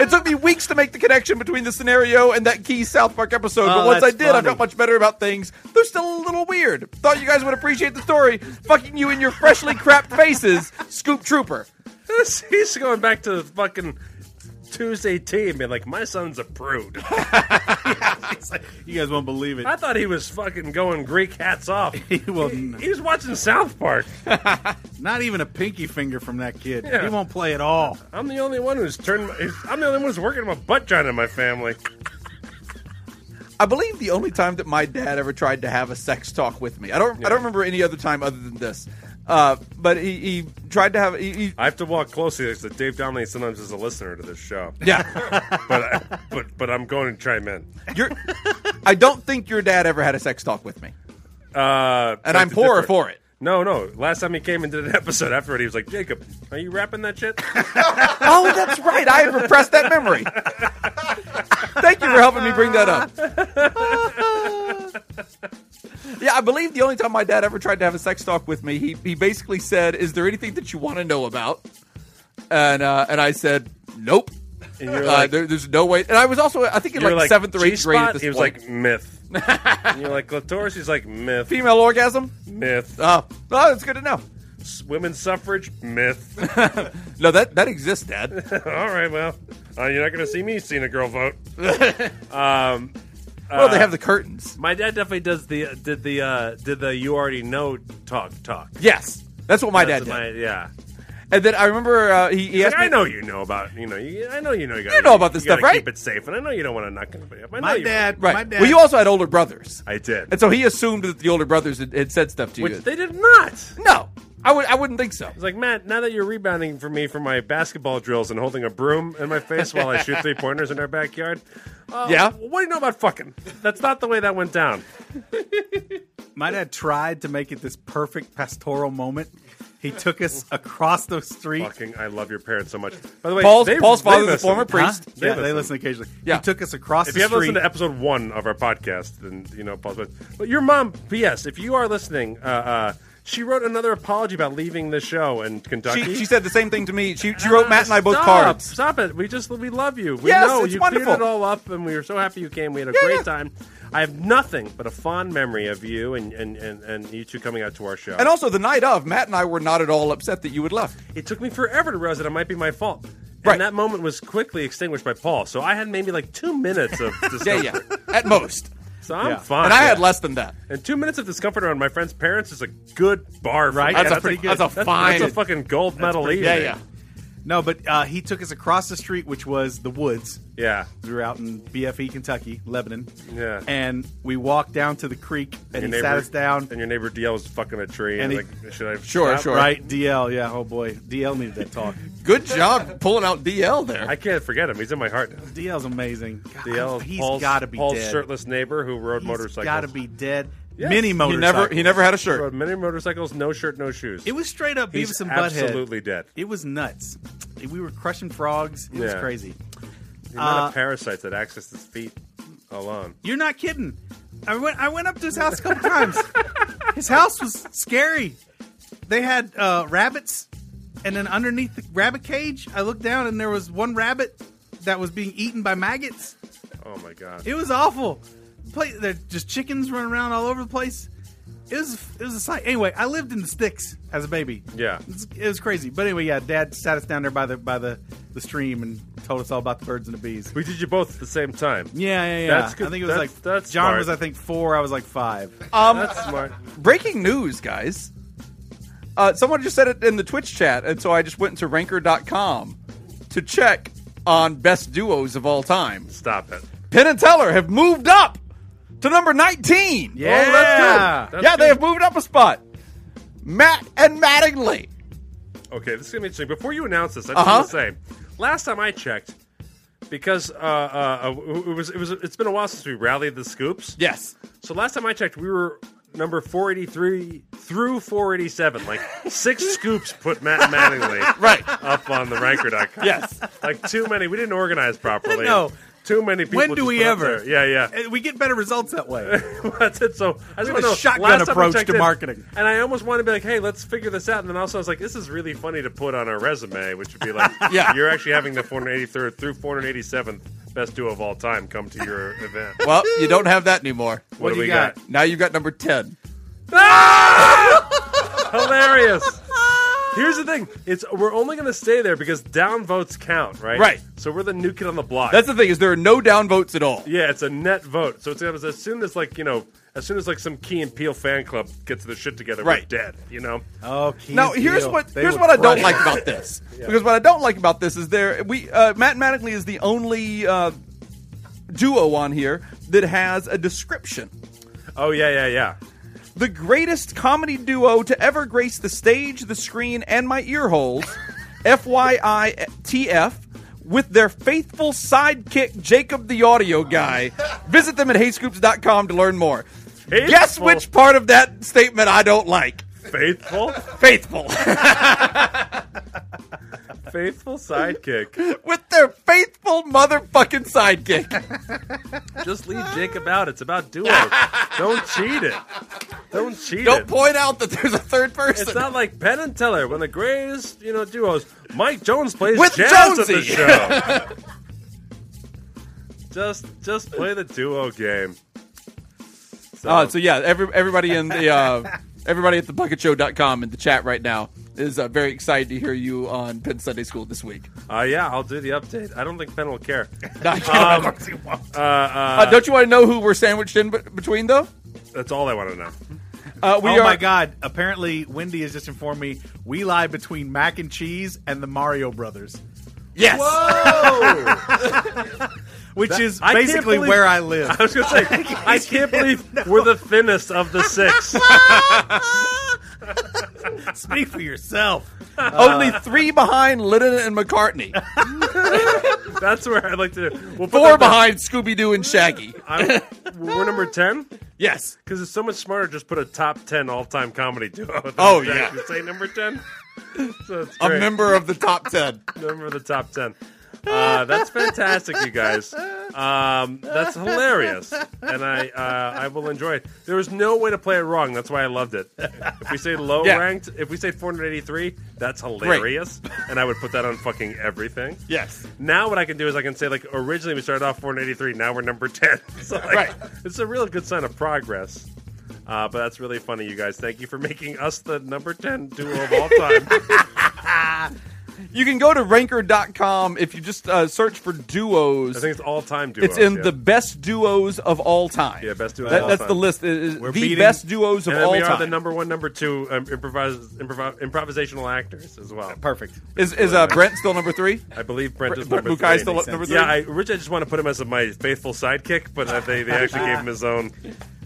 [SPEAKER 7] It took me weeks to make the connection between the scenario and that key South Park episode, but
[SPEAKER 13] Oh,
[SPEAKER 7] once I
[SPEAKER 13] that's
[SPEAKER 7] did, I
[SPEAKER 13] funny.
[SPEAKER 7] felt much better about things. They're still a little weird. Thought you guys would appreciate the story. Fucking you in your freshly crapped faces, Scoop Trooper.
[SPEAKER 1] He's going back to the fucking Tuesday team and like, my son's a prude.
[SPEAKER 13] You guys won't believe it.
[SPEAKER 1] I thought he was fucking going Greek hats off.
[SPEAKER 13] He will n-
[SPEAKER 1] He was watching South Park.
[SPEAKER 13] not even a pinky finger from that kid.
[SPEAKER 1] Yeah.
[SPEAKER 13] He won't play at all.
[SPEAKER 1] I'm the only one who's turned. who's- I'm the only one who's working my butt joint in my family.
[SPEAKER 7] I believe the only time that my dad ever tried to have a sex talk with me. I don't. I don't remember any other time other than this. Uh, but he, he tried to have.
[SPEAKER 5] I have to walk closely because Dave Donnelly sometimes is a listener to this show.
[SPEAKER 7] Yeah.
[SPEAKER 5] but but but I'm going to chime in.
[SPEAKER 7] You're, I don't think your dad ever had a sex talk with me.
[SPEAKER 5] Uh,
[SPEAKER 7] And I'm poorer for it.
[SPEAKER 5] No, no. Last time he came and did an episode after it, he was like, "Jacob, are you rapping that shit?"
[SPEAKER 7] oh, that's right. I had repressed that memory. Thank you for helping me bring that up. Yeah, I believe the only time my dad ever tried to have a sex talk with me, he, he basically said, "Is there anything that you want to know about?" And uh, and I said, "Nope."
[SPEAKER 5] And you're
[SPEAKER 7] Uh,
[SPEAKER 5] like-
[SPEAKER 7] there- there's no way. And I was also, I think, in
[SPEAKER 5] You were
[SPEAKER 7] like, seventh or eighth
[SPEAKER 5] "G-spot?"
[SPEAKER 7] grade at this
[SPEAKER 5] He was
[SPEAKER 7] point.
[SPEAKER 5] like myth. and you're like clitoris. He's like myth.
[SPEAKER 7] Female orgasm?
[SPEAKER 5] Myth.
[SPEAKER 7] Oh, oh, that's good to know.
[SPEAKER 5] Women's suffrage? Myth.
[SPEAKER 7] no, that that exists, Dad.
[SPEAKER 5] All right, well, uh, you're not going to see me seeing a girl vote. um,
[SPEAKER 7] Well, they have the curtains.
[SPEAKER 5] My dad definitely does the did the uh, did the you already know talk talk.
[SPEAKER 7] Yes, that's what my
[SPEAKER 5] That's
[SPEAKER 7] dad
[SPEAKER 5] my-
[SPEAKER 7] did.
[SPEAKER 5] yeah.
[SPEAKER 7] And then I remember uh, he, he
[SPEAKER 5] He's
[SPEAKER 7] asked
[SPEAKER 5] like, I
[SPEAKER 7] me-
[SPEAKER 5] know you know about you know you, I know you know you, gotta,
[SPEAKER 7] You know about this
[SPEAKER 5] you gotta
[SPEAKER 7] stuff, right?
[SPEAKER 5] Keep it safe, and I know you don't want to knock anybody up. I know
[SPEAKER 4] My
[SPEAKER 5] you
[SPEAKER 4] dad,
[SPEAKER 7] Right.
[SPEAKER 4] my dad.
[SPEAKER 7] Well, you also had older brothers.
[SPEAKER 5] I did.
[SPEAKER 7] And so he assumed that the older brothers had, had said stuff to
[SPEAKER 5] Which
[SPEAKER 7] you.
[SPEAKER 5] they did not.
[SPEAKER 7] No, I would. I wouldn't think so.
[SPEAKER 5] It's like Matt. Now that you're rebounding for me for my basketball drills and holding a broom in my face while I shoot three pointers in our backyard. uh,
[SPEAKER 1] Oh,
[SPEAKER 4] Yeah?
[SPEAKER 5] What do you know about fucking? That's not the way that went down.
[SPEAKER 4] My dad tried to make it this perfect pastoral moment. He took us across the street.
[SPEAKER 5] Fucking, I love your parents so much. By the way,
[SPEAKER 4] Paul's-
[SPEAKER 5] they-
[SPEAKER 4] Paul's
[SPEAKER 5] they
[SPEAKER 4] father's a
[SPEAKER 5] listen.
[SPEAKER 4] former priest.
[SPEAKER 5] They
[SPEAKER 4] Yeah, they listen occasionally. He took us across
[SPEAKER 5] If
[SPEAKER 4] the
[SPEAKER 5] you haven't
[SPEAKER 4] street.
[SPEAKER 5] listened to episode one of our podcast, then you know Paul's. But, but your mom, P.S. If you are listening, uh, uh, she wrote another apology about leaving the show in Kentucky.
[SPEAKER 7] She, she said the same thing to me. She, she wrote Matt and I both
[SPEAKER 5] Stop,
[SPEAKER 7] cards.
[SPEAKER 5] Stop it. We just we love you. We
[SPEAKER 7] Yes,
[SPEAKER 5] know
[SPEAKER 7] it's
[SPEAKER 5] you
[SPEAKER 7] wonderful.
[SPEAKER 5] cleared it all up, and we were so happy you came. We had a great time. I have nothing but a fond memory of you and and, and, and you two coming out to our show.
[SPEAKER 7] And also the night of, Matt and I were not at all upset that you had left.
[SPEAKER 5] It took me forever to realize that it might be my fault.
[SPEAKER 7] Right.
[SPEAKER 5] And that moment was quickly extinguished by Paul. So I had maybe like two minutes of discomfort.
[SPEAKER 7] yeah. At most.
[SPEAKER 5] So I'm
[SPEAKER 7] Yeah.
[SPEAKER 5] fine.
[SPEAKER 7] And I had less than that.
[SPEAKER 5] And two minutes of discomfort around my friend's parents is a good bar, for
[SPEAKER 4] Right?
[SPEAKER 5] me.
[SPEAKER 4] That's a pretty good- that's a
[SPEAKER 5] That's
[SPEAKER 4] fine-
[SPEAKER 5] a fucking gold medal
[SPEAKER 4] pretty
[SPEAKER 5] lead.
[SPEAKER 4] good. Yeah, No, but uh, he took us across the street, which was the woods.
[SPEAKER 5] Yeah,
[SPEAKER 4] we were out in BFE, Kentucky, Lebanon.
[SPEAKER 5] Yeah.
[SPEAKER 4] and we walked down to the creek, and he
[SPEAKER 5] your
[SPEAKER 4] sat
[SPEAKER 5] neighbor-
[SPEAKER 4] us down.
[SPEAKER 5] And your neighbor DL was fucking a tree. And,
[SPEAKER 4] And
[SPEAKER 5] like, should I stop?
[SPEAKER 4] Right, DL. Yeah, oh boy, DL needed that talk.
[SPEAKER 7] Good job pulling out DL there.
[SPEAKER 5] I can't forget him. He's in my heart. now.
[SPEAKER 4] DL's amazing. God,
[SPEAKER 5] DL,
[SPEAKER 4] he's
[SPEAKER 5] Paul's,
[SPEAKER 4] got to be
[SPEAKER 5] Paul's
[SPEAKER 4] dead.
[SPEAKER 5] shirtless neighbor who rode motorcycles.
[SPEAKER 4] Got to be dead.
[SPEAKER 5] Yes.
[SPEAKER 4] Many motorcycles.
[SPEAKER 5] Rode many motorcycles, no shirt, no shoes.
[SPEAKER 4] It was straight up
[SPEAKER 5] He's
[SPEAKER 4] Beavis and Butthead.
[SPEAKER 5] absolutely dead.
[SPEAKER 4] It was nuts. We were crushing frogs. It was
[SPEAKER 5] Yeah.
[SPEAKER 4] crazy.
[SPEAKER 5] The amount
[SPEAKER 4] Uh,
[SPEAKER 5] of parasites that access his feet alone.
[SPEAKER 4] You're not kidding. I went. I went up to his house a couple times. His house was scary. They had uh, rabbits, and then underneath the rabbit cage, I looked down and there was one rabbit that was being eaten by maggots.
[SPEAKER 5] Oh my god.
[SPEAKER 4] It was awful. Play, there just chickens running around all over the place. It was it was a sight. Anyway, I lived in the sticks as a baby.
[SPEAKER 5] Yeah.
[SPEAKER 4] It's- it was crazy. But anyway, yeah, Dad sat us down there by the by the, the stream and told us all about the birds and the bees.
[SPEAKER 5] We did you both at the same time.
[SPEAKER 4] Yeah, yeah, yeah.
[SPEAKER 5] That's good.
[SPEAKER 4] I think it was
[SPEAKER 5] That's-
[SPEAKER 4] like
[SPEAKER 5] that's
[SPEAKER 4] John
[SPEAKER 5] smart.
[SPEAKER 4] was I think four. I was like five.
[SPEAKER 7] Um,
[SPEAKER 5] That's smart.
[SPEAKER 7] Breaking news, guys. Uh, someone just said it in the Twitch chat, and so I just went to ranker.com to check on best duos of all time.
[SPEAKER 5] Stop it.
[SPEAKER 7] Penn and Teller have moved up to number 19.
[SPEAKER 4] Yeah.
[SPEAKER 7] Oh, that's good.
[SPEAKER 5] That's
[SPEAKER 7] yeah, they
[SPEAKER 5] good.
[SPEAKER 7] have moved up a spot. Matt and Mattingly.
[SPEAKER 5] Okay, this is gonna be interesting. Before you announce this, I just
[SPEAKER 7] Uh-huh.
[SPEAKER 5] want to say, last time I checked, because uh, uh, uh, it was it was it's been a while since we rallied the scoops.
[SPEAKER 7] Yes.
[SPEAKER 5] So last time I checked, we were number four eighty three through four eighty seven. Like six scoops put Matt Mattingly
[SPEAKER 7] right
[SPEAKER 5] up on the ranker.com.
[SPEAKER 7] Yes.
[SPEAKER 5] Like too many. We didn't organize properly.
[SPEAKER 4] No.
[SPEAKER 5] Too many people.
[SPEAKER 4] When do
[SPEAKER 5] just
[SPEAKER 4] we
[SPEAKER 5] put up
[SPEAKER 4] ever?
[SPEAKER 5] there. Yeah, yeah.
[SPEAKER 4] And we get better results that way.
[SPEAKER 5] That's it. So I
[SPEAKER 4] We have a
[SPEAKER 5] just want to know,
[SPEAKER 4] shotgun
[SPEAKER 5] last time I
[SPEAKER 4] approach
[SPEAKER 5] checked
[SPEAKER 4] to
[SPEAKER 5] in-
[SPEAKER 4] marketing.
[SPEAKER 5] And I almost wanted to be like, hey, let's figure this out. And then also I was like, this is really funny to put on our resume, which would be like,
[SPEAKER 7] Yeah.
[SPEAKER 5] you're actually having the 483rd through 487th best duo of all time come to your event.
[SPEAKER 7] Well, you don't have that anymore.
[SPEAKER 5] What What do do we you got?
[SPEAKER 7] Now you've got number 10.
[SPEAKER 5] Hilarious. Here's the thing: it's we're only going to stay there because downvotes count, right?
[SPEAKER 7] Right.
[SPEAKER 5] So we're the new kid on the block.
[SPEAKER 7] That's the thing is there are no down votes at all.
[SPEAKER 5] Yeah, it's a net vote. So it's it's as soon as like you know, as soon as like some Key and Peel fan club gets their shit together,
[SPEAKER 7] Right.
[SPEAKER 5] we're dead. You know.
[SPEAKER 4] Oh, Key
[SPEAKER 7] Now here's what here's what I don't like about this because what I don't like about this is there we uh, mathematically is the only uh, duo on here that has a description.
[SPEAKER 5] Oh yeah, yeah, yeah.
[SPEAKER 7] the greatest comedy duo to ever grace the stage, the screen, and my ear holes, FYITF, with their faithful sidekick, Jacob the Audio Guy. Visit them at hayscoops.com to learn more. Guess
[SPEAKER 5] Faithful.
[SPEAKER 7] which part of that statement I don't like?
[SPEAKER 5] Faithful?
[SPEAKER 7] Faithful.
[SPEAKER 5] Faithful sidekick.
[SPEAKER 7] with their faithful motherfucking sidekick.
[SPEAKER 5] Just leave Jacob out. It's about duo. Don't cheat it. Don't cheat
[SPEAKER 7] Don't
[SPEAKER 5] it.
[SPEAKER 7] point out that there's a third person.
[SPEAKER 5] It's not like Penn and Teller, one of the greatest, you know, duos. Mike Jones plays
[SPEAKER 7] With
[SPEAKER 5] jazz
[SPEAKER 7] Jonesy.
[SPEAKER 5] at the show. just, just play the duo game. So,
[SPEAKER 7] Uh, so yeah, every, everybody in the uh, everybody at the bucketshow.com in the chat right now is uh, very excited to hear you on Penn Sunday School this week.
[SPEAKER 5] uh, yeah, I'll do the update. I don't think Penn will care.
[SPEAKER 7] of course he
[SPEAKER 5] um, uh, uh,
[SPEAKER 7] Uh, don't you want to know who we're sandwiched in be- between though?
[SPEAKER 5] That's all I want to know.
[SPEAKER 7] Uh, we
[SPEAKER 4] oh
[SPEAKER 7] are
[SPEAKER 4] my god! Apparently, Wendy has just informed me we lie between mac and cheese and the Mario Brothers.
[SPEAKER 7] Yes.
[SPEAKER 4] Which
[SPEAKER 5] That-
[SPEAKER 4] is
[SPEAKER 5] I can't
[SPEAKER 4] basically
[SPEAKER 5] believe-
[SPEAKER 4] where I live.
[SPEAKER 5] I was gonna say, I can't believe we're the thinnest of the six.
[SPEAKER 4] Speak for yourself.
[SPEAKER 7] only three behind Lennon and McCartney,
[SPEAKER 5] That's where I'd like to do. We'll put
[SPEAKER 7] four
[SPEAKER 5] the-
[SPEAKER 7] behind Scooby Doo and Shaggy.
[SPEAKER 5] I, we're number ten.
[SPEAKER 7] Yes.
[SPEAKER 5] Because it's so much smarter just put a top ten all time comedy duo. than
[SPEAKER 7] Oh,
[SPEAKER 5] to
[SPEAKER 7] yeah.
[SPEAKER 5] actually say number ten. So it's
[SPEAKER 7] A
[SPEAKER 5] great.
[SPEAKER 7] member of the top ten.
[SPEAKER 5] member of the top ten. Uh, that's fantastic, you guys. Um, that's hilarious, and I uh, I will enjoy it. There was no way to play it wrong. That's why I loved it. If we say low
[SPEAKER 7] Yeah.
[SPEAKER 5] ranked, if we say 483, that's hilarious, and I would put that on fucking everything.
[SPEAKER 7] Yes.
[SPEAKER 5] Now what I can do is I can say like originally we started off 483, now we're number 10. So like,
[SPEAKER 7] Right.
[SPEAKER 5] It's a real good sign of progress. Uh, but that's really funny, you guys. Thank you for making us the number 10 duo of all time.
[SPEAKER 7] You can go to ranker.com if you just uh, search for duos.
[SPEAKER 5] I think it's all time duo.
[SPEAKER 7] it's in the best duos of all time.
[SPEAKER 5] Yeah, best duos
[SPEAKER 7] That-
[SPEAKER 5] of all
[SPEAKER 7] that's
[SPEAKER 5] time.
[SPEAKER 7] the list. It is
[SPEAKER 4] We're
[SPEAKER 7] the
[SPEAKER 4] beating-
[SPEAKER 7] best duos of
[SPEAKER 5] and then
[SPEAKER 7] all
[SPEAKER 5] we are
[SPEAKER 7] time.
[SPEAKER 5] the number one, number two um, improvis- improv- improvisational actors as well.
[SPEAKER 4] Perfect.
[SPEAKER 7] is is uh, Brent still number three?
[SPEAKER 5] I believe Brent
[SPEAKER 7] Bre-
[SPEAKER 5] is number
[SPEAKER 7] Bukai
[SPEAKER 5] three.
[SPEAKER 7] still Makes number sense.
[SPEAKER 5] Yeah,
[SPEAKER 7] three?
[SPEAKER 5] I, originally I just want to put him as my faithful sidekick, but uh, they, they actually gave him his own.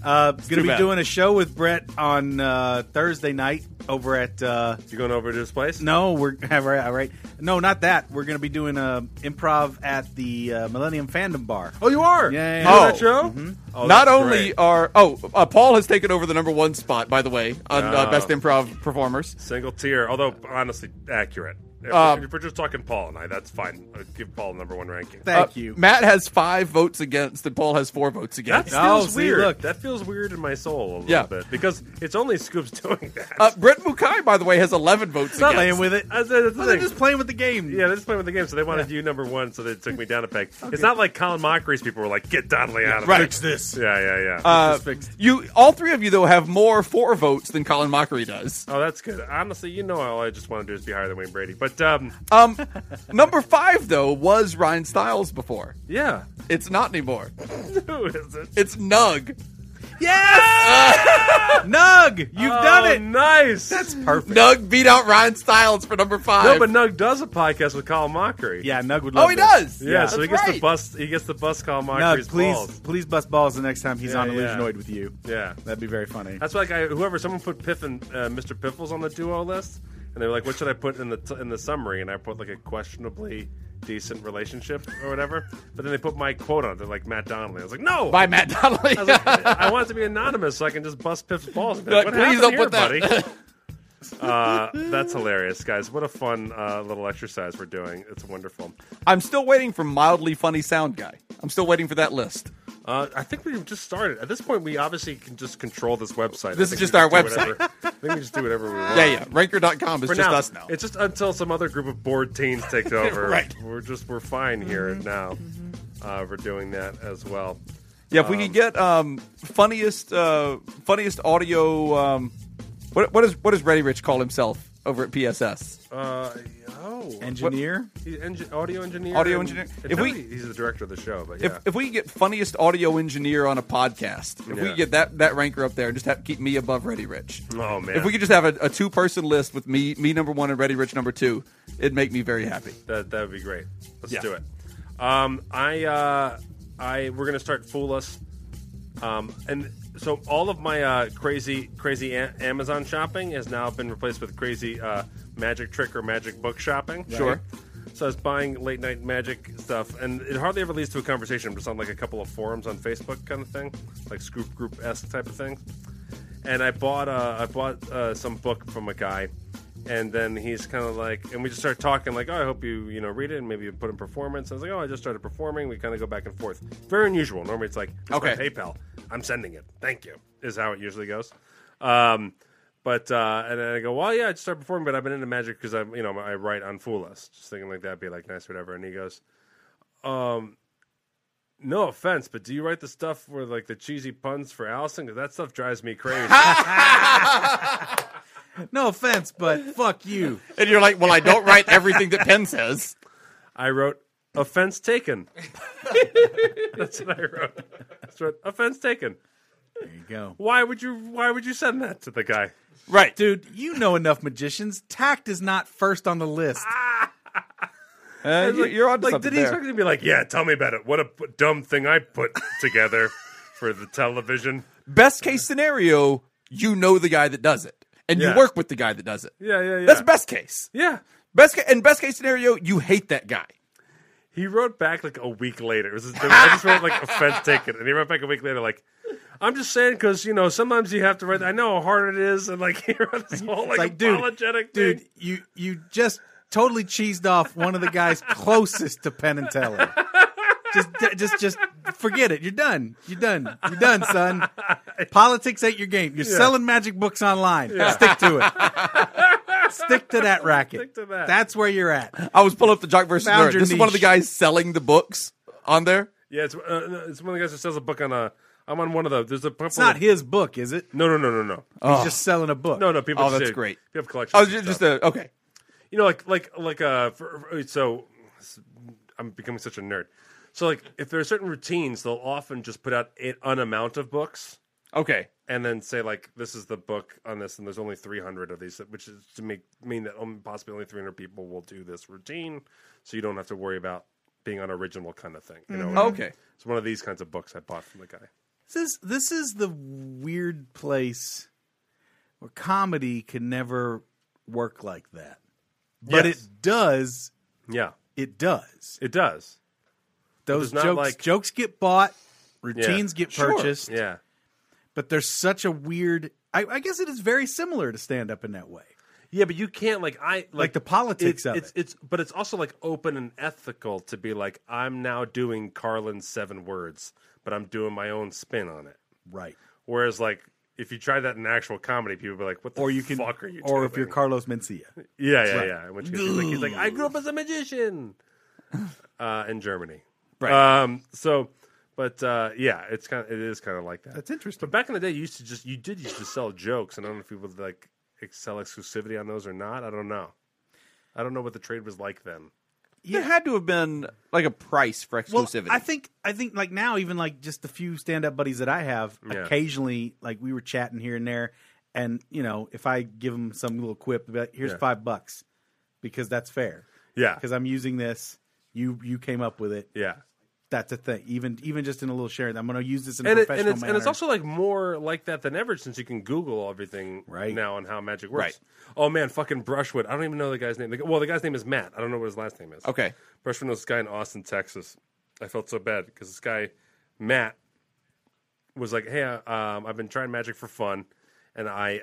[SPEAKER 4] Uh, gonna
[SPEAKER 7] too
[SPEAKER 4] be
[SPEAKER 7] bad.
[SPEAKER 4] doing a show with Brett on uh, Thursday night over at. Uh,
[SPEAKER 5] You going over to his place?
[SPEAKER 4] no, we're all right, all right. No, not that. We're gonna be doing uh, improv at the uh, Millennium Fandom Bar.
[SPEAKER 5] Oh, you are?
[SPEAKER 4] Yeah, yeah,
[SPEAKER 5] You doing
[SPEAKER 7] yeah.
[SPEAKER 5] that show? Oh,
[SPEAKER 7] Mm-hmm. Not
[SPEAKER 5] that's
[SPEAKER 7] only
[SPEAKER 5] great.
[SPEAKER 7] are oh uh, Paul has taken over the number one spot by the way on uh,
[SPEAKER 5] Oh.
[SPEAKER 7] best improv performers.
[SPEAKER 5] Single tier, although honestly accurate. If,
[SPEAKER 7] Um,
[SPEAKER 5] if we're just talking Paul and I, that's fine. I'll give Paul number one ranking.
[SPEAKER 4] Thank
[SPEAKER 7] Uh,
[SPEAKER 4] you.
[SPEAKER 7] Matt has five votes against, and Paul has four votes
[SPEAKER 5] that
[SPEAKER 7] against.
[SPEAKER 4] Oh,
[SPEAKER 5] feels
[SPEAKER 4] see,
[SPEAKER 5] weird.
[SPEAKER 4] look.
[SPEAKER 5] That feels weird in my soul a little
[SPEAKER 7] Yeah.
[SPEAKER 5] bit because it's only Scoops doing that.
[SPEAKER 7] Uh, Brett Mukai, by the way, has eleven votes
[SPEAKER 5] not
[SPEAKER 7] against.
[SPEAKER 4] playing with it.
[SPEAKER 5] I said, that's the
[SPEAKER 4] Well, they're
[SPEAKER 5] thing.
[SPEAKER 4] just playing with the game.
[SPEAKER 5] yeah, they're just playing with the game, so they wanted you number one, so they took me down a peg. It's not like Colin Mockery's people were like, "Get Donnelly out of
[SPEAKER 7] right.
[SPEAKER 5] it."
[SPEAKER 7] Fix
[SPEAKER 5] this. Yeah, yeah, yeah.
[SPEAKER 7] Uh, you all three of you though have more four votes than Colin Mockery does.
[SPEAKER 5] oh, that's good. Honestly, you know, all I just want to do is be higher than Wayne Brady. But um,
[SPEAKER 7] Um, number five though was Ryan Stiles before.
[SPEAKER 5] yeah,
[SPEAKER 7] It's not anymore.
[SPEAKER 5] who is it?
[SPEAKER 7] It's Nug.
[SPEAKER 4] Nug, you've done it.
[SPEAKER 5] Oh, Nice.
[SPEAKER 4] That's perfect.
[SPEAKER 7] Nug beat out Ryan Stiles for number
[SPEAKER 5] no,
[SPEAKER 7] five.
[SPEAKER 5] but Nug does a podcast with Colin Mockery.
[SPEAKER 4] Yeah, Nug would love
[SPEAKER 7] oh, he
[SPEAKER 4] this.
[SPEAKER 7] does.
[SPEAKER 5] Yeah, so he
[SPEAKER 7] That's
[SPEAKER 5] gets
[SPEAKER 7] right.
[SPEAKER 5] the bust. He gets the bust. Colin Mockery's
[SPEAKER 4] Nug, please,
[SPEAKER 5] balls.
[SPEAKER 4] please bust balls the next time he's
[SPEAKER 5] Yeah,
[SPEAKER 4] on
[SPEAKER 5] yeah.
[SPEAKER 4] Illusionoid with you.
[SPEAKER 5] Yeah,
[SPEAKER 4] That'd be very funny.
[SPEAKER 5] that's like I, whoever someone put Piff and uh, Mr. Piffles on the duo list, and they were like, "What should I put in the t- in the summary?" And I put like a questionably decent relationship or whatever. But then they put my quote on. it. They're like Matt Donnelly. I was like, "No,
[SPEAKER 7] By Matt Donnelly.
[SPEAKER 5] I, was like, I want it to be anonymous so I can just bust Piff's balls." and be Like,
[SPEAKER 7] Like,
[SPEAKER 5] what
[SPEAKER 7] please
[SPEAKER 5] happened
[SPEAKER 7] don't
[SPEAKER 5] here,
[SPEAKER 7] put
[SPEAKER 5] buddy? uh, that's hilarious, guys. What a fun uh, little exercise we're doing. It's wonderful.
[SPEAKER 7] I'm still waiting for mildly funny sound guy. I'm still waiting for that list.
[SPEAKER 5] Uh, I think we just started. At this point, we obviously can just control this website. I
[SPEAKER 7] This is
[SPEAKER 5] think
[SPEAKER 7] just
[SPEAKER 5] we
[SPEAKER 7] our
[SPEAKER 5] do
[SPEAKER 7] website.
[SPEAKER 5] whatever- I think we just do whatever we want.
[SPEAKER 7] Yeah, yeah. Ranker.com is
[SPEAKER 5] For
[SPEAKER 7] just
[SPEAKER 5] now,
[SPEAKER 7] us now.
[SPEAKER 5] It's just until some other group of bored teens takes over.
[SPEAKER 7] Right. Mm-hmm.
[SPEAKER 5] We're just we're fine here now. Uh, we're doing that as well.
[SPEAKER 7] yeah, if we can get um, funniest uh, funniest audio. Um, what what is what does Ready Rich call himself over at PSS?
[SPEAKER 5] Uh, oh,
[SPEAKER 4] Engineer?
[SPEAKER 5] he's engi- audio engineer.
[SPEAKER 7] Audio
[SPEAKER 5] and-
[SPEAKER 7] engineer.
[SPEAKER 5] and
[SPEAKER 7] If we-
[SPEAKER 5] really, he's the director of the show, but
[SPEAKER 7] If
[SPEAKER 5] yeah.
[SPEAKER 7] if we can get funniest audio engineer on a podcast, if we
[SPEAKER 5] Yeah.
[SPEAKER 7] could get that that ranker up there and just have, keep me above Ready Rich.
[SPEAKER 5] oh man,
[SPEAKER 7] If we could just have a, a two person list with me me number one and Ready Rich number two, it'd make me very happy.
[SPEAKER 5] That that would be great. Let's
[SPEAKER 7] Yeah.
[SPEAKER 5] do it. Um, I uh, I we're gonna start fool us. Um, and so all of my uh, crazy crazy a- Amazon shopping has now been replaced with crazy uh, magic trick or magic book shopping.
[SPEAKER 7] Sure.
[SPEAKER 5] So I was buying late night magic stuff, and it hardly ever leads to a conversation. But it's on like a couple of forums on Facebook, kind of thing, like Scoop Group esque type of thing. And I bought uh, I bought uh, some book from a guy, and then he's kind of like, and we just start talking like, oh, I hope you you know read it and maybe you put in performance. I was like, oh, I just started performing. We kind of go back and forth. Very unusual. Normally it's like, okay,
[SPEAKER 7] Okay.
[SPEAKER 5] PayPal, I'm sending it. Thank you. Is how it usually goes. Um, but uh, and then I go, well, yeah, I just started performing, but I've been into magic because I'm, you know, I write on Fool Us, just thinking like that'd be like nice, whatever. And he goes, um, no offense, but do you write the stuff where like the cheesy puns for Allison? Because that stuff drives me crazy.
[SPEAKER 4] no offense, but fuck you.
[SPEAKER 7] And you're like, well, I don't write everything that Penn says.
[SPEAKER 5] I wrote offense taken. That's what I wrote. That's what offense taken.
[SPEAKER 4] There you go.
[SPEAKER 5] Why would you? Why would you send that to the guy?
[SPEAKER 7] Right.
[SPEAKER 4] Dude, you know enough magicians. Tact is not first on the list.
[SPEAKER 5] Ah! I was
[SPEAKER 7] you-
[SPEAKER 5] like-
[SPEAKER 7] you're onto
[SPEAKER 5] like,
[SPEAKER 7] something
[SPEAKER 5] Did he
[SPEAKER 7] there.
[SPEAKER 5] expect me to be like, yeah, tell me about it. What a p- dumb thing I put together for the television.
[SPEAKER 7] Best case scenario, you know the guy that does it, and
[SPEAKER 5] Yeah.
[SPEAKER 7] you work with the guy that does it.
[SPEAKER 5] Yeah, yeah, yeah.
[SPEAKER 7] That's best case.
[SPEAKER 5] Yeah.
[SPEAKER 7] Best ca- and best case scenario, you hate that guy.
[SPEAKER 5] He wrote back like a week later. It was just, I just wrote like offense taken, and he wrote back a week later like, "I'm just saying because you know sometimes you have to write. I know how hard it is, and like he wrote this whole like,
[SPEAKER 4] like, dude,
[SPEAKER 5] apologetic
[SPEAKER 4] dude,
[SPEAKER 5] thing.
[SPEAKER 4] you you just totally cheesed off one of the guys closest to Penn and Teller. Just, just, just forget it. You're done. You're done. You're done, son. Politics ain't your game. You're
[SPEAKER 5] Yeah.
[SPEAKER 4] selling magic books online.
[SPEAKER 5] Yeah.
[SPEAKER 4] Stick to it. Stick to that racket.
[SPEAKER 5] Stick to that.
[SPEAKER 4] That's where you're at.
[SPEAKER 7] I was pulling up the jock versus
[SPEAKER 4] Found
[SPEAKER 7] nerd.
[SPEAKER 4] your
[SPEAKER 7] This is one of the
[SPEAKER 4] niche.
[SPEAKER 7] guys selling the books on there.
[SPEAKER 5] Yeah, it's uh, no, it's one of the guys that sells a book on a. I'm on one of the. There's a. Couple
[SPEAKER 4] It's not
[SPEAKER 5] of,
[SPEAKER 4] his book, is it?
[SPEAKER 5] No, no, no, no, no.
[SPEAKER 4] He's just selling a book.
[SPEAKER 5] No, no, people.
[SPEAKER 7] Oh,
[SPEAKER 5] just
[SPEAKER 7] that's
[SPEAKER 5] do-
[SPEAKER 7] great.
[SPEAKER 5] People have collections.
[SPEAKER 7] Oh,
[SPEAKER 5] and
[SPEAKER 7] ju-
[SPEAKER 5] stuff.
[SPEAKER 7] just a, okay.
[SPEAKER 5] you know, like like like uh, for, for- so I'm becoming such a nerd. So like, if there are certain routines, they'll often just put out a- an amount of books,
[SPEAKER 7] Okay.
[SPEAKER 5] and then say like, this is the book on this, and there's only 300 of these, which is to make mean that um, possibly only 300 people will do this routine, so you don't have to worry about being on original kind of thing. You
[SPEAKER 4] Mhm.
[SPEAKER 5] know? what I mean?
[SPEAKER 7] Mm-hmm. Okay.
[SPEAKER 5] It's one of these kinds of books I bought from the guy.
[SPEAKER 4] This is this is the weird place where comedy can never work like that. But
[SPEAKER 5] Yes.
[SPEAKER 4] it does.
[SPEAKER 5] Yeah,
[SPEAKER 4] It does.
[SPEAKER 5] it does.
[SPEAKER 4] Those
[SPEAKER 5] it's not
[SPEAKER 4] jokes
[SPEAKER 5] like-
[SPEAKER 4] jokes get bought, routines get
[SPEAKER 5] Sure.
[SPEAKER 4] purchased.
[SPEAKER 5] Yeah.
[SPEAKER 4] But there's such a weird I, I guess it is very similar to stand up in that way.
[SPEAKER 5] Yeah, but you can't like I like,
[SPEAKER 4] the politics
[SPEAKER 5] it's,
[SPEAKER 4] of
[SPEAKER 5] it's,
[SPEAKER 4] it.
[SPEAKER 5] It's but it's also like open and ethical to be like I'm now doing Carlin's seven words, but I'm doing my own spin on it.
[SPEAKER 4] Right.
[SPEAKER 5] Whereas like if you try that in actual comedy, people be like, "What the
[SPEAKER 4] Or you can
[SPEAKER 5] fuck are you?"
[SPEAKER 4] or
[SPEAKER 5] doing?
[SPEAKER 4] if you're Carlos Mencia.
[SPEAKER 5] yeah, yeah,
[SPEAKER 4] Right.
[SPEAKER 5] yeah. In which case he's like, he's like, "I grew up as a magician," uh, in Germany.
[SPEAKER 7] Right.
[SPEAKER 5] Um. So, but uh, yeah, it's kind. Of, it is kind of like that.
[SPEAKER 4] That's interesting.
[SPEAKER 5] But back in the day, you used to just you did used to sell jokes. and I don't know if people like sell exclusivity on those or not. I don't know. I don't know what the trade was like then.
[SPEAKER 7] There had to have been like a price for exclusivity.
[SPEAKER 4] Well, I think I think like now, even like just the few stand up buddies that I have,
[SPEAKER 5] Yeah.
[SPEAKER 4] occasionally like we were chatting here and there, and you know if I give them some little quip, they'll be like, here's
[SPEAKER 5] Yeah.
[SPEAKER 4] five bucks because that's fair
[SPEAKER 5] Yeah,
[SPEAKER 4] because I'm using this. You you came up with it.
[SPEAKER 5] yeah.
[SPEAKER 4] That's a thing. Even even just in a little sharing, I'm going to use this in a
[SPEAKER 5] And, it,
[SPEAKER 4] professional
[SPEAKER 5] and it's
[SPEAKER 4] manner.
[SPEAKER 5] and it's also like more like that than ever since you can Google everything
[SPEAKER 4] Right.
[SPEAKER 5] now on how magic works.
[SPEAKER 7] Right.
[SPEAKER 5] Oh man, fucking Brushwood. I don't even know the guy's name. The, g- well, the guy's name is Matt. I don't know what his last name is.
[SPEAKER 7] okay.
[SPEAKER 5] Brushwood knows this guy in Austin, Texas. I felt so bad because this guy Matt was like, "Hey, uh, um, I've been trying magic for fun, and I,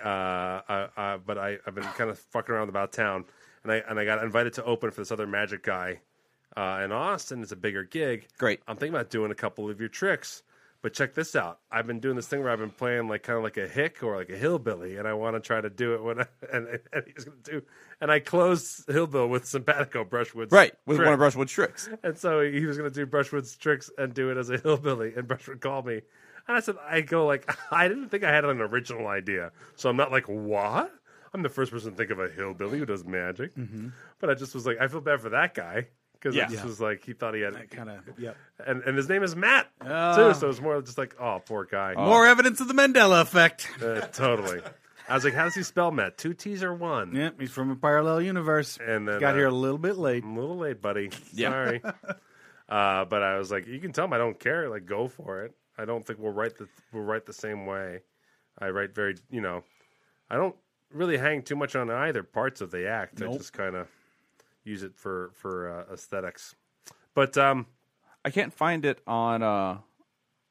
[SPEAKER 5] uh, uh, uh, but I, I've been kind of fucking around about town, and I and I got invited to open for this other magic guy uh, in Austin. It's a bigger gig.
[SPEAKER 7] Great.
[SPEAKER 5] I'm thinking about doing a couple of your tricks, but check this out. I've been doing this thing where I've been playing like kind of like a hick or like a hillbilly, and I want to try to do it when I, and, and he's gonna do, and I closed hillbill with simpatico brushwood.
[SPEAKER 7] Right. With one of Brushwood's tricks.
[SPEAKER 5] And so he was going to do Brushwood's tricks and do it as a hillbilly. And Brushwood called me, and I said, "I go like I didn't think I had an original idea, so I'm not like what." I'm the first person to think of a hillbilly who does magic,
[SPEAKER 13] Mm-hmm.
[SPEAKER 5] but I just was like, I feel bad for that guy because
[SPEAKER 7] Yeah.
[SPEAKER 5] I just
[SPEAKER 7] Yeah.
[SPEAKER 5] was like, he thought he had,
[SPEAKER 4] kind of yep.
[SPEAKER 5] and and his name is Matt
[SPEAKER 4] Ah.
[SPEAKER 5] too, so it's more just like, oh, poor guy,
[SPEAKER 4] More evidence of the Mandela effect.
[SPEAKER 5] Uh, totally. I was like, how does he spell Matt? Two T's or one?
[SPEAKER 4] Yep, he's from a parallel universe.
[SPEAKER 5] And then
[SPEAKER 4] Got
[SPEAKER 5] uh,
[SPEAKER 4] here a little bit late.
[SPEAKER 5] I'm a little late, buddy.
[SPEAKER 7] Yeah.
[SPEAKER 5] Sorry. uh, but I was like, you can tell him I don't care. Like, go for it. I don't think we'll write the we'll write the same way. I write very, you know, I don't really hang too much on either parts of the act. I
[SPEAKER 7] Nope.
[SPEAKER 5] just kind of use it for for uh, aesthetics. But um,
[SPEAKER 7] I can't find it on uh,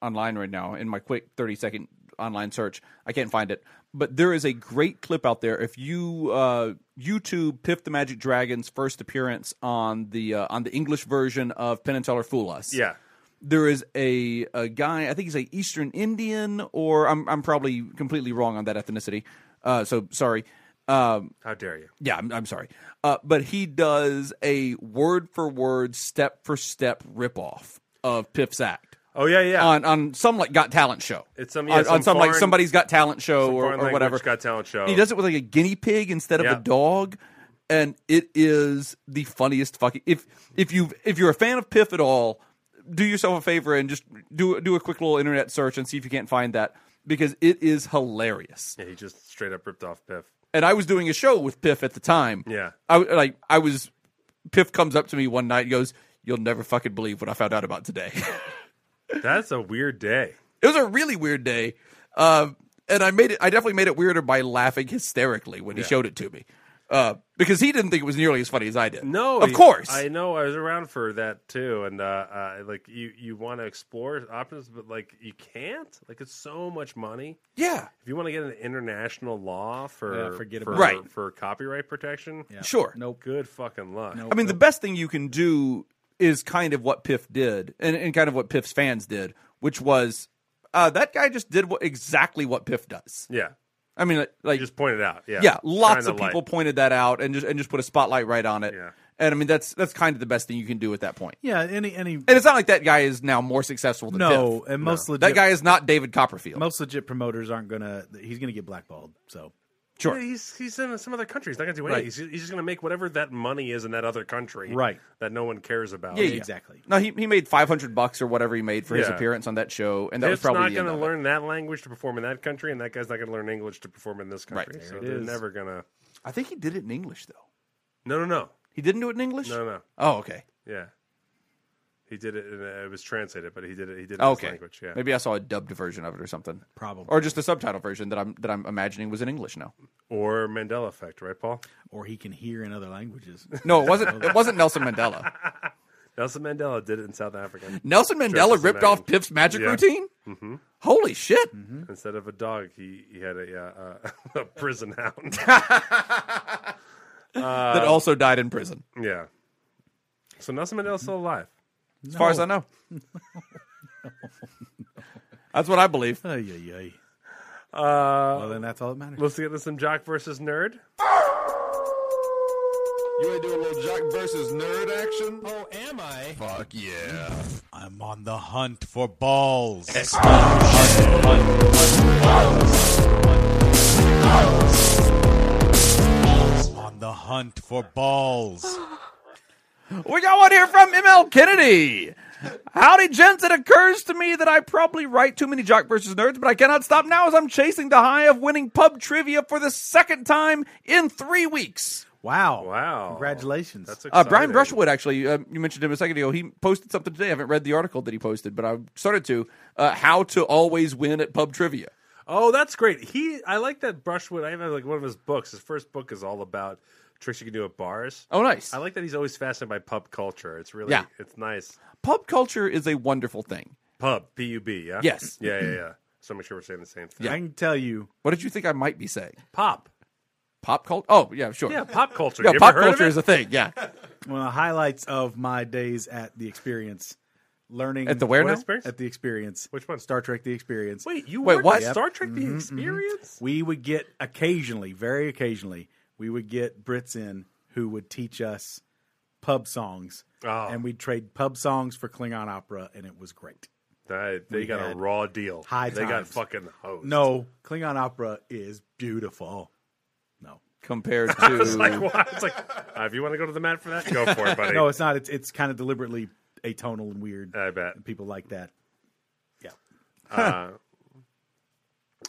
[SPEAKER 7] online right now in my quick thirty second online search. I can't find it, but there is a great clip out there. If you uh, YouTube Piff the Magic Dragon's first appearance on the uh, on the English version of Penn and Teller Fool Us,
[SPEAKER 5] Yeah.
[SPEAKER 7] There is a, a guy, I think he's a Eastern Indian, or I'm I'm probably completely wrong on that ethnicity. Uh, so sorry. Um,
[SPEAKER 5] How dare you?
[SPEAKER 7] Yeah, I'm, I'm sorry. Uh, but he does a word for word, step for step ripoff of Piff's act.
[SPEAKER 5] Oh yeah, yeah.
[SPEAKER 7] On on some like Got Talent show.
[SPEAKER 5] It's some- yeah,
[SPEAKER 7] on,
[SPEAKER 5] some
[SPEAKER 7] on some like
[SPEAKER 5] foreign-
[SPEAKER 7] somebody's Got Talent show
[SPEAKER 5] some
[SPEAKER 7] or,
[SPEAKER 5] foreign
[SPEAKER 7] or whatever.
[SPEAKER 5] language Got Talent show.
[SPEAKER 7] He does it with like a guinea pig instead of
[SPEAKER 5] Yeah.
[SPEAKER 7] a dog, and it is the funniest fucking. If if you if you're a fan of Piff at all, do yourself a favor and just do do a quick little internet search and see if you can't find that because it is hilarious.
[SPEAKER 5] yeah, he just straight up ripped off Piff.
[SPEAKER 7] And I was doing a show with Piff at the time.
[SPEAKER 5] Yeah.
[SPEAKER 7] I w- like I was Piff comes up to me one night and goes, "You'll never fucking believe what I found out about today."
[SPEAKER 5] That's a weird day.
[SPEAKER 7] it was a really weird day. Um and I made it I definitely made it weirder by laughing hysterically when
[SPEAKER 5] Yeah.
[SPEAKER 7] he showed it to me. Uh, because he didn't think it was nearly as funny as I did.
[SPEAKER 5] No,
[SPEAKER 7] Of
[SPEAKER 5] you-
[SPEAKER 7] course.
[SPEAKER 5] I know. I was around for that too, and uh, uh, like you, you want to explore options, but like you can't. Like it's so much money.
[SPEAKER 7] Yeah.
[SPEAKER 5] If you want to get an international law for
[SPEAKER 7] Yeah, forget
[SPEAKER 5] for,
[SPEAKER 7] about it. Right.
[SPEAKER 5] for copyright protection,
[SPEAKER 7] Sure.
[SPEAKER 5] Nope. Good fucking luck.
[SPEAKER 7] I mean, the best thing you can do is kind of what Piff did, and, and kind of what Piff's fans did, which was uh, that guy just did what, exactly what Piff does.
[SPEAKER 5] yeah.
[SPEAKER 7] I mean, like
[SPEAKER 5] just pointed out. Yeah.
[SPEAKER 7] lots
[SPEAKER 5] Shine
[SPEAKER 7] of
[SPEAKER 5] the
[SPEAKER 7] people
[SPEAKER 5] light.
[SPEAKER 7] pointed that out and just and just put a spotlight right on it.
[SPEAKER 5] Yeah.
[SPEAKER 7] And I mean, that's that's kind of the best thing you can do at that point.
[SPEAKER 4] Yeah, any any
[SPEAKER 7] And it's not like that guy is now more successful than
[SPEAKER 4] No,
[SPEAKER 7] Piff.
[SPEAKER 4] and most
[SPEAKER 7] that
[SPEAKER 4] legit-
[SPEAKER 7] guy is not David Copperfield.
[SPEAKER 4] most legit promoters aren't gonna. He's gonna get blackballed. So
[SPEAKER 5] Yeah, he's he's in some other country. He's not gonna do anything.
[SPEAKER 4] Right.
[SPEAKER 5] He's, he's just gonna make whatever that money is in that other country,
[SPEAKER 4] Right.
[SPEAKER 5] That no one cares about.
[SPEAKER 7] Yeah, yeah. No, he, he made five hundred bucks or whatever he made for his
[SPEAKER 5] Yeah.
[SPEAKER 7] appearance on that show, and that
[SPEAKER 5] Piff's
[SPEAKER 7] was probably
[SPEAKER 5] not
[SPEAKER 7] the
[SPEAKER 5] going
[SPEAKER 7] end
[SPEAKER 5] to
[SPEAKER 7] of it.
[SPEAKER 5] learn that language to perform in that country, and that guy's not going to learn English to perform in this country.
[SPEAKER 7] There
[SPEAKER 5] So
[SPEAKER 7] it
[SPEAKER 5] they're
[SPEAKER 7] is.
[SPEAKER 5] never going to.
[SPEAKER 7] I think he did it in English though.
[SPEAKER 5] No, no, no.
[SPEAKER 7] He didn't do it in English.
[SPEAKER 5] No, no.
[SPEAKER 7] Oh, okay.
[SPEAKER 5] Yeah, he did it. In, uh, it was translated, but he did it. He did it in his
[SPEAKER 7] Okay.
[SPEAKER 5] language. Yeah,
[SPEAKER 7] Maybe I saw a dubbed version of it or something.
[SPEAKER 4] Probably.
[SPEAKER 7] Or just a subtitle version that I'm that I'm imagining was in English now.
[SPEAKER 5] or Mandela effect, right, Paul?
[SPEAKER 4] Or he can hear in other languages.
[SPEAKER 7] No, it wasn't it wasn't Nelson Mandela.
[SPEAKER 5] Nelson Mandela did it in South Africa.
[SPEAKER 7] Nelson Mandela
[SPEAKER 5] Dressed as a
[SPEAKER 7] ripped off
[SPEAKER 5] man.
[SPEAKER 7] Piff's magic routine?
[SPEAKER 5] hmm
[SPEAKER 7] Holy shit.
[SPEAKER 5] Mm-hmm. Instead of a dog, he, he had a, uh, uh, a prison hound Uh,
[SPEAKER 7] that also died in prison.
[SPEAKER 5] Yeah. So Nelson Mandela's still alive,
[SPEAKER 7] As far as I know. That's what I believe.
[SPEAKER 4] Ay, ay, ay.
[SPEAKER 5] Uh,
[SPEAKER 4] well, then that's all that matters.
[SPEAKER 5] Let's get into some Jock versus Nerd.
[SPEAKER 16] You ain't doing a little jock versus nerd action? Oh, am I?
[SPEAKER 17] Fuck yeah.
[SPEAKER 16] I'm on the hunt for balls. On the hunt for balls.
[SPEAKER 7] We got one here from ML Kennedy. Howdy, gents. It occurs to me that I probably write too many Jock versus Nerds, but I cannot stop now as I'm chasing the high of winning pub trivia for the second time in three weeks.
[SPEAKER 4] Wow.
[SPEAKER 5] Wow.
[SPEAKER 4] Congratulations. That's
[SPEAKER 7] Uh, Brian Brushwood, actually, uh, you mentioned him a second ago. He posted something today. I haven't read the article that he posted, but I started to. Uh, how to always win at pub trivia.
[SPEAKER 5] Oh, that's great. He, I like that Brushwood. I have like one of his books. His first book is all about tricks you can do at bars.
[SPEAKER 7] Oh, nice.
[SPEAKER 5] I like that he's always fascinated by pub culture. It's really,
[SPEAKER 7] Yeah.
[SPEAKER 5] it's nice.
[SPEAKER 7] Pub culture is a wonderful thing.
[SPEAKER 5] Pub, P U B. Yeah.
[SPEAKER 7] Yes.
[SPEAKER 5] Yeah, yeah, yeah. So make sure we're saying the same thing.
[SPEAKER 4] I can tell you.
[SPEAKER 7] What did you think I might be saying?
[SPEAKER 5] Pop.
[SPEAKER 7] Pop culture? Oh, yeah, sure.
[SPEAKER 5] Yeah, pop culture.
[SPEAKER 7] Yeah,
[SPEAKER 5] You ever
[SPEAKER 7] pop
[SPEAKER 5] heard of
[SPEAKER 7] culture
[SPEAKER 5] it?
[SPEAKER 7] is a thing, yeah.
[SPEAKER 4] One of the highlights of my days at the experience, learning
[SPEAKER 7] At the where
[SPEAKER 4] What
[SPEAKER 7] now?
[SPEAKER 4] experience? At the experience. Which
[SPEAKER 5] one?
[SPEAKER 4] Star Trek: The Experience. Mm-hmm.
[SPEAKER 5] Wait, you
[SPEAKER 7] Wait,
[SPEAKER 5] worked
[SPEAKER 7] what?
[SPEAKER 5] at Star Trek: The Experience?
[SPEAKER 4] We would get occasionally, very occasionally, we would get Brits in who would teach us pub songs,
[SPEAKER 5] Oh.
[SPEAKER 4] and we'd trade pub songs for Klingon opera, and it was great.
[SPEAKER 5] They, they
[SPEAKER 4] We
[SPEAKER 5] got a
[SPEAKER 4] had
[SPEAKER 5] raw deal.
[SPEAKER 4] high
[SPEAKER 5] They got
[SPEAKER 4] times.
[SPEAKER 5] fucking hosed.
[SPEAKER 4] No, Klingon opera is beautiful.
[SPEAKER 7] Compared to.
[SPEAKER 5] I was like, what? It's like, uh, if you want to go to the mat for that, go for it, buddy.
[SPEAKER 4] no, it's not. It's it's kind of deliberately atonal and weird.
[SPEAKER 5] I bet
[SPEAKER 4] people like that. Yeah.
[SPEAKER 5] Uh,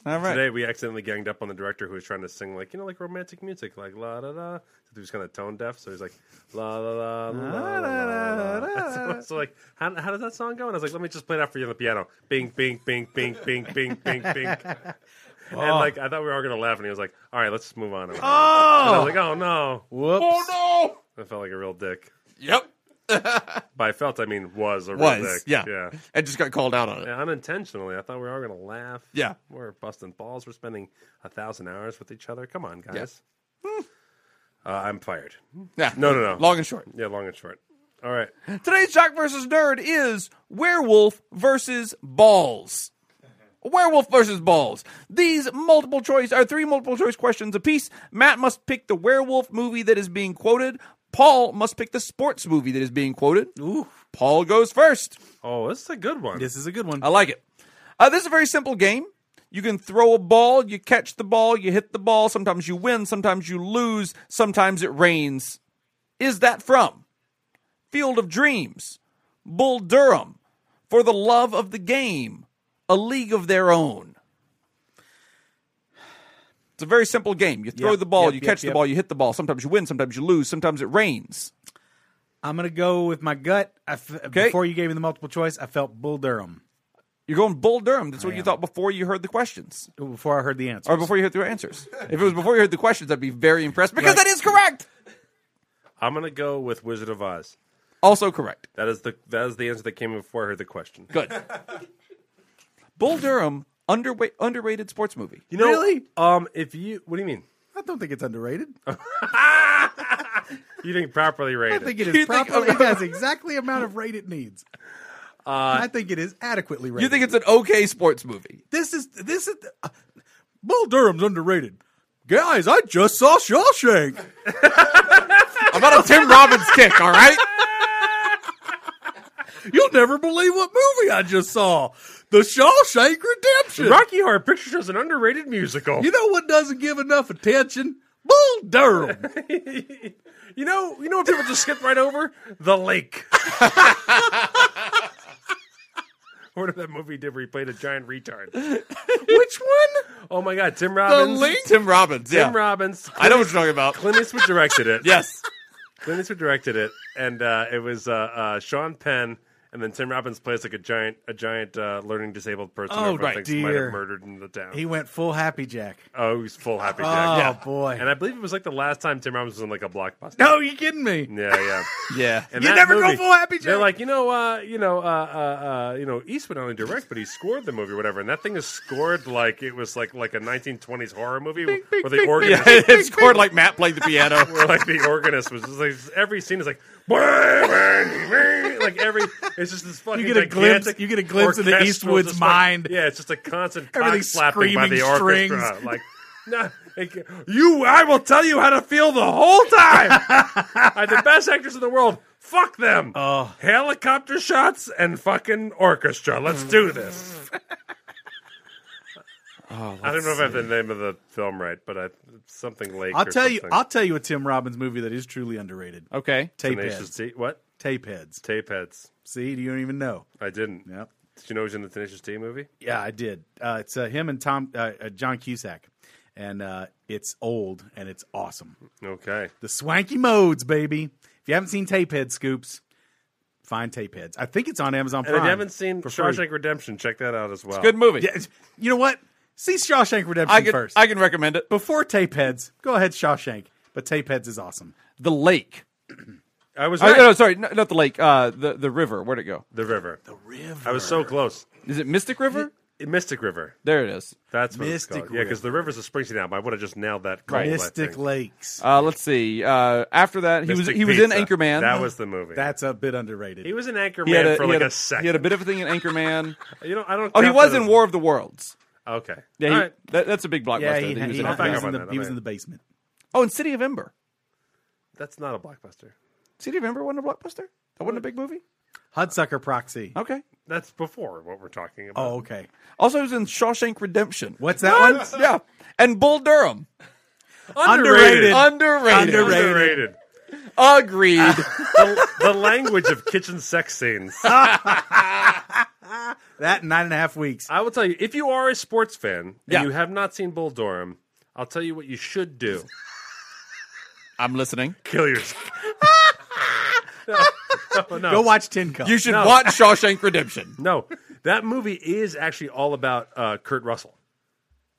[SPEAKER 7] All right.
[SPEAKER 5] Today we accidentally ganged up on the director who was trying to sing like you know like romantic music like la da da. He was kind of tone deaf, so he's like la la la la la la. la. So like how, how does that song go? And I was like, let me just play that for you on the piano. Bing bing bing bing bing bing bing bing. And
[SPEAKER 2] Oh.
[SPEAKER 5] like I thought we were all gonna laugh, and he was like, "All right, let's move on." Oh, I
[SPEAKER 2] Oh!
[SPEAKER 5] was like, "Oh no,
[SPEAKER 2] Whoops.
[SPEAKER 5] oh no!" I felt like a real dick. Yep. By felt, I mean was a real
[SPEAKER 7] Was,
[SPEAKER 5] dick.
[SPEAKER 7] yeah.
[SPEAKER 5] yeah.
[SPEAKER 7] And just got called out on it.
[SPEAKER 5] Yeah, unintentionally. I thought we were all going to laugh.
[SPEAKER 7] Yeah.
[SPEAKER 5] We're busting balls. We're spending a thousand hours with each other. Come on, guys.
[SPEAKER 7] Yeah.
[SPEAKER 5] Uh, I'm fired.
[SPEAKER 7] Yeah.
[SPEAKER 5] No, no, no.
[SPEAKER 7] Long and short.
[SPEAKER 5] Yeah, long and short. All right.
[SPEAKER 7] Today's Jock versus Nerd is werewolf versus balls. Werewolf versus balls. These multiple choice are three multiple choice questions apiece. Matt must pick the werewolf movie that is being quoted. Paul must pick the sports movie that is being quoted. Ooh. Paul goes first.
[SPEAKER 5] Oh, this is a good one.
[SPEAKER 4] This is a good one.
[SPEAKER 7] I like it. Uh, this is a very simple game. You can throw a ball, you catch the ball, you hit the ball. Sometimes you win, sometimes you lose, sometimes it rains. Is that from Field of Dreams, Bull Durham, For the Love of the Game, A League of Their Own? It's a very simple game. You throw
[SPEAKER 4] Yep,
[SPEAKER 7] the ball,
[SPEAKER 4] yep,
[SPEAKER 7] you
[SPEAKER 4] yep,
[SPEAKER 7] catch the
[SPEAKER 4] yep.
[SPEAKER 7] ball, you hit the ball. Sometimes you win, sometimes you lose, sometimes it rains.
[SPEAKER 4] I'm gonna go with my gut. I f- Before you gave me the multiple choice, I felt Bull Durham.
[SPEAKER 7] You're going Bull Durham. That's what you thought before you heard the questions.
[SPEAKER 4] Before I heard the answer.
[SPEAKER 7] Or before you heard the answers. if it was before you heard the questions, I'd be very impressed because that is correct.
[SPEAKER 5] I'm going to go with Wizard of Oz.
[SPEAKER 7] Also correct.
[SPEAKER 5] That is the that is the answer that came before I heard the question.
[SPEAKER 7] Good. Bull Durham, underweight, underrated sports movie.
[SPEAKER 5] You know, Um, if you, what do you mean?
[SPEAKER 4] I don't think it's underrated.
[SPEAKER 5] You didn't properly rate
[SPEAKER 4] I
[SPEAKER 5] it.
[SPEAKER 4] think it is properly. it has exactly the amount of rate it needs.
[SPEAKER 5] Uh,
[SPEAKER 4] I think it is adequately rated.
[SPEAKER 7] You think it's an okay sports movie?
[SPEAKER 4] This is this is uh, Bull Durham's underrated. Guys, I just saw Shawshank.
[SPEAKER 7] I'm not a Tim Robbins kick, all right?
[SPEAKER 4] You'll never believe what movie I just saw. The Shawshank Redemption.
[SPEAKER 5] Rocky Horror Picture Show is an underrated musical.
[SPEAKER 4] You know what doesn't give enough attention? Bull Durham.
[SPEAKER 5] You know, you know what people just skip right over? The Lake. or whatever that movie did where he played a giant retard.
[SPEAKER 4] Which one?
[SPEAKER 5] Oh my god, Tim Robbins.
[SPEAKER 7] Link? Tim Robbins,
[SPEAKER 5] Tim
[SPEAKER 7] yeah.
[SPEAKER 5] Robbins.
[SPEAKER 7] I know what you're talking about.
[SPEAKER 5] Clint Eastwood directed it.
[SPEAKER 7] yes.
[SPEAKER 5] Clint Eastwood directed it, and uh, it was uh, uh, Sean Penn, and then Tim Robbins plays like a giant, a giant uh, learning disabled person.
[SPEAKER 4] Oh,
[SPEAKER 5] everyone
[SPEAKER 4] right,
[SPEAKER 5] thinks might
[SPEAKER 4] dear.
[SPEAKER 5] have murdered in the town.
[SPEAKER 4] He went full happy jack.
[SPEAKER 5] oh, he's full happy.
[SPEAKER 4] Oh,
[SPEAKER 5] Jack.
[SPEAKER 4] boy.
[SPEAKER 5] And I believe it was like the last time Tim Robbins was in like a blockbuster.
[SPEAKER 4] No, you kidding me?
[SPEAKER 5] Yeah, yeah,
[SPEAKER 7] yeah.
[SPEAKER 5] And
[SPEAKER 4] You
[SPEAKER 5] that
[SPEAKER 4] never go
[SPEAKER 5] movie,
[SPEAKER 4] full Happy
[SPEAKER 5] They're
[SPEAKER 4] Jack.
[SPEAKER 5] like, you know, uh, you know, uh, uh, uh, you know, Eastwood only direct, but he scored the movie, or whatever. And that thing is scored like it was like like a 1920s horror movie where the organist,
[SPEAKER 7] Yeah, it scored like Matt played the piano.
[SPEAKER 5] where like the organist was just like every scene is like, like every it's just this fucking
[SPEAKER 4] You get a glimpse-
[SPEAKER 5] gigantic
[SPEAKER 4] you get a glimpse into
[SPEAKER 5] orchestral
[SPEAKER 4] Eastwood's
[SPEAKER 5] just, like-
[SPEAKER 4] mind.
[SPEAKER 5] yeah, it's just a constant cock
[SPEAKER 4] Everything's
[SPEAKER 5] slapping by the
[SPEAKER 4] screaming
[SPEAKER 5] orchestra,
[SPEAKER 4] strings.
[SPEAKER 5] like. No, like, you, I will tell you how to feel the whole time. I'm the best actors in the world. Fuck them.
[SPEAKER 4] Oh.
[SPEAKER 5] Helicopter shots and fucking orchestra. Let's do this.
[SPEAKER 7] Oh,
[SPEAKER 5] I don't know if I have the name of the film right, but I, something late.
[SPEAKER 4] I'll tell you. I'll tell you a Tim Robbins movie that is truly underrated.
[SPEAKER 7] Okay.
[SPEAKER 5] Tenacious
[SPEAKER 4] Tapeheads.
[SPEAKER 5] D. What?
[SPEAKER 4] Tapeheads.
[SPEAKER 5] Tapeheads.
[SPEAKER 4] See, you don't even know.
[SPEAKER 5] I didn't.
[SPEAKER 4] Yep.
[SPEAKER 5] Did you know he was in the Tenacious D movie?
[SPEAKER 4] Yeah, I did. Uh, it's uh, him and Tom, uh, uh, John Cusack, and uh, it's old and it's awesome.
[SPEAKER 5] Okay.
[SPEAKER 4] The swanky modes, baby. If you haven't seen Tapehead Scoops, find Tapeheads. I think it's on Amazon
[SPEAKER 5] And
[SPEAKER 4] Prime.
[SPEAKER 5] if you haven't seen
[SPEAKER 4] for free.
[SPEAKER 5] Shawshank Redemption, check that out as well.
[SPEAKER 7] Good movie.
[SPEAKER 4] Yeah, it's- you know what? See Shawshank Redemption
[SPEAKER 7] I can
[SPEAKER 4] first.
[SPEAKER 7] I can recommend it.
[SPEAKER 4] Before Tapeheads, go ahead Shawshank, but Tapeheads is awesome.
[SPEAKER 7] The Lake.
[SPEAKER 5] I was
[SPEAKER 7] Oh,
[SPEAKER 5] right.
[SPEAKER 7] no, sorry, no, not the lake. Uh, the the river. Where'd it go?
[SPEAKER 5] The river. The river. I was so close.
[SPEAKER 7] Is it Mystic River?
[SPEAKER 5] Mystic River.
[SPEAKER 7] There it is.
[SPEAKER 5] That's what it's
[SPEAKER 4] Mystic
[SPEAKER 5] called. Yeah, because the river's a Springsteen album. I would have just nailed that. Cold, I
[SPEAKER 4] Mystic
[SPEAKER 5] think.
[SPEAKER 4] Lakes.
[SPEAKER 7] Uh, let's see. Uh, after that, he
[SPEAKER 5] Mystic
[SPEAKER 7] was he was in
[SPEAKER 5] Pizza.
[SPEAKER 7] Anchorman.
[SPEAKER 5] That was the movie.
[SPEAKER 4] That's a bit underrated.
[SPEAKER 5] he was in Anchorman
[SPEAKER 7] he had a,
[SPEAKER 5] for
[SPEAKER 7] he
[SPEAKER 5] like
[SPEAKER 7] had
[SPEAKER 5] a,
[SPEAKER 7] a-
[SPEAKER 5] second.
[SPEAKER 7] He had a bit of a thing in Anchorman.
[SPEAKER 5] you know, I don't.
[SPEAKER 7] oh, he
[SPEAKER 5] count
[SPEAKER 7] was
[SPEAKER 5] that
[SPEAKER 7] in
[SPEAKER 5] as-
[SPEAKER 7] War of the Worlds.
[SPEAKER 5] Okay.
[SPEAKER 7] Yeah, he,
[SPEAKER 5] All right.
[SPEAKER 7] that, that's a big blockbuster.
[SPEAKER 4] yeah,
[SPEAKER 7] that
[SPEAKER 4] he,
[SPEAKER 7] he, was
[SPEAKER 4] he-
[SPEAKER 7] in.
[SPEAKER 4] he
[SPEAKER 5] I'll
[SPEAKER 7] after that.
[SPEAKER 5] think
[SPEAKER 4] was in
[SPEAKER 5] about
[SPEAKER 4] the,
[SPEAKER 5] that,
[SPEAKER 4] he was
[SPEAKER 5] I
[SPEAKER 4] in
[SPEAKER 5] think.
[SPEAKER 4] the basement.
[SPEAKER 7] Oh, and City of Ember.
[SPEAKER 5] That's not a blockbuster.
[SPEAKER 7] City of Ember wasn't a blockbuster. That wasn't a big movie.
[SPEAKER 4] Hudsucker Proxy.
[SPEAKER 7] Okay.
[SPEAKER 5] That's before what we're talking about.
[SPEAKER 4] Oh, okay.
[SPEAKER 7] Also, he was in Shawshank Redemption.
[SPEAKER 4] What's that one?
[SPEAKER 7] yeah, and Bull Durham.
[SPEAKER 4] Underrated.
[SPEAKER 7] Underrated.
[SPEAKER 4] Underrated.
[SPEAKER 5] Underrated.
[SPEAKER 7] Agreed.
[SPEAKER 5] the, the language of kitchen sex scenes.
[SPEAKER 4] that in nine and a half weeks.
[SPEAKER 5] I will tell you, if you are a sports fan and
[SPEAKER 4] Yeah.
[SPEAKER 5] you have not seen Bull Durham, I'll tell you what you should do.
[SPEAKER 7] I'm listening.
[SPEAKER 5] Kill yourself. No, no.
[SPEAKER 4] Go watch Tin Cup.
[SPEAKER 5] No.
[SPEAKER 7] Shawshank Redemption.
[SPEAKER 5] No, that movie is actually all about uh, Kurt Russell.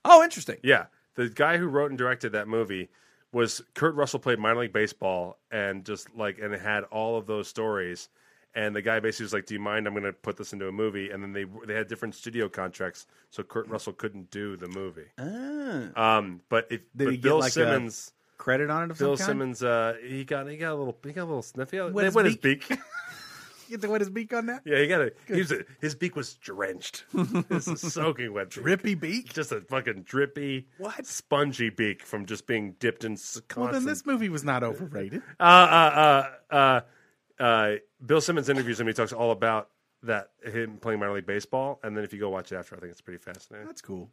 [SPEAKER 7] Oh, interesting.
[SPEAKER 5] Yeah, the guy who wrote and directed that movie was Kurt Russell played minor league baseball and just like and had all of those stories. And the guy basically was like, "Do you mind? I'm going to put this into a movie." And then they they had different studio contracts, so Kurt Russell couldn't do the movie.
[SPEAKER 7] Ah.
[SPEAKER 5] Um, but if
[SPEAKER 4] Did
[SPEAKER 5] but
[SPEAKER 4] he get,
[SPEAKER 5] Bill
[SPEAKER 4] like, a
[SPEAKER 5] Simmons
[SPEAKER 4] credit on it of some
[SPEAKER 5] Bill
[SPEAKER 4] kind?
[SPEAKER 5] Simmons, uh, he got he got a little he got a little sniffy. They
[SPEAKER 4] Wet his
[SPEAKER 5] wet his beak.
[SPEAKER 4] You have to wet his beak on that?
[SPEAKER 5] Yeah, he got a, he was a, his beak was drenched. this is soaking wet. Beak.
[SPEAKER 4] Drippy beak?
[SPEAKER 5] Just a fucking drippy,
[SPEAKER 4] What?
[SPEAKER 5] spongy beak from just being dipped in s- constant.
[SPEAKER 4] Well, then this movie was not overrated.
[SPEAKER 5] uh, uh, uh, uh, uh, Bill Simmons interviews him. He talks all about that him playing minor league baseball, and then if you go watch it after, I think it's pretty fascinating.
[SPEAKER 4] That's cool.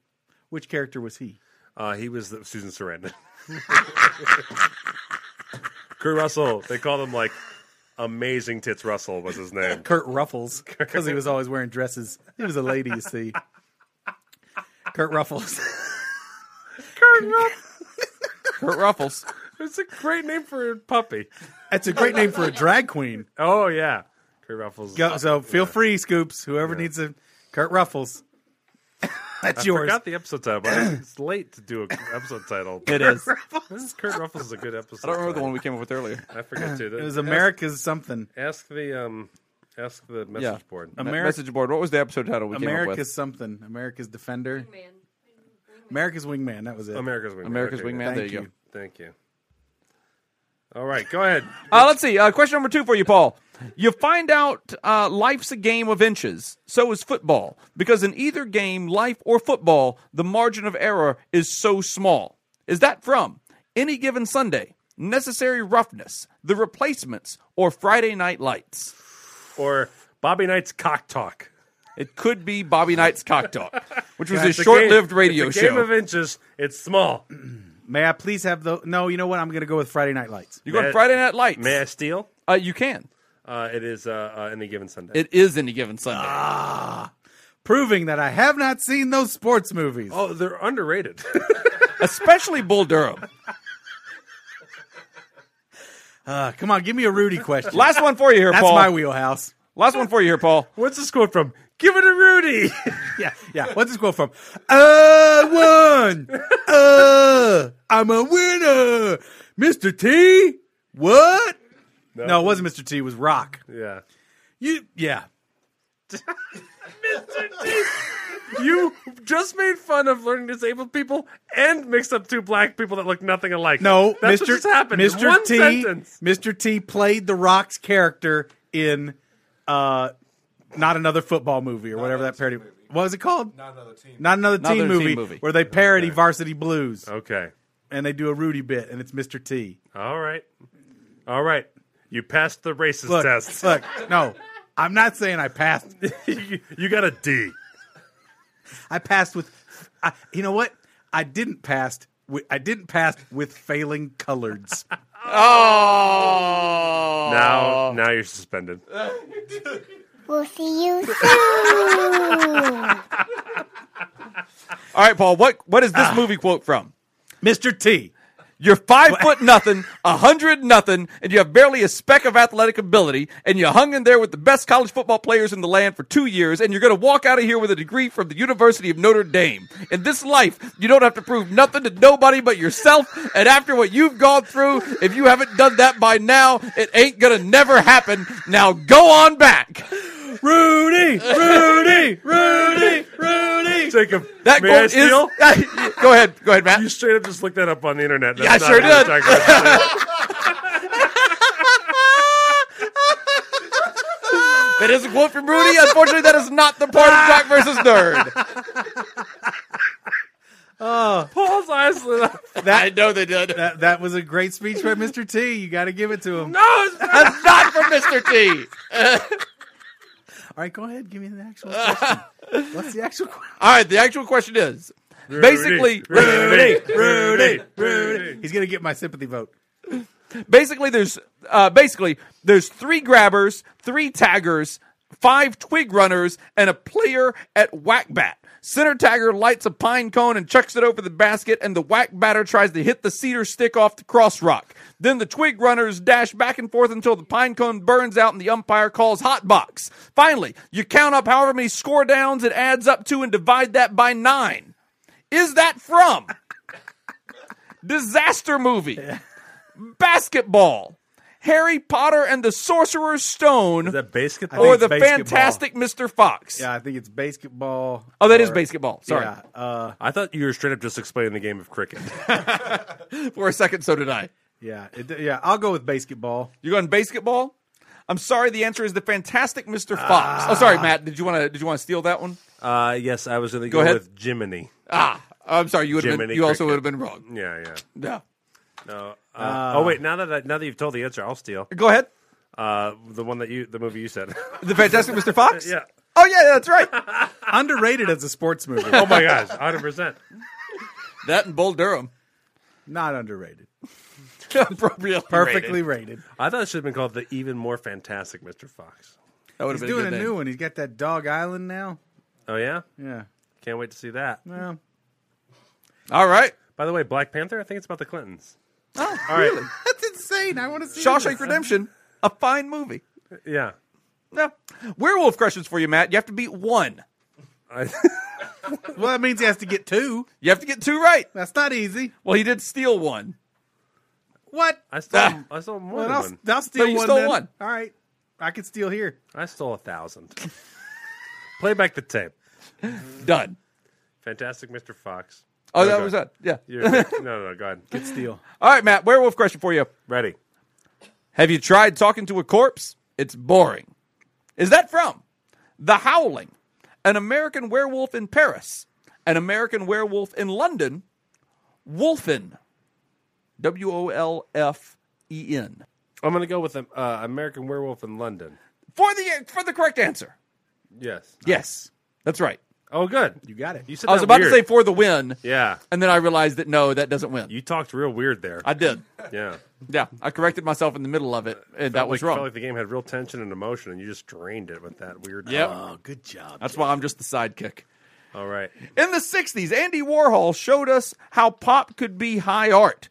[SPEAKER 4] Which character was he?
[SPEAKER 5] Uh, he was the, Susan Sarandon. Kurt Russell. They called him like Amazing Tits Russell was his name.
[SPEAKER 4] Kurt Ruffles, because he was always wearing dresses. He was a lady, you see. Kurt Ruffles.
[SPEAKER 5] Kurt Russell.
[SPEAKER 7] Kurt Ruffles.
[SPEAKER 5] It's a great name for a puppy.
[SPEAKER 4] That's a great name for a drag queen.
[SPEAKER 5] Oh yeah, Kurt Ruffles. is-
[SPEAKER 4] Go, so feel free, Scoops. Whoever needs a Kurt Ruffles. That's
[SPEAKER 5] I
[SPEAKER 4] yours.
[SPEAKER 5] forgot the episode title. but It's late to do an episode title.
[SPEAKER 7] It is.
[SPEAKER 5] Kurt Ruffles. Kurt Ruffles is a good episode.
[SPEAKER 7] I don't remember the
[SPEAKER 5] title.
[SPEAKER 7] one we came up with earlier.
[SPEAKER 5] I forget too.
[SPEAKER 4] It was
[SPEAKER 5] Ask-
[SPEAKER 4] America's something.
[SPEAKER 5] Ask the um, ask the message
[SPEAKER 7] yeah.
[SPEAKER 5] board.
[SPEAKER 7] Me-
[SPEAKER 4] Ameri-
[SPEAKER 7] message board. What was the episode title we came up
[SPEAKER 4] America's
[SPEAKER 7] with?
[SPEAKER 4] something. America's defender. America's wingman. That was it.
[SPEAKER 5] America's wingman.
[SPEAKER 7] America's
[SPEAKER 5] Okay,
[SPEAKER 7] Wingman. there
[SPEAKER 5] good.
[SPEAKER 4] Thank
[SPEAKER 7] you
[SPEAKER 4] you.
[SPEAKER 7] go.
[SPEAKER 5] Thank you. All right, go ahead.
[SPEAKER 7] Uh, let's see. Uh, question number two for you, Paul. You find out uh, life's a game of inches. So is football. Because in either game, life or football, the margin of error is so small. Is that from any given Sunday, necessary roughness, the replacements, or Friday night lights?
[SPEAKER 5] Or Bobby Knight's cock talk.
[SPEAKER 7] It could be Bobby Knight's Cock Talk, which was his
[SPEAKER 5] It's a
[SPEAKER 7] short lived
[SPEAKER 5] game-
[SPEAKER 7] radio
[SPEAKER 5] it's a
[SPEAKER 7] show.
[SPEAKER 5] Game of inches. It's small.
[SPEAKER 4] May I please have the? No, you know what? I'm going to go with Friday Night Lights.
[SPEAKER 7] you go
[SPEAKER 5] May I-
[SPEAKER 7] on Friday Night Lights.
[SPEAKER 5] May I steal?
[SPEAKER 7] Uh, you can.
[SPEAKER 5] Uh, it is uh, uh, any given Sunday. Ah,
[SPEAKER 7] It is any given Sunday.
[SPEAKER 4] Proving that I have not seen those sports movies.
[SPEAKER 5] oh, they're underrated.
[SPEAKER 7] Especially Bull Durham.
[SPEAKER 4] Uh, come on, give me a Rudy question.
[SPEAKER 7] Last one for you here,
[SPEAKER 4] That's
[SPEAKER 7] Paul.
[SPEAKER 4] my wheelhouse.
[SPEAKER 7] Last one for you here, Paul.
[SPEAKER 5] What's this quote from? Give it to Rudy.
[SPEAKER 4] Yeah, yeah. What's this quote from? I won. Uh, I'm a winner, Mr. T. What? No, it wasn't Mr. T. It was Rock.
[SPEAKER 5] yeah.
[SPEAKER 4] You, yeah.
[SPEAKER 5] You just made fun of learning disabled people and mixed up two black people that look nothing alike.
[SPEAKER 4] No,
[SPEAKER 5] that's
[SPEAKER 4] Mr.
[SPEAKER 5] What just happened. in
[SPEAKER 4] Mr.
[SPEAKER 5] One
[SPEAKER 4] T.
[SPEAKER 5] sentence.
[SPEAKER 4] Mr. T played the Rock's character in, uh, not another football movie or whatever that parody. What was it called?
[SPEAKER 10] Not another team.
[SPEAKER 4] Not another,
[SPEAKER 7] Another
[SPEAKER 4] teen,
[SPEAKER 7] Teen
[SPEAKER 4] movie,
[SPEAKER 7] Movie.
[SPEAKER 4] where they parody Varsity Blues
[SPEAKER 5] Okay.
[SPEAKER 4] and they do a Rudy bit and it's Mr. T.
[SPEAKER 5] All right. All right. You passed the racist
[SPEAKER 4] Look,
[SPEAKER 5] test.
[SPEAKER 4] look, no, I'm not saying I passed.
[SPEAKER 5] you, you got a D.
[SPEAKER 4] I passed with, I, you know what? I didn't pass. With, I didn't pass with failing coloreds.
[SPEAKER 7] Oh.
[SPEAKER 5] Now, now you're suspended.
[SPEAKER 14] We'll see you soon.
[SPEAKER 7] All right, Paul. What what is this movie quote from?
[SPEAKER 4] Mr. Ah. T.
[SPEAKER 7] You're five foot nothing, a hundred nothing, and you have barely a speck of athletic ability, and you hung in there with the best college football players in the land for two years, and you're going to walk out of here with a degree from the University of Notre Dame. In this life, you don't have to prove nothing to nobody but yourself, and after what you've gone through, if you haven't done that by now, it ain't going to never happen. Now go on back.
[SPEAKER 4] Rudy, Rudy, Rudy, Rudy.
[SPEAKER 5] Jacob,
[SPEAKER 7] That
[SPEAKER 5] may I
[SPEAKER 7] quote
[SPEAKER 5] steal?
[SPEAKER 7] is. Oh, go ahead. Go ahead, Matt.
[SPEAKER 5] You straight up just looked that up on the internet.
[SPEAKER 7] Yeah, I
[SPEAKER 5] That's
[SPEAKER 7] sure
[SPEAKER 5] not
[SPEAKER 7] did.
[SPEAKER 5] what I'm talking about.
[SPEAKER 7] That is a quote from Rudy. Unfortunately, that is not the part of Jock versus Nerd.
[SPEAKER 5] Paul's eyes lit up.
[SPEAKER 7] Oh. I know they did.
[SPEAKER 4] That, that was a great speech by Mr. T. You got to give it to him.
[SPEAKER 5] No, it's
[SPEAKER 7] That's not from Mr. T.
[SPEAKER 4] All right, go ahead. Give me the actual question. What's the actual question?
[SPEAKER 7] All right, the actual question is basically,
[SPEAKER 5] Rudy, Rudy, Rudy.
[SPEAKER 4] He's going to get my sympathy vote.
[SPEAKER 7] basically there's uh, basically there's three grabbers, three taggers, five twig runners, and a player at whack bat. Center tagger lights a pine cone and chucks it over the basket, and the whack batter tries to hit the cedar stick off the cross rock. Then the twig runners dash back and forth until the pine cone burns out and the umpire calls hot box. Finally, you count up however many score downs it adds up to and divide that by nine. Is that from? disaster movie, basketball, Harry Potter and the Sorcerer's Stone,
[SPEAKER 4] basketball
[SPEAKER 7] or the Fantastic Mr. Fox.
[SPEAKER 4] Yeah, I think it's basketball.
[SPEAKER 7] Oh, that
[SPEAKER 4] that
[SPEAKER 7] is
[SPEAKER 4] is
[SPEAKER 7] basketball. Sorry.
[SPEAKER 4] uh,
[SPEAKER 5] I thought you were straight up just explaining the game of cricket.
[SPEAKER 7] For a second, so did I.
[SPEAKER 4] Yeah, it, yeah. I'll go with basketball.
[SPEAKER 7] You going basketball? I'm sorry. The answer is the Fantastic Mr. Fox.
[SPEAKER 4] Ah.
[SPEAKER 7] oh, sorry, Matt. Did you want to? Did you want to steal that one?
[SPEAKER 5] Uh, yes, I was going to
[SPEAKER 7] Go
[SPEAKER 5] go,
[SPEAKER 7] ahead.
[SPEAKER 5] with Jiminy.
[SPEAKER 7] Ah, I'm sorry. You would have been.
[SPEAKER 5] Jiminy
[SPEAKER 7] You also
[SPEAKER 5] Cricket.
[SPEAKER 7] would have been wrong.
[SPEAKER 5] Yeah, yeah.
[SPEAKER 7] No.
[SPEAKER 5] No. Uh,
[SPEAKER 7] Uh,
[SPEAKER 5] oh wait, now that I, now that you've told the answer, I'll steal.
[SPEAKER 7] Go ahead.
[SPEAKER 5] Uh, the one that you, the movie you said,
[SPEAKER 7] The Fantastic Mr. Fox.
[SPEAKER 5] Yeah.
[SPEAKER 7] Oh yeah, that's right.
[SPEAKER 4] Underrated as a sports movie.
[SPEAKER 5] Oh my gosh, hundred percent.
[SPEAKER 7] That and Bull Durham.
[SPEAKER 4] Not underrated.
[SPEAKER 7] Appropriately
[SPEAKER 4] Perfectly rated.
[SPEAKER 5] I thought it should have been called the even more fantastic Mr. Fox.
[SPEAKER 7] That
[SPEAKER 4] He's doing a, new one. He's got that Dog Island now.
[SPEAKER 5] Oh yeah,
[SPEAKER 4] Yeah.
[SPEAKER 5] can't wait to see that.
[SPEAKER 4] Well,
[SPEAKER 7] All right.
[SPEAKER 5] By the way, Black Panther. I think it's about the Clintons.
[SPEAKER 7] Oh,
[SPEAKER 5] All right.
[SPEAKER 4] that's insane. I want to see
[SPEAKER 7] Shawshank
[SPEAKER 4] this.
[SPEAKER 7] Redemption, a fine movie.
[SPEAKER 5] Yeah.
[SPEAKER 7] No. Werewolf questions for you, Matt. You have to beat one.
[SPEAKER 4] Well, that means he has to get two.
[SPEAKER 7] You have to get two right.
[SPEAKER 4] That's not easy.
[SPEAKER 7] Well, he did steal one.
[SPEAKER 4] What?
[SPEAKER 5] I stole.
[SPEAKER 7] Ah.
[SPEAKER 5] I stole more
[SPEAKER 4] Well,
[SPEAKER 5] than
[SPEAKER 4] I'll,
[SPEAKER 5] one.
[SPEAKER 4] I'll steal
[SPEAKER 7] But you
[SPEAKER 4] one.
[SPEAKER 7] stole
[SPEAKER 4] then.
[SPEAKER 7] one.
[SPEAKER 4] All right. I can steal here.
[SPEAKER 5] I stole a thousand. Play back the tape.
[SPEAKER 7] Done.
[SPEAKER 5] Fantastic Mr. Fox.
[SPEAKER 7] Oh,
[SPEAKER 5] No,
[SPEAKER 7] that
[SPEAKER 5] go
[SPEAKER 7] was
[SPEAKER 5] ahead.
[SPEAKER 7] that. Yeah.
[SPEAKER 5] You're good. no, no, no, go ahead.
[SPEAKER 4] Good steal.
[SPEAKER 7] All right, Matt. Werewolf question for you.
[SPEAKER 5] Ready.
[SPEAKER 7] Have you tried talking to a corpse? It's boring. Is that from The Howling, An American Werewolf in Paris, An American Werewolf in London, Wolfen, W O L F E N?
[SPEAKER 5] I'm going to go with um, uh, American Werewolf in London.
[SPEAKER 7] For the for the correct answer.
[SPEAKER 5] Yes.
[SPEAKER 7] Yes, that's right.
[SPEAKER 5] Oh, good.
[SPEAKER 4] You got it.
[SPEAKER 5] You said
[SPEAKER 7] I was
[SPEAKER 5] that
[SPEAKER 7] about
[SPEAKER 5] weird.
[SPEAKER 7] to say for the win,
[SPEAKER 5] Yeah.
[SPEAKER 7] and then I realized that no, that doesn't win.
[SPEAKER 5] You talked real weird there.
[SPEAKER 7] I did.
[SPEAKER 5] yeah.
[SPEAKER 7] Yeah, I corrected myself in the middle of it, and that
[SPEAKER 5] Felt
[SPEAKER 7] was
[SPEAKER 5] like,
[SPEAKER 7] wrong.
[SPEAKER 5] Felt like the game had real tension and emotion, and you just drained it with that weird.
[SPEAKER 7] Yep.
[SPEAKER 4] Oh, good job.
[SPEAKER 7] That's why I'm just the sidekick.
[SPEAKER 5] All right.
[SPEAKER 7] In the 60s, Andy Warhol showed us how pop could be high art.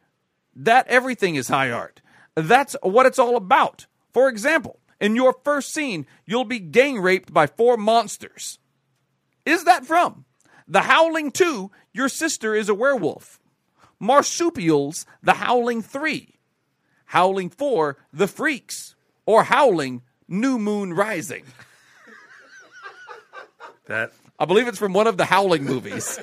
[SPEAKER 7] That everything is high art. That's what it's all about. For example, in your first scene, you'll be gang raped by four monsters. Is that from The Howling 2, Your Sister is a Werewolf? Marsupials, The Howling 3, Howling 4, The Freaks, or Howling, New Moon Rising?
[SPEAKER 5] That.
[SPEAKER 7] I believe it's from one of the Howling movies.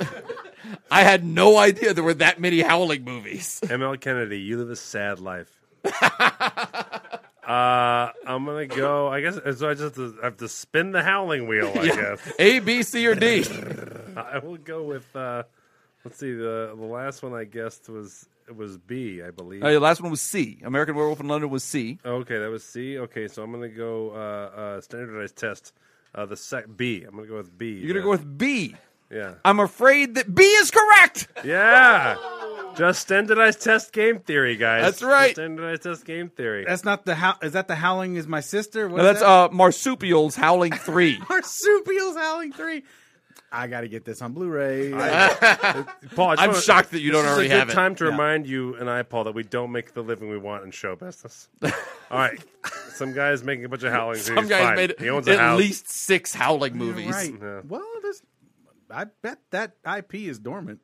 [SPEAKER 7] I had no idea there were that many Howling movies.
[SPEAKER 5] ML Kennedy, you live a sad life. uh, I'm going to go. I guess. So I just I have to spin the howling wheel, I guess.
[SPEAKER 7] A, B, C, or D.
[SPEAKER 5] I will go with. Uh, let's see. The, the last one I guessed was was B, I believe.
[SPEAKER 7] Uh, the last one was C. American Werewolf in London was C.
[SPEAKER 5] Okay, that was C. Okay, so I'm gonna go uh, uh, standardized test. Uh, the sec B. I'm gonna go with B.
[SPEAKER 7] You're gonna go with B.
[SPEAKER 5] yeah,
[SPEAKER 7] I'm afraid that B is correct.
[SPEAKER 5] yeah. Just standardized test game theory, guys.
[SPEAKER 7] That's right.
[SPEAKER 5] Just standardized test game theory.
[SPEAKER 4] That's not the how. Is that the howling is my sister? What
[SPEAKER 7] No,
[SPEAKER 4] is
[SPEAKER 7] that's
[SPEAKER 4] that?
[SPEAKER 7] uh, Marsupials Howling Three.
[SPEAKER 4] Marsupials Howling 3. I got to get this on Blu ray.
[SPEAKER 5] Paul, I
[SPEAKER 7] I'm
[SPEAKER 5] just wanna-
[SPEAKER 7] shocked that you
[SPEAKER 5] this
[SPEAKER 7] don't
[SPEAKER 5] is
[SPEAKER 7] already
[SPEAKER 5] a good
[SPEAKER 7] have it.
[SPEAKER 5] Time to
[SPEAKER 7] Yeah.
[SPEAKER 5] remind you and I, Paul, that we don't make the living we want in show business. All right, some guys making a bunch of howling.
[SPEAKER 7] Some guys made
[SPEAKER 5] He owns a
[SPEAKER 7] at
[SPEAKER 5] house.
[SPEAKER 7] least six Howling movies.
[SPEAKER 4] Right.
[SPEAKER 5] Yeah.
[SPEAKER 4] Well, this, I bet that IP is dormant.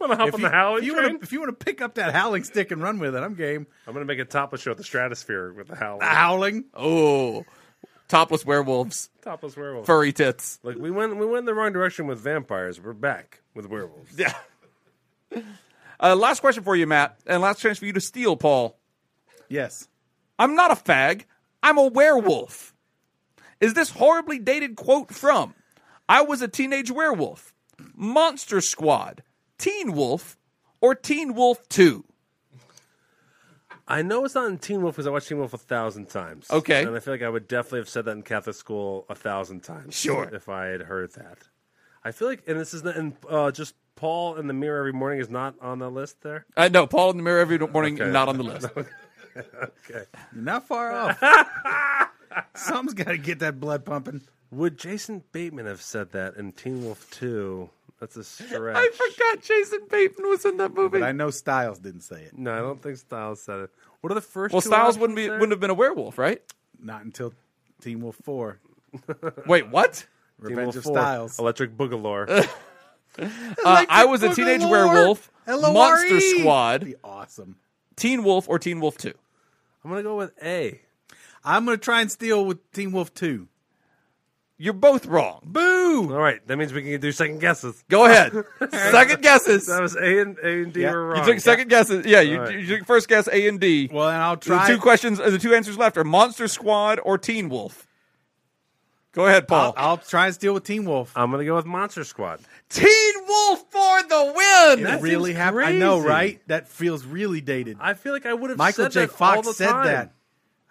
[SPEAKER 5] Want to hop on
[SPEAKER 4] If
[SPEAKER 5] the
[SPEAKER 4] you,
[SPEAKER 5] howling
[SPEAKER 4] if you
[SPEAKER 5] train?
[SPEAKER 4] wanna- if you want to pick up that howling stick and run with it, I'm game.
[SPEAKER 5] I'm gonna make a topless show at the Stratosphere with the howling.
[SPEAKER 4] The howling.
[SPEAKER 7] Oh, topless werewolves,
[SPEAKER 5] Topless werewolf.
[SPEAKER 7] furry tits.
[SPEAKER 5] Like we went, we went in the wrong direction with vampires. We're back with werewolves.
[SPEAKER 7] Yeah. Uh, last question for you, Matt, and last chance for you to steal, Paul.
[SPEAKER 4] Yes.
[SPEAKER 7] I'm not a fag. I'm a werewolf. Is this horribly dated quote from I was a teenage werewolf, Monster Squad, Teen Wolf, or Teen Wolf 2?
[SPEAKER 5] I know it's not in Teen Wolf because I watched Teen Wolf a thousand times.
[SPEAKER 7] Okay.
[SPEAKER 5] and I feel like I would definitely have said that in Catholic school a thousand times.
[SPEAKER 7] Sure.
[SPEAKER 5] if I had heard that. I feel like, and this is not, and uh, just Paul in the mirror every morning is not on the list there.
[SPEAKER 7] Uh, no, Paul in the Mirror every morning,
[SPEAKER 5] Okay.
[SPEAKER 7] not on the list.
[SPEAKER 4] You're not far off. Something's got to get that blood pumping.
[SPEAKER 1] Would Jason Bateman have said that in Teen Wolf 2? That's a stretch.
[SPEAKER 18] I forgot Jason Bateman was in that movie.
[SPEAKER 4] But I know Styles didn't say it.
[SPEAKER 1] No, I don't think Styles said it. What are the first
[SPEAKER 7] Well,
[SPEAKER 1] two
[SPEAKER 7] Styles
[SPEAKER 1] options
[SPEAKER 7] wouldn't be
[SPEAKER 1] there?
[SPEAKER 7] wouldn't have been a werewolf, right?
[SPEAKER 4] Not until Teen Wolf 4.
[SPEAKER 7] Wait, what?
[SPEAKER 4] Revenge of Styles.
[SPEAKER 1] Electric Boogalore.
[SPEAKER 7] Uh, I was a teenage werewolf. Monster
[SPEAKER 18] E.
[SPEAKER 7] Squad.
[SPEAKER 4] Be awesome.
[SPEAKER 7] Teen Wolf or Teen Wolf Two?
[SPEAKER 1] I'm gonna go with A.
[SPEAKER 4] I'm gonna try and steal with Teen Wolf Two.
[SPEAKER 7] You're both wrong.
[SPEAKER 4] Boo!
[SPEAKER 1] All right, that means we can do second guesses.
[SPEAKER 7] Go ahead. Second guesses.
[SPEAKER 1] That was A and A and D
[SPEAKER 7] Yeah.
[SPEAKER 1] were wrong.
[SPEAKER 7] You took second guesses. Yeah, you,
[SPEAKER 1] All right.
[SPEAKER 7] you took first guess A and D.
[SPEAKER 4] Well, and I'll try-
[SPEAKER 7] The two questions, uh, the two answers left are Monster Squad or Teen Wolf. Go ahead, Paul.
[SPEAKER 4] I'll, I'll try and steal with Teen Wolf.
[SPEAKER 1] I'm gonna go with Monster Squad.
[SPEAKER 7] Teen Wolf for the win.
[SPEAKER 4] It really happened. I know, right? That feels really dated.
[SPEAKER 1] I feel like I would have
[SPEAKER 4] Michael
[SPEAKER 1] said
[SPEAKER 4] J.
[SPEAKER 1] that all
[SPEAKER 4] Fox
[SPEAKER 1] the
[SPEAKER 4] said
[SPEAKER 1] time.
[SPEAKER 4] that.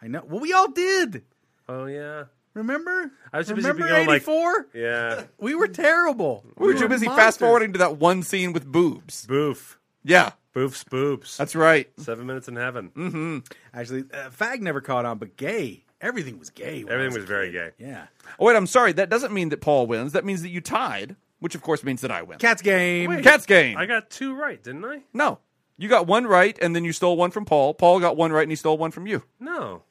[SPEAKER 4] I know. Well, we all did.
[SPEAKER 1] Oh yeah.
[SPEAKER 4] Remember?
[SPEAKER 1] I was too busy
[SPEAKER 4] Remember
[SPEAKER 1] being all like-
[SPEAKER 4] '84?
[SPEAKER 1] Yeah.
[SPEAKER 4] we were terrible.
[SPEAKER 7] We were too busy fast forwarding to that one scene with boobs.
[SPEAKER 1] Boof.
[SPEAKER 7] Yeah.
[SPEAKER 1] Boofs, boobs.
[SPEAKER 7] That's right.
[SPEAKER 1] Seven minutes in heaven.
[SPEAKER 4] Mm-hmm. Actually, uh, fag never caught on, but gay. Everything was gay. when I
[SPEAKER 1] Everything
[SPEAKER 4] a
[SPEAKER 1] was very
[SPEAKER 4] kid.
[SPEAKER 1] gay.
[SPEAKER 4] Yeah.
[SPEAKER 7] Oh wait, I'm sorry. That doesn't mean that Paul wins. That means that you tied, which of course means that I win.
[SPEAKER 4] Cat's game.
[SPEAKER 1] Wait.
[SPEAKER 7] Cat's game.
[SPEAKER 1] I got two right, didn't I?
[SPEAKER 7] No. You got one right and then you stole one from Paul. Paul got one right and he stole one from you.
[SPEAKER 1] No.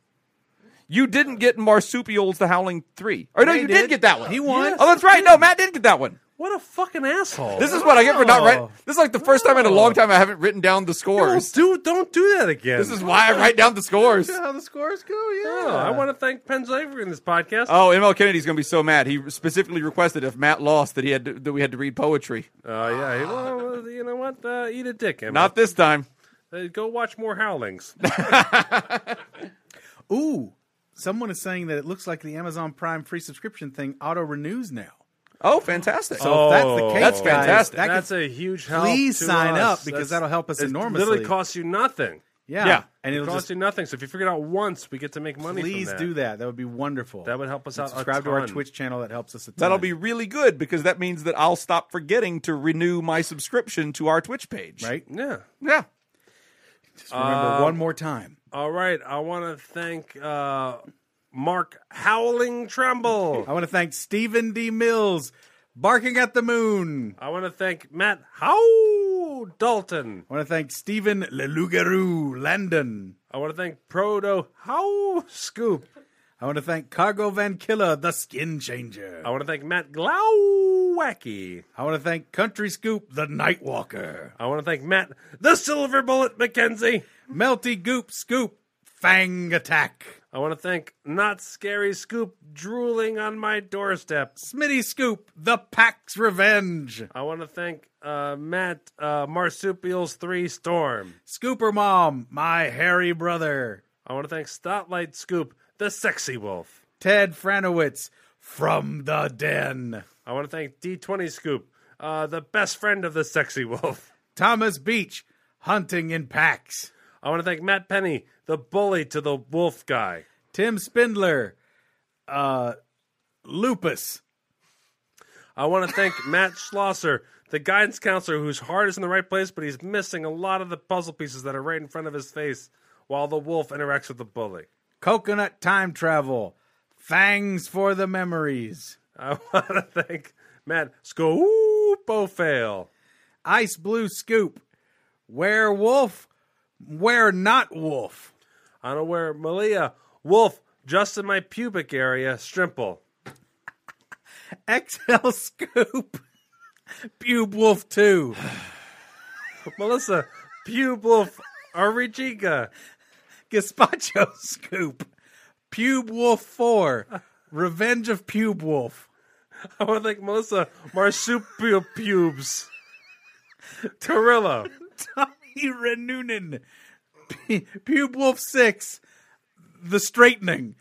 [SPEAKER 7] You didn't get Marsupials the Howling 3. Or no,
[SPEAKER 1] Yeah,
[SPEAKER 7] you
[SPEAKER 1] he
[SPEAKER 7] did.
[SPEAKER 1] did.
[SPEAKER 7] get that one.
[SPEAKER 1] He won. Yes,
[SPEAKER 7] oh, that's right. No, Matt did get that one.
[SPEAKER 1] What a fucking asshole.
[SPEAKER 7] This is what I get for not
[SPEAKER 1] Oh.
[SPEAKER 7] writing. This is like the first time in a long time I haven't written down the
[SPEAKER 1] Don't
[SPEAKER 7] scores.
[SPEAKER 1] do don't do that again.
[SPEAKER 7] This is why I write down the scores.
[SPEAKER 4] how the scores go.
[SPEAKER 1] No, I want to thank Penn Saver in this podcast.
[SPEAKER 7] Oh, ML Kennedy's going to be so mad. He specifically requested if Matt lost that he had to, that we had to read poetry.
[SPEAKER 1] Oh yeah. he- Well, you know what? Uh, eat a dick, Emma.
[SPEAKER 7] Not this time.
[SPEAKER 1] Uh, go watch more Howlings.
[SPEAKER 4] Ooh, someone is saying that it looks like the Amazon Prime free subscription thing auto renews now.
[SPEAKER 7] Oh, fantastic!
[SPEAKER 4] So if that's the case,
[SPEAKER 7] that's
[SPEAKER 4] guys,
[SPEAKER 7] fantastic.
[SPEAKER 4] that
[SPEAKER 1] Oh. That's
[SPEAKER 4] could-
[SPEAKER 1] a huge help.
[SPEAKER 4] Please
[SPEAKER 1] to
[SPEAKER 4] sign
[SPEAKER 1] us.
[SPEAKER 4] up because
[SPEAKER 1] That's-
[SPEAKER 4] that'll help us
[SPEAKER 1] it
[SPEAKER 4] enormously.
[SPEAKER 1] Literally costs you nothing.
[SPEAKER 4] Yeah.
[SPEAKER 7] Yeah.
[SPEAKER 4] and
[SPEAKER 1] it
[SPEAKER 4] it'll
[SPEAKER 1] costs
[SPEAKER 4] just
[SPEAKER 1] you nothing. So if you figure it out once, we get to make money. from
[SPEAKER 4] please
[SPEAKER 1] that.
[SPEAKER 4] do that. That would be wonderful.
[SPEAKER 1] That would help us
[SPEAKER 4] And
[SPEAKER 1] out. a
[SPEAKER 4] Subscribe to our
[SPEAKER 1] ton.
[SPEAKER 4] Twitch channel. That helps us a ton.
[SPEAKER 7] That'll be really good because that means that I'll stop forgetting to renew my subscription to our Twitch page. Uh,
[SPEAKER 4] right.
[SPEAKER 1] Yeah.
[SPEAKER 7] Yeah.
[SPEAKER 4] Just remember
[SPEAKER 1] Um,
[SPEAKER 4] one more time.
[SPEAKER 1] All right. I want to thank uh, Mark Howling Tremble.
[SPEAKER 4] I want to thank Stephen D. Mills, barking at the moon.
[SPEAKER 1] I want to thank Matt How Dalton.
[SPEAKER 4] I want to thank Stephen Lelugaroo Landon.
[SPEAKER 1] I want to thank Proto How Scoop.
[SPEAKER 4] I want to thank Cargo Van Killer, the skin changer.
[SPEAKER 1] I want to thank Matt Glowacky.
[SPEAKER 4] I want to thank Country Scoop, the Nightwalker.
[SPEAKER 1] I want to thank Matt the Silver Bullet McKenzie.
[SPEAKER 4] Melty Goop Scoop, Fang Attack.
[SPEAKER 1] I want to thank Not Scary Scoop drooling on my doorstep.
[SPEAKER 4] Smitty Scoop, the Pack's Revenge.
[SPEAKER 1] I want to thank uh, Matt uh, Marsupials 3 Storm.
[SPEAKER 4] Scooper Mom, my hairy brother.
[SPEAKER 1] I want to thank Spotlight Scoop, the sexy wolf.
[SPEAKER 4] Ted Franowitz, from the den.
[SPEAKER 1] I want to thank D20 Scoop, uh, the best friend of the sexy wolf.
[SPEAKER 4] Thomas Beach, hunting in packs.
[SPEAKER 1] I want to thank Matt Penny, the bully to the wolf guy.
[SPEAKER 4] Tim Spindler, uh, Lupus.
[SPEAKER 1] I want to thank Matt Schlosser, the guidance counselor whose heart is in the right place, but he's missing a lot of the puzzle pieces that are right in front of his face while the wolf interacts with the bully.
[SPEAKER 4] Coconut Time Travel, Fangs for the Memories.
[SPEAKER 1] I want to thank Matt Scoopofail.
[SPEAKER 4] Ice Blue Scoop, Werewolf, Where Not Wolf.
[SPEAKER 1] I don't know where Malia Wolf just in my pubic area Strimple.
[SPEAKER 4] XL Scoop, Pube Wolf 2,
[SPEAKER 1] Melissa Pube Wolf Arijiga.
[SPEAKER 4] Gazpacho Scoop, Pube Wolf 4, Revenge of Pube Wolf,
[SPEAKER 1] I want to thank Melissa Marsupial Pubes. Torilla.
[SPEAKER 4] Tommy Renunin, P- Pube Wolf 6, The Straightening,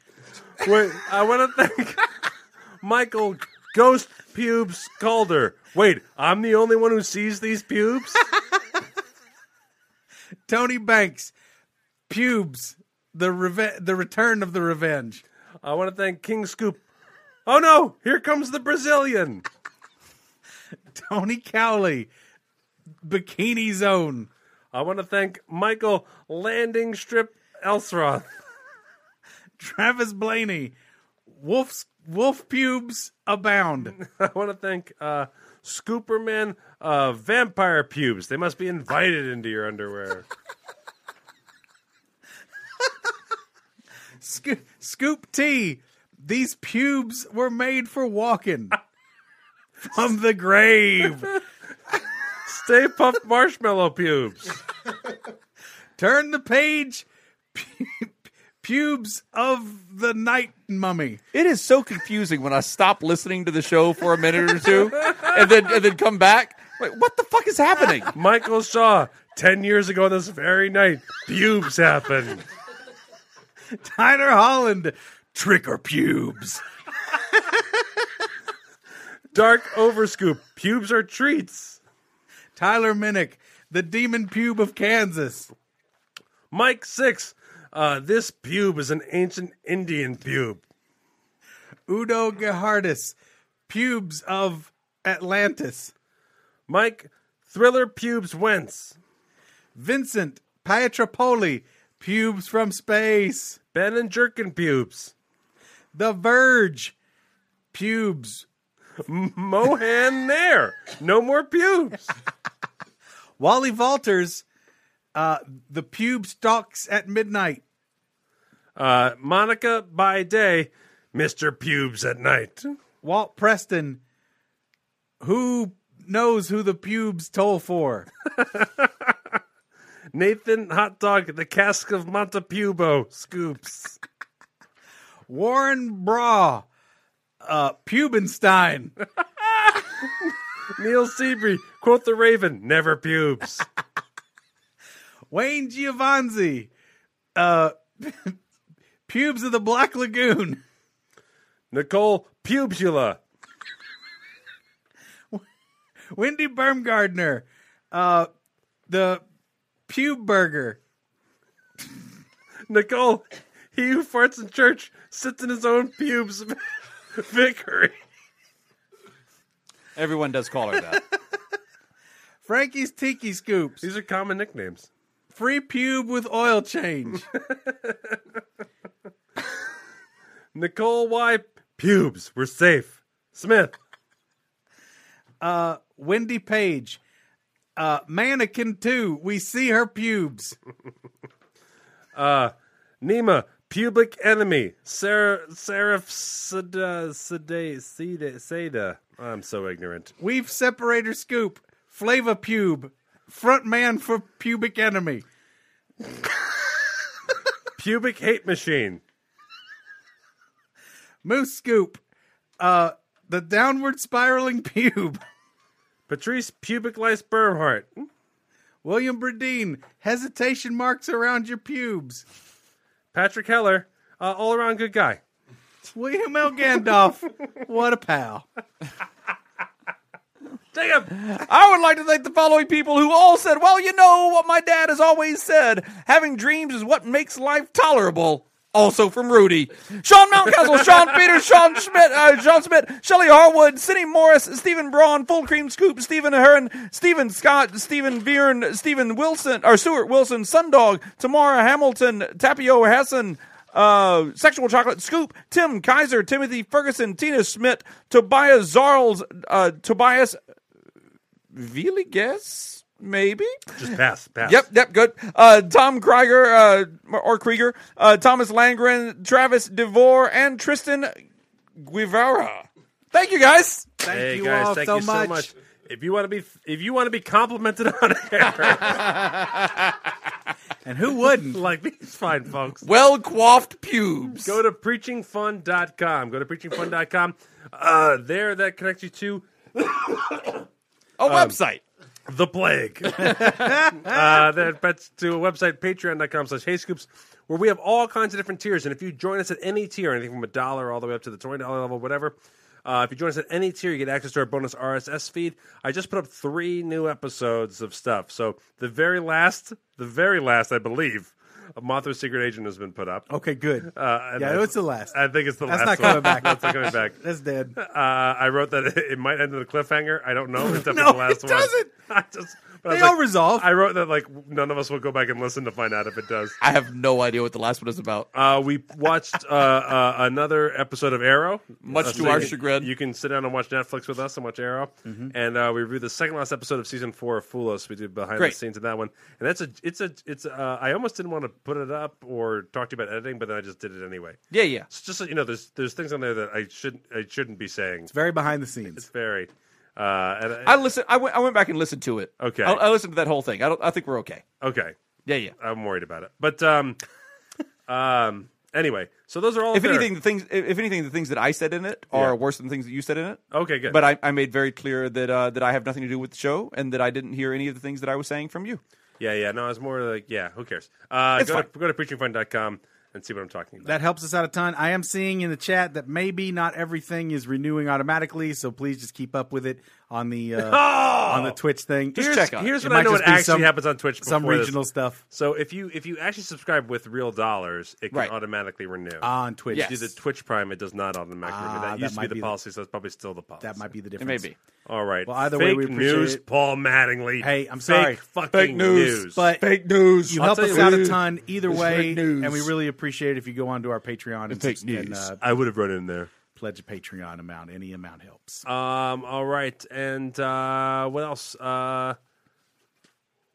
[SPEAKER 1] Wait, I want to thank Michael Ghost Pubes Calder. Wait, I'm the only one who sees these pubes?
[SPEAKER 4] Tony Banks, Pubes, The, Reve- the Return of the Revenge,
[SPEAKER 1] I want to thank King Scoop. Oh no, here comes the Brazilian.
[SPEAKER 4] Tony Cowley, Bikini Zone,
[SPEAKER 1] I want to thank Michael Landing Strip Elsroth. Travis Blaney. Wolf's wolf pubes abound.
[SPEAKER 5] I want to thank uh, Scooperman uh, Vampire Pubes. They must be invited into your underwear.
[SPEAKER 1] Sco- Scoop T. These pubes were made for walking from the grave.
[SPEAKER 5] Stay puffed marshmallow pubes.
[SPEAKER 1] Turn the page. Pu- pubes of the night mummy.
[SPEAKER 7] It is so confusing when I stop listening to the show for a minute or two, and then and then come back. Like, what the fuck is happening?
[SPEAKER 5] Michael Shaw, 10 years ago this very night, pubes happened.
[SPEAKER 1] Tyler Holland, trick or pubes.
[SPEAKER 5] Dark Overscoop, pubes are treats.
[SPEAKER 1] Tyler Minnick, the demon pube of Kansas.
[SPEAKER 5] Mike Six, uh, this pube is an ancient Indian pube.
[SPEAKER 1] Udo Gerhardis, pubes of Atlantis.
[SPEAKER 5] Mike, thriller pubes whence?
[SPEAKER 1] Vincent Pietropoli, pubes from space.
[SPEAKER 5] Ben and Jerkin pubes.
[SPEAKER 1] The Verge, pubes.
[SPEAKER 5] Mohan there, no more pubes.
[SPEAKER 1] Wally Walters, uh, the pube stalks at midnight.
[SPEAKER 5] Uh, Monica by day, Mr. Pubes at night.
[SPEAKER 1] Walt Preston, who knows who the pubes toll for?
[SPEAKER 5] Nathan Hot Dog, the cask of Montepubo scoops.
[SPEAKER 1] Warren Bra, uh, Pubenstein.
[SPEAKER 5] Neil Seabury, quote the Raven, never pubes.
[SPEAKER 1] Wayne Giovanzi, uh, Pubes of the Black Lagoon,
[SPEAKER 5] Nicole Pubula,
[SPEAKER 1] Wendy Bermgardner, uh, the Pube Burger,
[SPEAKER 5] Nicole, he who farts in church sits in his own pubes, Vickery.
[SPEAKER 7] Everyone does call her that.
[SPEAKER 1] Frankie's Tiki Scoops.
[SPEAKER 5] These are common nicknames.
[SPEAKER 1] Free pube with oil change.
[SPEAKER 5] Nicole Y. Pubes, we're safe. Smith.
[SPEAKER 1] Uh, Wendy Page. Uh, mannequin 2, we see her pubes.
[SPEAKER 5] uh, Nima, pubic enemy. Sarah, Seraph Sada, Sada, Sada, Sada. I'm so ignorant.
[SPEAKER 1] Weave separator scoop. Flava pube. Front man for pubic enemy.
[SPEAKER 5] pubic hate machine.
[SPEAKER 1] Moose scoop. Uh, the downward spiraling pube.
[SPEAKER 5] Patrice pubic lice Bernhardt. Hmm?
[SPEAKER 1] William Bradeen, hesitation marks around your pubes.
[SPEAKER 5] Patrick Heller, uh, all around good guy.
[SPEAKER 1] William L. Gandalf, what a pal.
[SPEAKER 5] Jacob,
[SPEAKER 7] I would like to thank the following people who all said, Well, you know what my dad has always said having dreams is what makes life tolerable. Also from Rudy, Sean Mountcastle, Sean Peters, Sean Schmidt, uh, Sean Schmidt, Shelley Harwood, Cindy Morris, Stephen Braun, Full Cream Scoop, Stephen Hearn, Stephen Scott, Stephen Vierne, Stephen Wilson, or Stuart Wilson, Sundog, Tamara Hamilton, Tapio Hassan, uh, Sexual Chocolate Scoop, Tim Kaiser, Timothy Ferguson, Tina Schmidt, Tobias Zarls, uh, Tobias Really guess maybe.
[SPEAKER 5] Just pass, pass.
[SPEAKER 7] Yep, yep, good. Uh, Tom Krieger uh, or Krieger, uh, Thomas Langren, Travis DeVore, and Tristan Guevara. Thank you guys.
[SPEAKER 1] Thank
[SPEAKER 5] hey
[SPEAKER 1] you
[SPEAKER 5] guys,
[SPEAKER 1] all
[SPEAKER 5] thank
[SPEAKER 1] so,
[SPEAKER 5] you so
[SPEAKER 1] much.
[SPEAKER 5] much. If you want to be, if you want to be complimented on air,
[SPEAKER 1] And who wouldn't?
[SPEAKER 5] like these fine folks,
[SPEAKER 7] Well coiffed pubes.
[SPEAKER 5] go to preachingfun.com. Go to preachingfun.com. Uh, there, that connects you to Um,
[SPEAKER 7] A website.
[SPEAKER 5] the plague. uh, that bets to a website, patreon.com slash hey scoops, where we have all kinds of different tiers. And if you join us at any tier, anything from a dollar all the way up to the $20 level, whatever, uh, if you join us at any tier, you get access to our bonus RSS feed. I just put up three new episodes of stuff. So the very last, the very last, I believe, Mothra's Secret Agent has been put up.
[SPEAKER 4] Okay, good.
[SPEAKER 5] Uh, and
[SPEAKER 4] Yeah,
[SPEAKER 5] that's-
[SPEAKER 4] it's the last.
[SPEAKER 5] I think it's the
[SPEAKER 4] That's
[SPEAKER 5] last.
[SPEAKER 4] not
[SPEAKER 5] one.
[SPEAKER 4] coming back.
[SPEAKER 5] That's not coming back.
[SPEAKER 4] That's dead.
[SPEAKER 5] Uh, I wrote that it, might end in a cliffhanger. I don't know. It's definitely
[SPEAKER 4] No,
[SPEAKER 5] the last
[SPEAKER 4] it
[SPEAKER 5] one.
[SPEAKER 4] doesn't.
[SPEAKER 5] I just, but
[SPEAKER 4] They
[SPEAKER 5] I was like-
[SPEAKER 4] all resolve.
[SPEAKER 5] I wrote that like none of us will go back and listen to find out if it does.
[SPEAKER 7] I have no idea what the last one is about.
[SPEAKER 5] Uh, we watched uh, uh, another episode of Arrow.
[SPEAKER 7] Much
[SPEAKER 5] Uh,
[SPEAKER 7] to
[SPEAKER 5] so you
[SPEAKER 7] our
[SPEAKER 5] can-
[SPEAKER 7] chagrin.
[SPEAKER 5] You can sit down and watch Netflix with us and watch Arrow.
[SPEAKER 4] Mm-hmm.
[SPEAKER 5] And uh, we reviewed the second last episode of season four of Foolos. We did behind
[SPEAKER 7] Great.
[SPEAKER 5] the scenes of that one. And that's a, it's a, it's. Uh, I almost didn't want to put it up or talk to you about editing, but then I just did it anyway.
[SPEAKER 7] Yeah, yeah.
[SPEAKER 5] It's just so you know, there's there's things on there that I shouldn't I shouldn't be saying. It's
[SPEAKER 4] very behind the scenes.
[SPEAKER 5] It's very. Uh, and
[SPEAKER 7] I listen. I went. I went back and listened to it.
[SPEAKER 5] Okay.
[SPEAKER 7] I, I listened to that whole thing. I don't. I think we're okay.
[SPEAKER 5] Okay.
[SPEAKER 7] Yeah, yeah.
[SPEAKER 5] I'm worried about it, but um, um. Anyway, so those are all.
[SPEAKER 7] if
[SPEAKER 5] there.
[SPEAKER 7] anything, the things. If if anything, the things that I said in it are
[SPEAKER 5] Yeah.
[SPEAKER 7] worse than the things that you said in it.
[SPEAKER 5] Okay, good.
[SPEAKER 7] But I, I made very clear that uh, that I have nothing to do with the show and that I didn't hear any of the things that I was saying from you.
[SPEAKER 5] Yeah, yeah. No, I was more like, yeah, who cares? Uh,
[SPEAKER 7] It's
[SPEAKER 5] go, to, go to preachingfun.com and see what I'm talking about.
[SPEAKER 4] That helps us out a ton. I am seeing in the chat that maybe not everything is renewing automatically, so please just keep up with it on the uh,
[SPEAKER 5] Oh!
[SPEAKER 4] on the Twitch thing.
[SPEAKER 5] Here's, here's
[SPEAKER 4] It
[SPEAKER 5] what I
[SPEAKER 4] might
[SPEAKER 5] know what
[SPEAKER 4] just be
[SPEAKER 5] actually
[SPEAKER 4] some-
[SPEAKER 5] happens on Twitch.
[SPEAKER 4] Some
[SPEAKER 5] before this.
[SPEAKER 4] regional stuff.
[SPEAKER 5] So if you if you actually subscribe with real dollars, it can
[SPEAKER 4] Right.
[SPEAKER 5] automatically renew
[SPEAKER 4] Ah, on Twitch.
[SPEAKER 5] If you do the Twitch Prime, it does not automatically
[SPEAKER 4] Ah,
[SPEAKER 5] renew. That,
[SPEAKER 4] that
[SPEAKER 5] used to
[SPEAKER 4] might
[SPEAKER 5] be the
[SPEAKER 4] be the-
[SPEAKER 5] policy, so it's probably still the policy.
[SPEAKER 4] That might be the
[SPEAKER 5] It
[SPEAKER 4] difference.
[SPEAKER 5] be. All right.
[SPEAKER 4] Well, either way,
[SPEAKER 5] Fake
[SPEAKER 4] we appreciate
[SPEAKER 5] news,
[SPEAKER 4] it.
[SPEAKER 5] Paul Mattingly.
[SPEAKER 4] Hey, I'm
[SPEAKER 5] Fake
[SPEAKER 4] sorry.
[SPEAKER 5] Fucking
[SPEAKER 4] But You
[SPEAKER 5] I'll
[SPEAKER 4] help
[SPEAKER 5] tell
[SPEAKER 4] us
[SPEAKER 5] you
[SPEAKER 4] out a
[SPEAKER 5] what.
[SPEAKER 4] ton either
[SPEAKER 5] It's
[SPEAKER 4] way,
[SPEAKER 5] fake news.
[SPEAKER 4] and we really appreciate it if you go onto our Patreon and,
[SPEAKER 5] fake
[SPEAKER 4] subs- and,
[SPEAKER 5] news.
[SPEAKER 4] uh,
[SPEAKER 5] I would have run in there.
[SPEAKER 4] Pledge a Patreon amount. Any amount helps.
[SPEAKER 5] Um. All right. And uh, what else? Uh,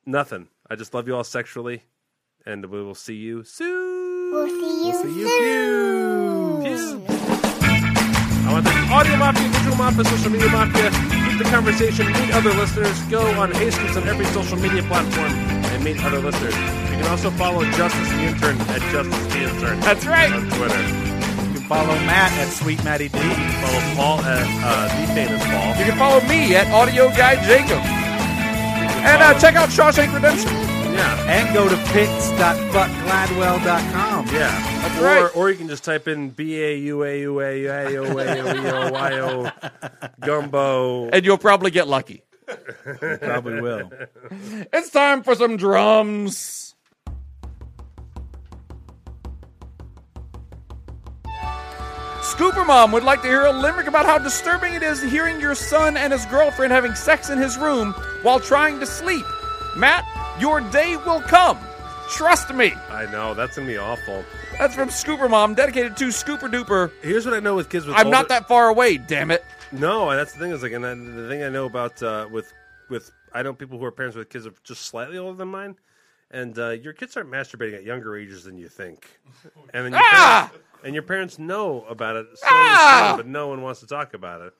[SPEAKER 5] nothing. I just love you all sexually, and we will see you soon. We'll see you, soon. I want the audio mafia, visual mafia, social media mafia. Keep the conversation. Meet other listeners. Go on Hastings on every social media platform and meet other listeners. You can also follow Justice the Intern at Justice the Intern. That's right. On Twitter.
[SPEAKER 4] You can follow Matt at Sweet Matty D. You
[SPEAKER 5] can follow Paul at uh, The Famous Paul.
[SPEAKER 7] You can follow me at Audio Guy Jacob. And uh, check out Shawshank Redemption.
[SPEAKER 5] Yeah.
[SPEAKER 4] And go to pits.buckgladwell.com.
[SPEAKER 5] Yeah.
[SPEAKER 7] That's
[SPEAKER 5] or,
[SPEAKER 7] right.
[SPEAKER 5] Or you can just type in B A U A U A U A U A U E O Y O gumbo.
[SPEAKER 7] And you'll probably get lucky.
[SPEAKER 4] probably will.
[SPEAKER 7] It's time for some drums. Scooper Mom would like to hear a limerick about how disturbing it is hearing your son and his girlfriend having sex in his room while trying to sleep. Matt, your day will come. Trust me.
[SPEAKER 5] I know that's gonna be awful.
[SPEAKER 7] That's from Scooper Mom, dedicated to Scooper Duper.
[SPEAKER 5] Here's what I know with kids with
[SPEAKER 7] I'm
[SPEAKER 5] older-
[SPEAKER 7] not that far away. Damn it.
[SPEAKER 5] No, and that's the thing is like, and then the thing I know about uh, with with I know people who are parents with kids of just slightly older than mine, and uh, your kids start masturbating at younger ages than you think, and then your
[SPEAKER 7] Ah!
[SPEAKER 5] parents, and your parents know about it, slowly, slowly, but no one wants to talk about it.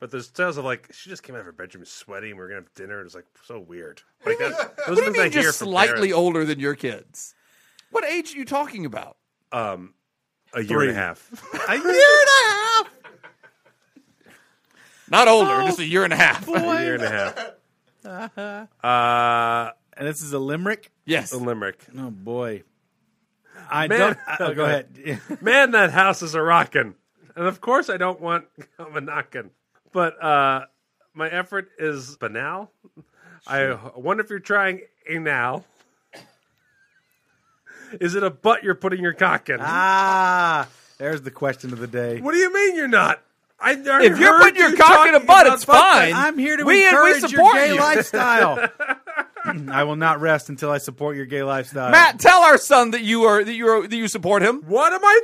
[SPEAKER 5] But there's tales of like she just came out of her bedroom sweaty, and we are gonna have dinner, and it's like so weird. Like that's, those
[SPEAKER 7] what do
[SPEAKER 5] are
[SPEAKER 7] you
[SPEAKER 5] things
[SPEAKER 7] mean
[SPEAKER 5] I hear
[SPEAKER 7] just
[SPEAKER 5] from
[SPEAKER 7] slightly
[SPEAKER 5] parents.
[SPEAKER 7] older than your kids? What age are you talking about?
[SPEAKER 5] Um, a year and a half.
[SPEAKER 4] A year and a half.
[SPEAKER 7] Not older,
[SPEAKER 1] Oh.
[SPEAKER 7] just a year and a half.
[SPEAKER 4] Oh,
[SPEAKER 5] A year and a half.
[SPEAKER 4] half.
[SPEAKER 5] Uh,
[SPEAKER 4] and this is a limerick.
[SPEAKER 7] Yes,
[SPEAKER 5] a limerick.
[SPEAKER 4] Oh boy. I
[SPEAKER 5] Man-
[SPEAKER 4] don't. I- oh,
[SPEAKER 5] Oh,
[SPEAKER 4] go
[SPEAKER 5] go
[SPEAKER 4] ahead.
[SPEAKER 5] Man, that house is a rockin'. And of course, I don't want I'm a knockin', but uh, my effort is banal. I wonder if you're trying a now. Is it a butt you're putting your cock in?
[SPEAKER 4] ah, there's the question of the day.
[SPEAKER 5] What do you mean you're not? I already
[SPEAKER 7] If you're
[SPEAKER 5] heard
[SPEAKER 7] putting your
[SPEAKER 5] you
[SPEAKER 7] cock in a
[SPEAKER 5] talking
[SPEAKER 7] butt,
[SPEAKER 5] about
[SPEAKER 7] it's
[SPEAKER 5] butt
[SPEAKER 7] fine.
[SPEAKER 5] sex.
[SPEAKER 4] I'm here to
[SPEAKER 7] we,
[SPEAKER 4] encourage
[SPEAKER 7] we support
[SPEAKER 4] your gay
[SPEAKER 7] you.
[SPEAKER 4] lifestyle. I will not rest until I support your gay lifestyle.
[SPEAKER 7] Matt, tell our son that you are that you are, that you support him.
[SPEAKER 5] What am I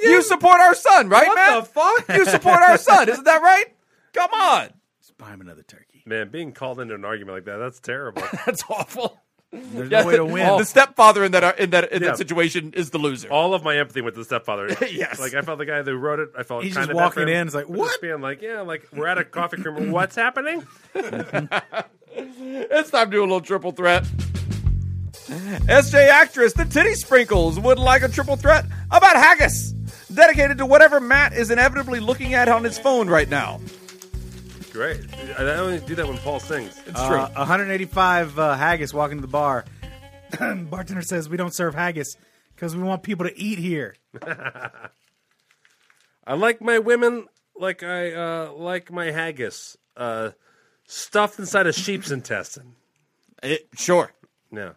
[SPEAKER 5] telling
[SPEAKER 7] You support our son, right, Matt?
[SPEAKER 5] What the fuck?
[SPEAKER 7] You support our son, isn't that right? Come on,
[SPEAKER 4] buy him another turkey.
[SPEAKER 5] Man, being called into an argument like that—that's terrible.
[SPEAKER 7] that's awful.
[SPEAKER 4] There's
[SPEAKER 7] Yeah,
[SPEAKER 4] no way to win.
[SPEAKER 7] The stepfather in that uh, in that in
[SPEAKER 5] Yeah.
[SPEAKER 7] that situation is the loser.
[SPEAKER 5] All of my empathy with the stepfather.
[SPEAKER 7] Yes.
[SPEAKER 5] like I felt the guy who wrote it. I felt
[SPEAKER 4] He's
[SPEAKER 5] kind
[SPEAKER 4] just
[SPEAKER 5] of
[SPEAKER 4] walking
[SPEAKER 5] bad for him,
[SPEAKER 4] in, it's like,
[SPEAKER 5] but just
[SPEAKER 4] "What?"
[SPEAKER 5] Being like, yeah, like we're at a coffee creamery. What's happening?
[SPEAKER 7] It's time to do a little triple threat. SJ actress, the titty sprinkles would like a triple threat about haggis, dedicated to whatever Matt is inevitably looking at on his phone right now.
[SPEAKER 5] Great. I I only do that when Paul sings. It's
[SPEAKER 4] Uh, 185 uh, haggis walking to the bar. Bartender says we don't serve haggis because we want people to eat here.
[SPEAKER 5] I like my women like I uh, like my haggis uh, stuffed
[SPEAKER 7] Eh.
[SPEAKER 5] inside a sheep's intestine.
[SPEAKER 7] It, sure.
[SPEAKER 5] No.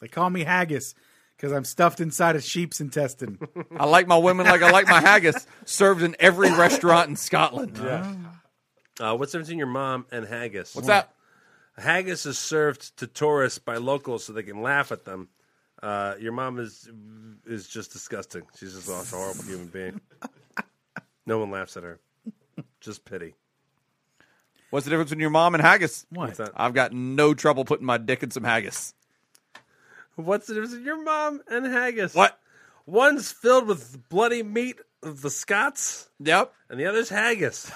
[SPEAKER 4] They call me haggis because I'm stuffed inside a sheep's intestine.
[SPEAKER 7] I like my women like I like my haggis, served in every restaurant in Scotland.
[SPEAKER 5] Yeah. Uh, what's the difference between your mom and haggis?
[SPEAKER 7] What's that?
[SPEAKER 5] Haggis is served to tourists by locals so they can laugh at them. Uh, your mom is is just disgusting. She's just a horrible human being. No one laughs at her. Just pity.
[SPEAKER 7] What's the difference between your mom and haggis?
[SPEAKER 5] What? What's that?
[SPEAKER 7] I've got no trouble putting my dick in some haggis.
[SPEAKER 5] What's the difference between your mom and haggis? What? One's filled with bloody meat of the Scots.
[SPEAKER 7] Yep.
[SPEAKER 5] And the other's haggis.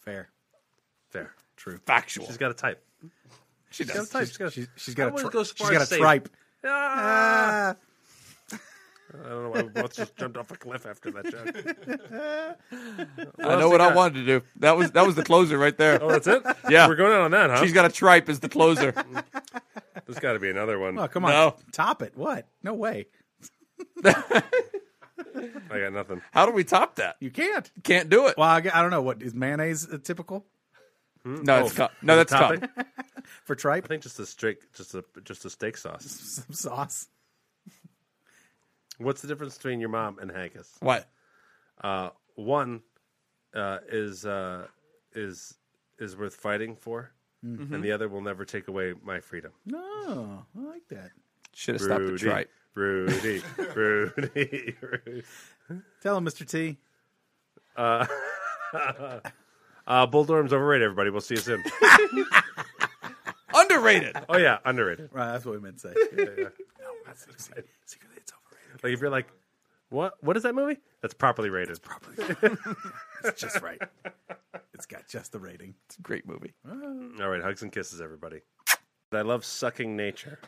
[SPEAKER 4] Fair.
[SPEAKER 5] Fair.
[SPEAKER 4] True.
[SPEAKER 7] Factual.
[SPEAKER 5] She's got a type.
[SPEAKER 4] She
[SPEAKER 5] She's got a type. She's got a,
[SPEAKER 4] She's, she's
[SPEAKER 5] I
[SPEAKER 4] got a
[SPEAKER 5] wouldn't
[SPEAKER 4] tri-
[SPEAKER 5] go so
[SPEAKER 4] she's
[SPEAKER 5] far
[SPEAKER 4] got
[SPEAKER 5] as
[SPEAKER 4] a
[SPEAKER 5] say-
[SPEAKER 4] tripe.
[SPEAKER 5] Ah. I don't know why we both just jumped off a cliff after that joke.
[SPEAKER 7] I know what I wanted to do. That was that was the closer right there.
[SPEAKER 5] Oh, that's it?
[SPEAKER 7] Yeah.
[SPEAKER 5] We're going out on that, huh?
[SPEAKER 7] She's got a tripe as the closer.
[SPEAKER 5] There's got to be another one.
[SPEAKER 4] Oh, come on.
[SPEAKER 7] No.
[SPEAKER 4] Top it. What? No way.
[SPEAKER 5] I got nothing.
[SPEAKER 7] How do we top that?
[SPEAKER 4] You can't.
[SPEAKER 7] Can't do it.
[SPEAKER 4] Well, I, gu- I don't know. What is mayonnaise uh, typical
[SPEAKER 7] No, it's
[SPEAKER 5] Oh,
[SPEAKER 7] co- no, that's
[SPEAKER 5] topping?
[SPEAKER 7] topping.
[SPEAKER 4] for tripe
[SPEAKER 5] I think just a straight, just a just a steak sauce.
[SPEAKER 4] Some sauce?
[SPEAKER 5] What's the difference between your mom and haggis?
[SPEAKER 7] What?
[SPEAKER 5] Uh, one uh, is uh, is is worth fighting for,
[SPEAKER 4] Mm-hmm.
[SPEAKER 5] and the other will never take away my freedom.
[SPEAKER 4] No, Oh, I like that.
[SPEAKER 7] Should have stopped the tripe.
[SPEAKER 5] Rudy, Rudy, Rudy.
[SPEAKER 4] Tell him, Mr. T.
[SPEAKER 5] Uh, uh, Bull Durham's overrated. Everybody, we'll see you soon.
[SPEAKER 7] Underrated.
[SPEAKER 5] oh yeah, underrated.
[SPEAKER 4] Right, that's what we meant to say.
[SPEAKER 5] Yeah, yeah.
[SPEAKER 4] Secretly, it's overrated.
[SPEAKER 5] Like if you're like, what? What is that movie? That's properly rated.
[SPEAKER 4] It's just right. It's got just the rating.
[SPEAKER 7] Great movie.
[SPEAKER 5] All right, hugs and kisses, everybody. I love sucking nature.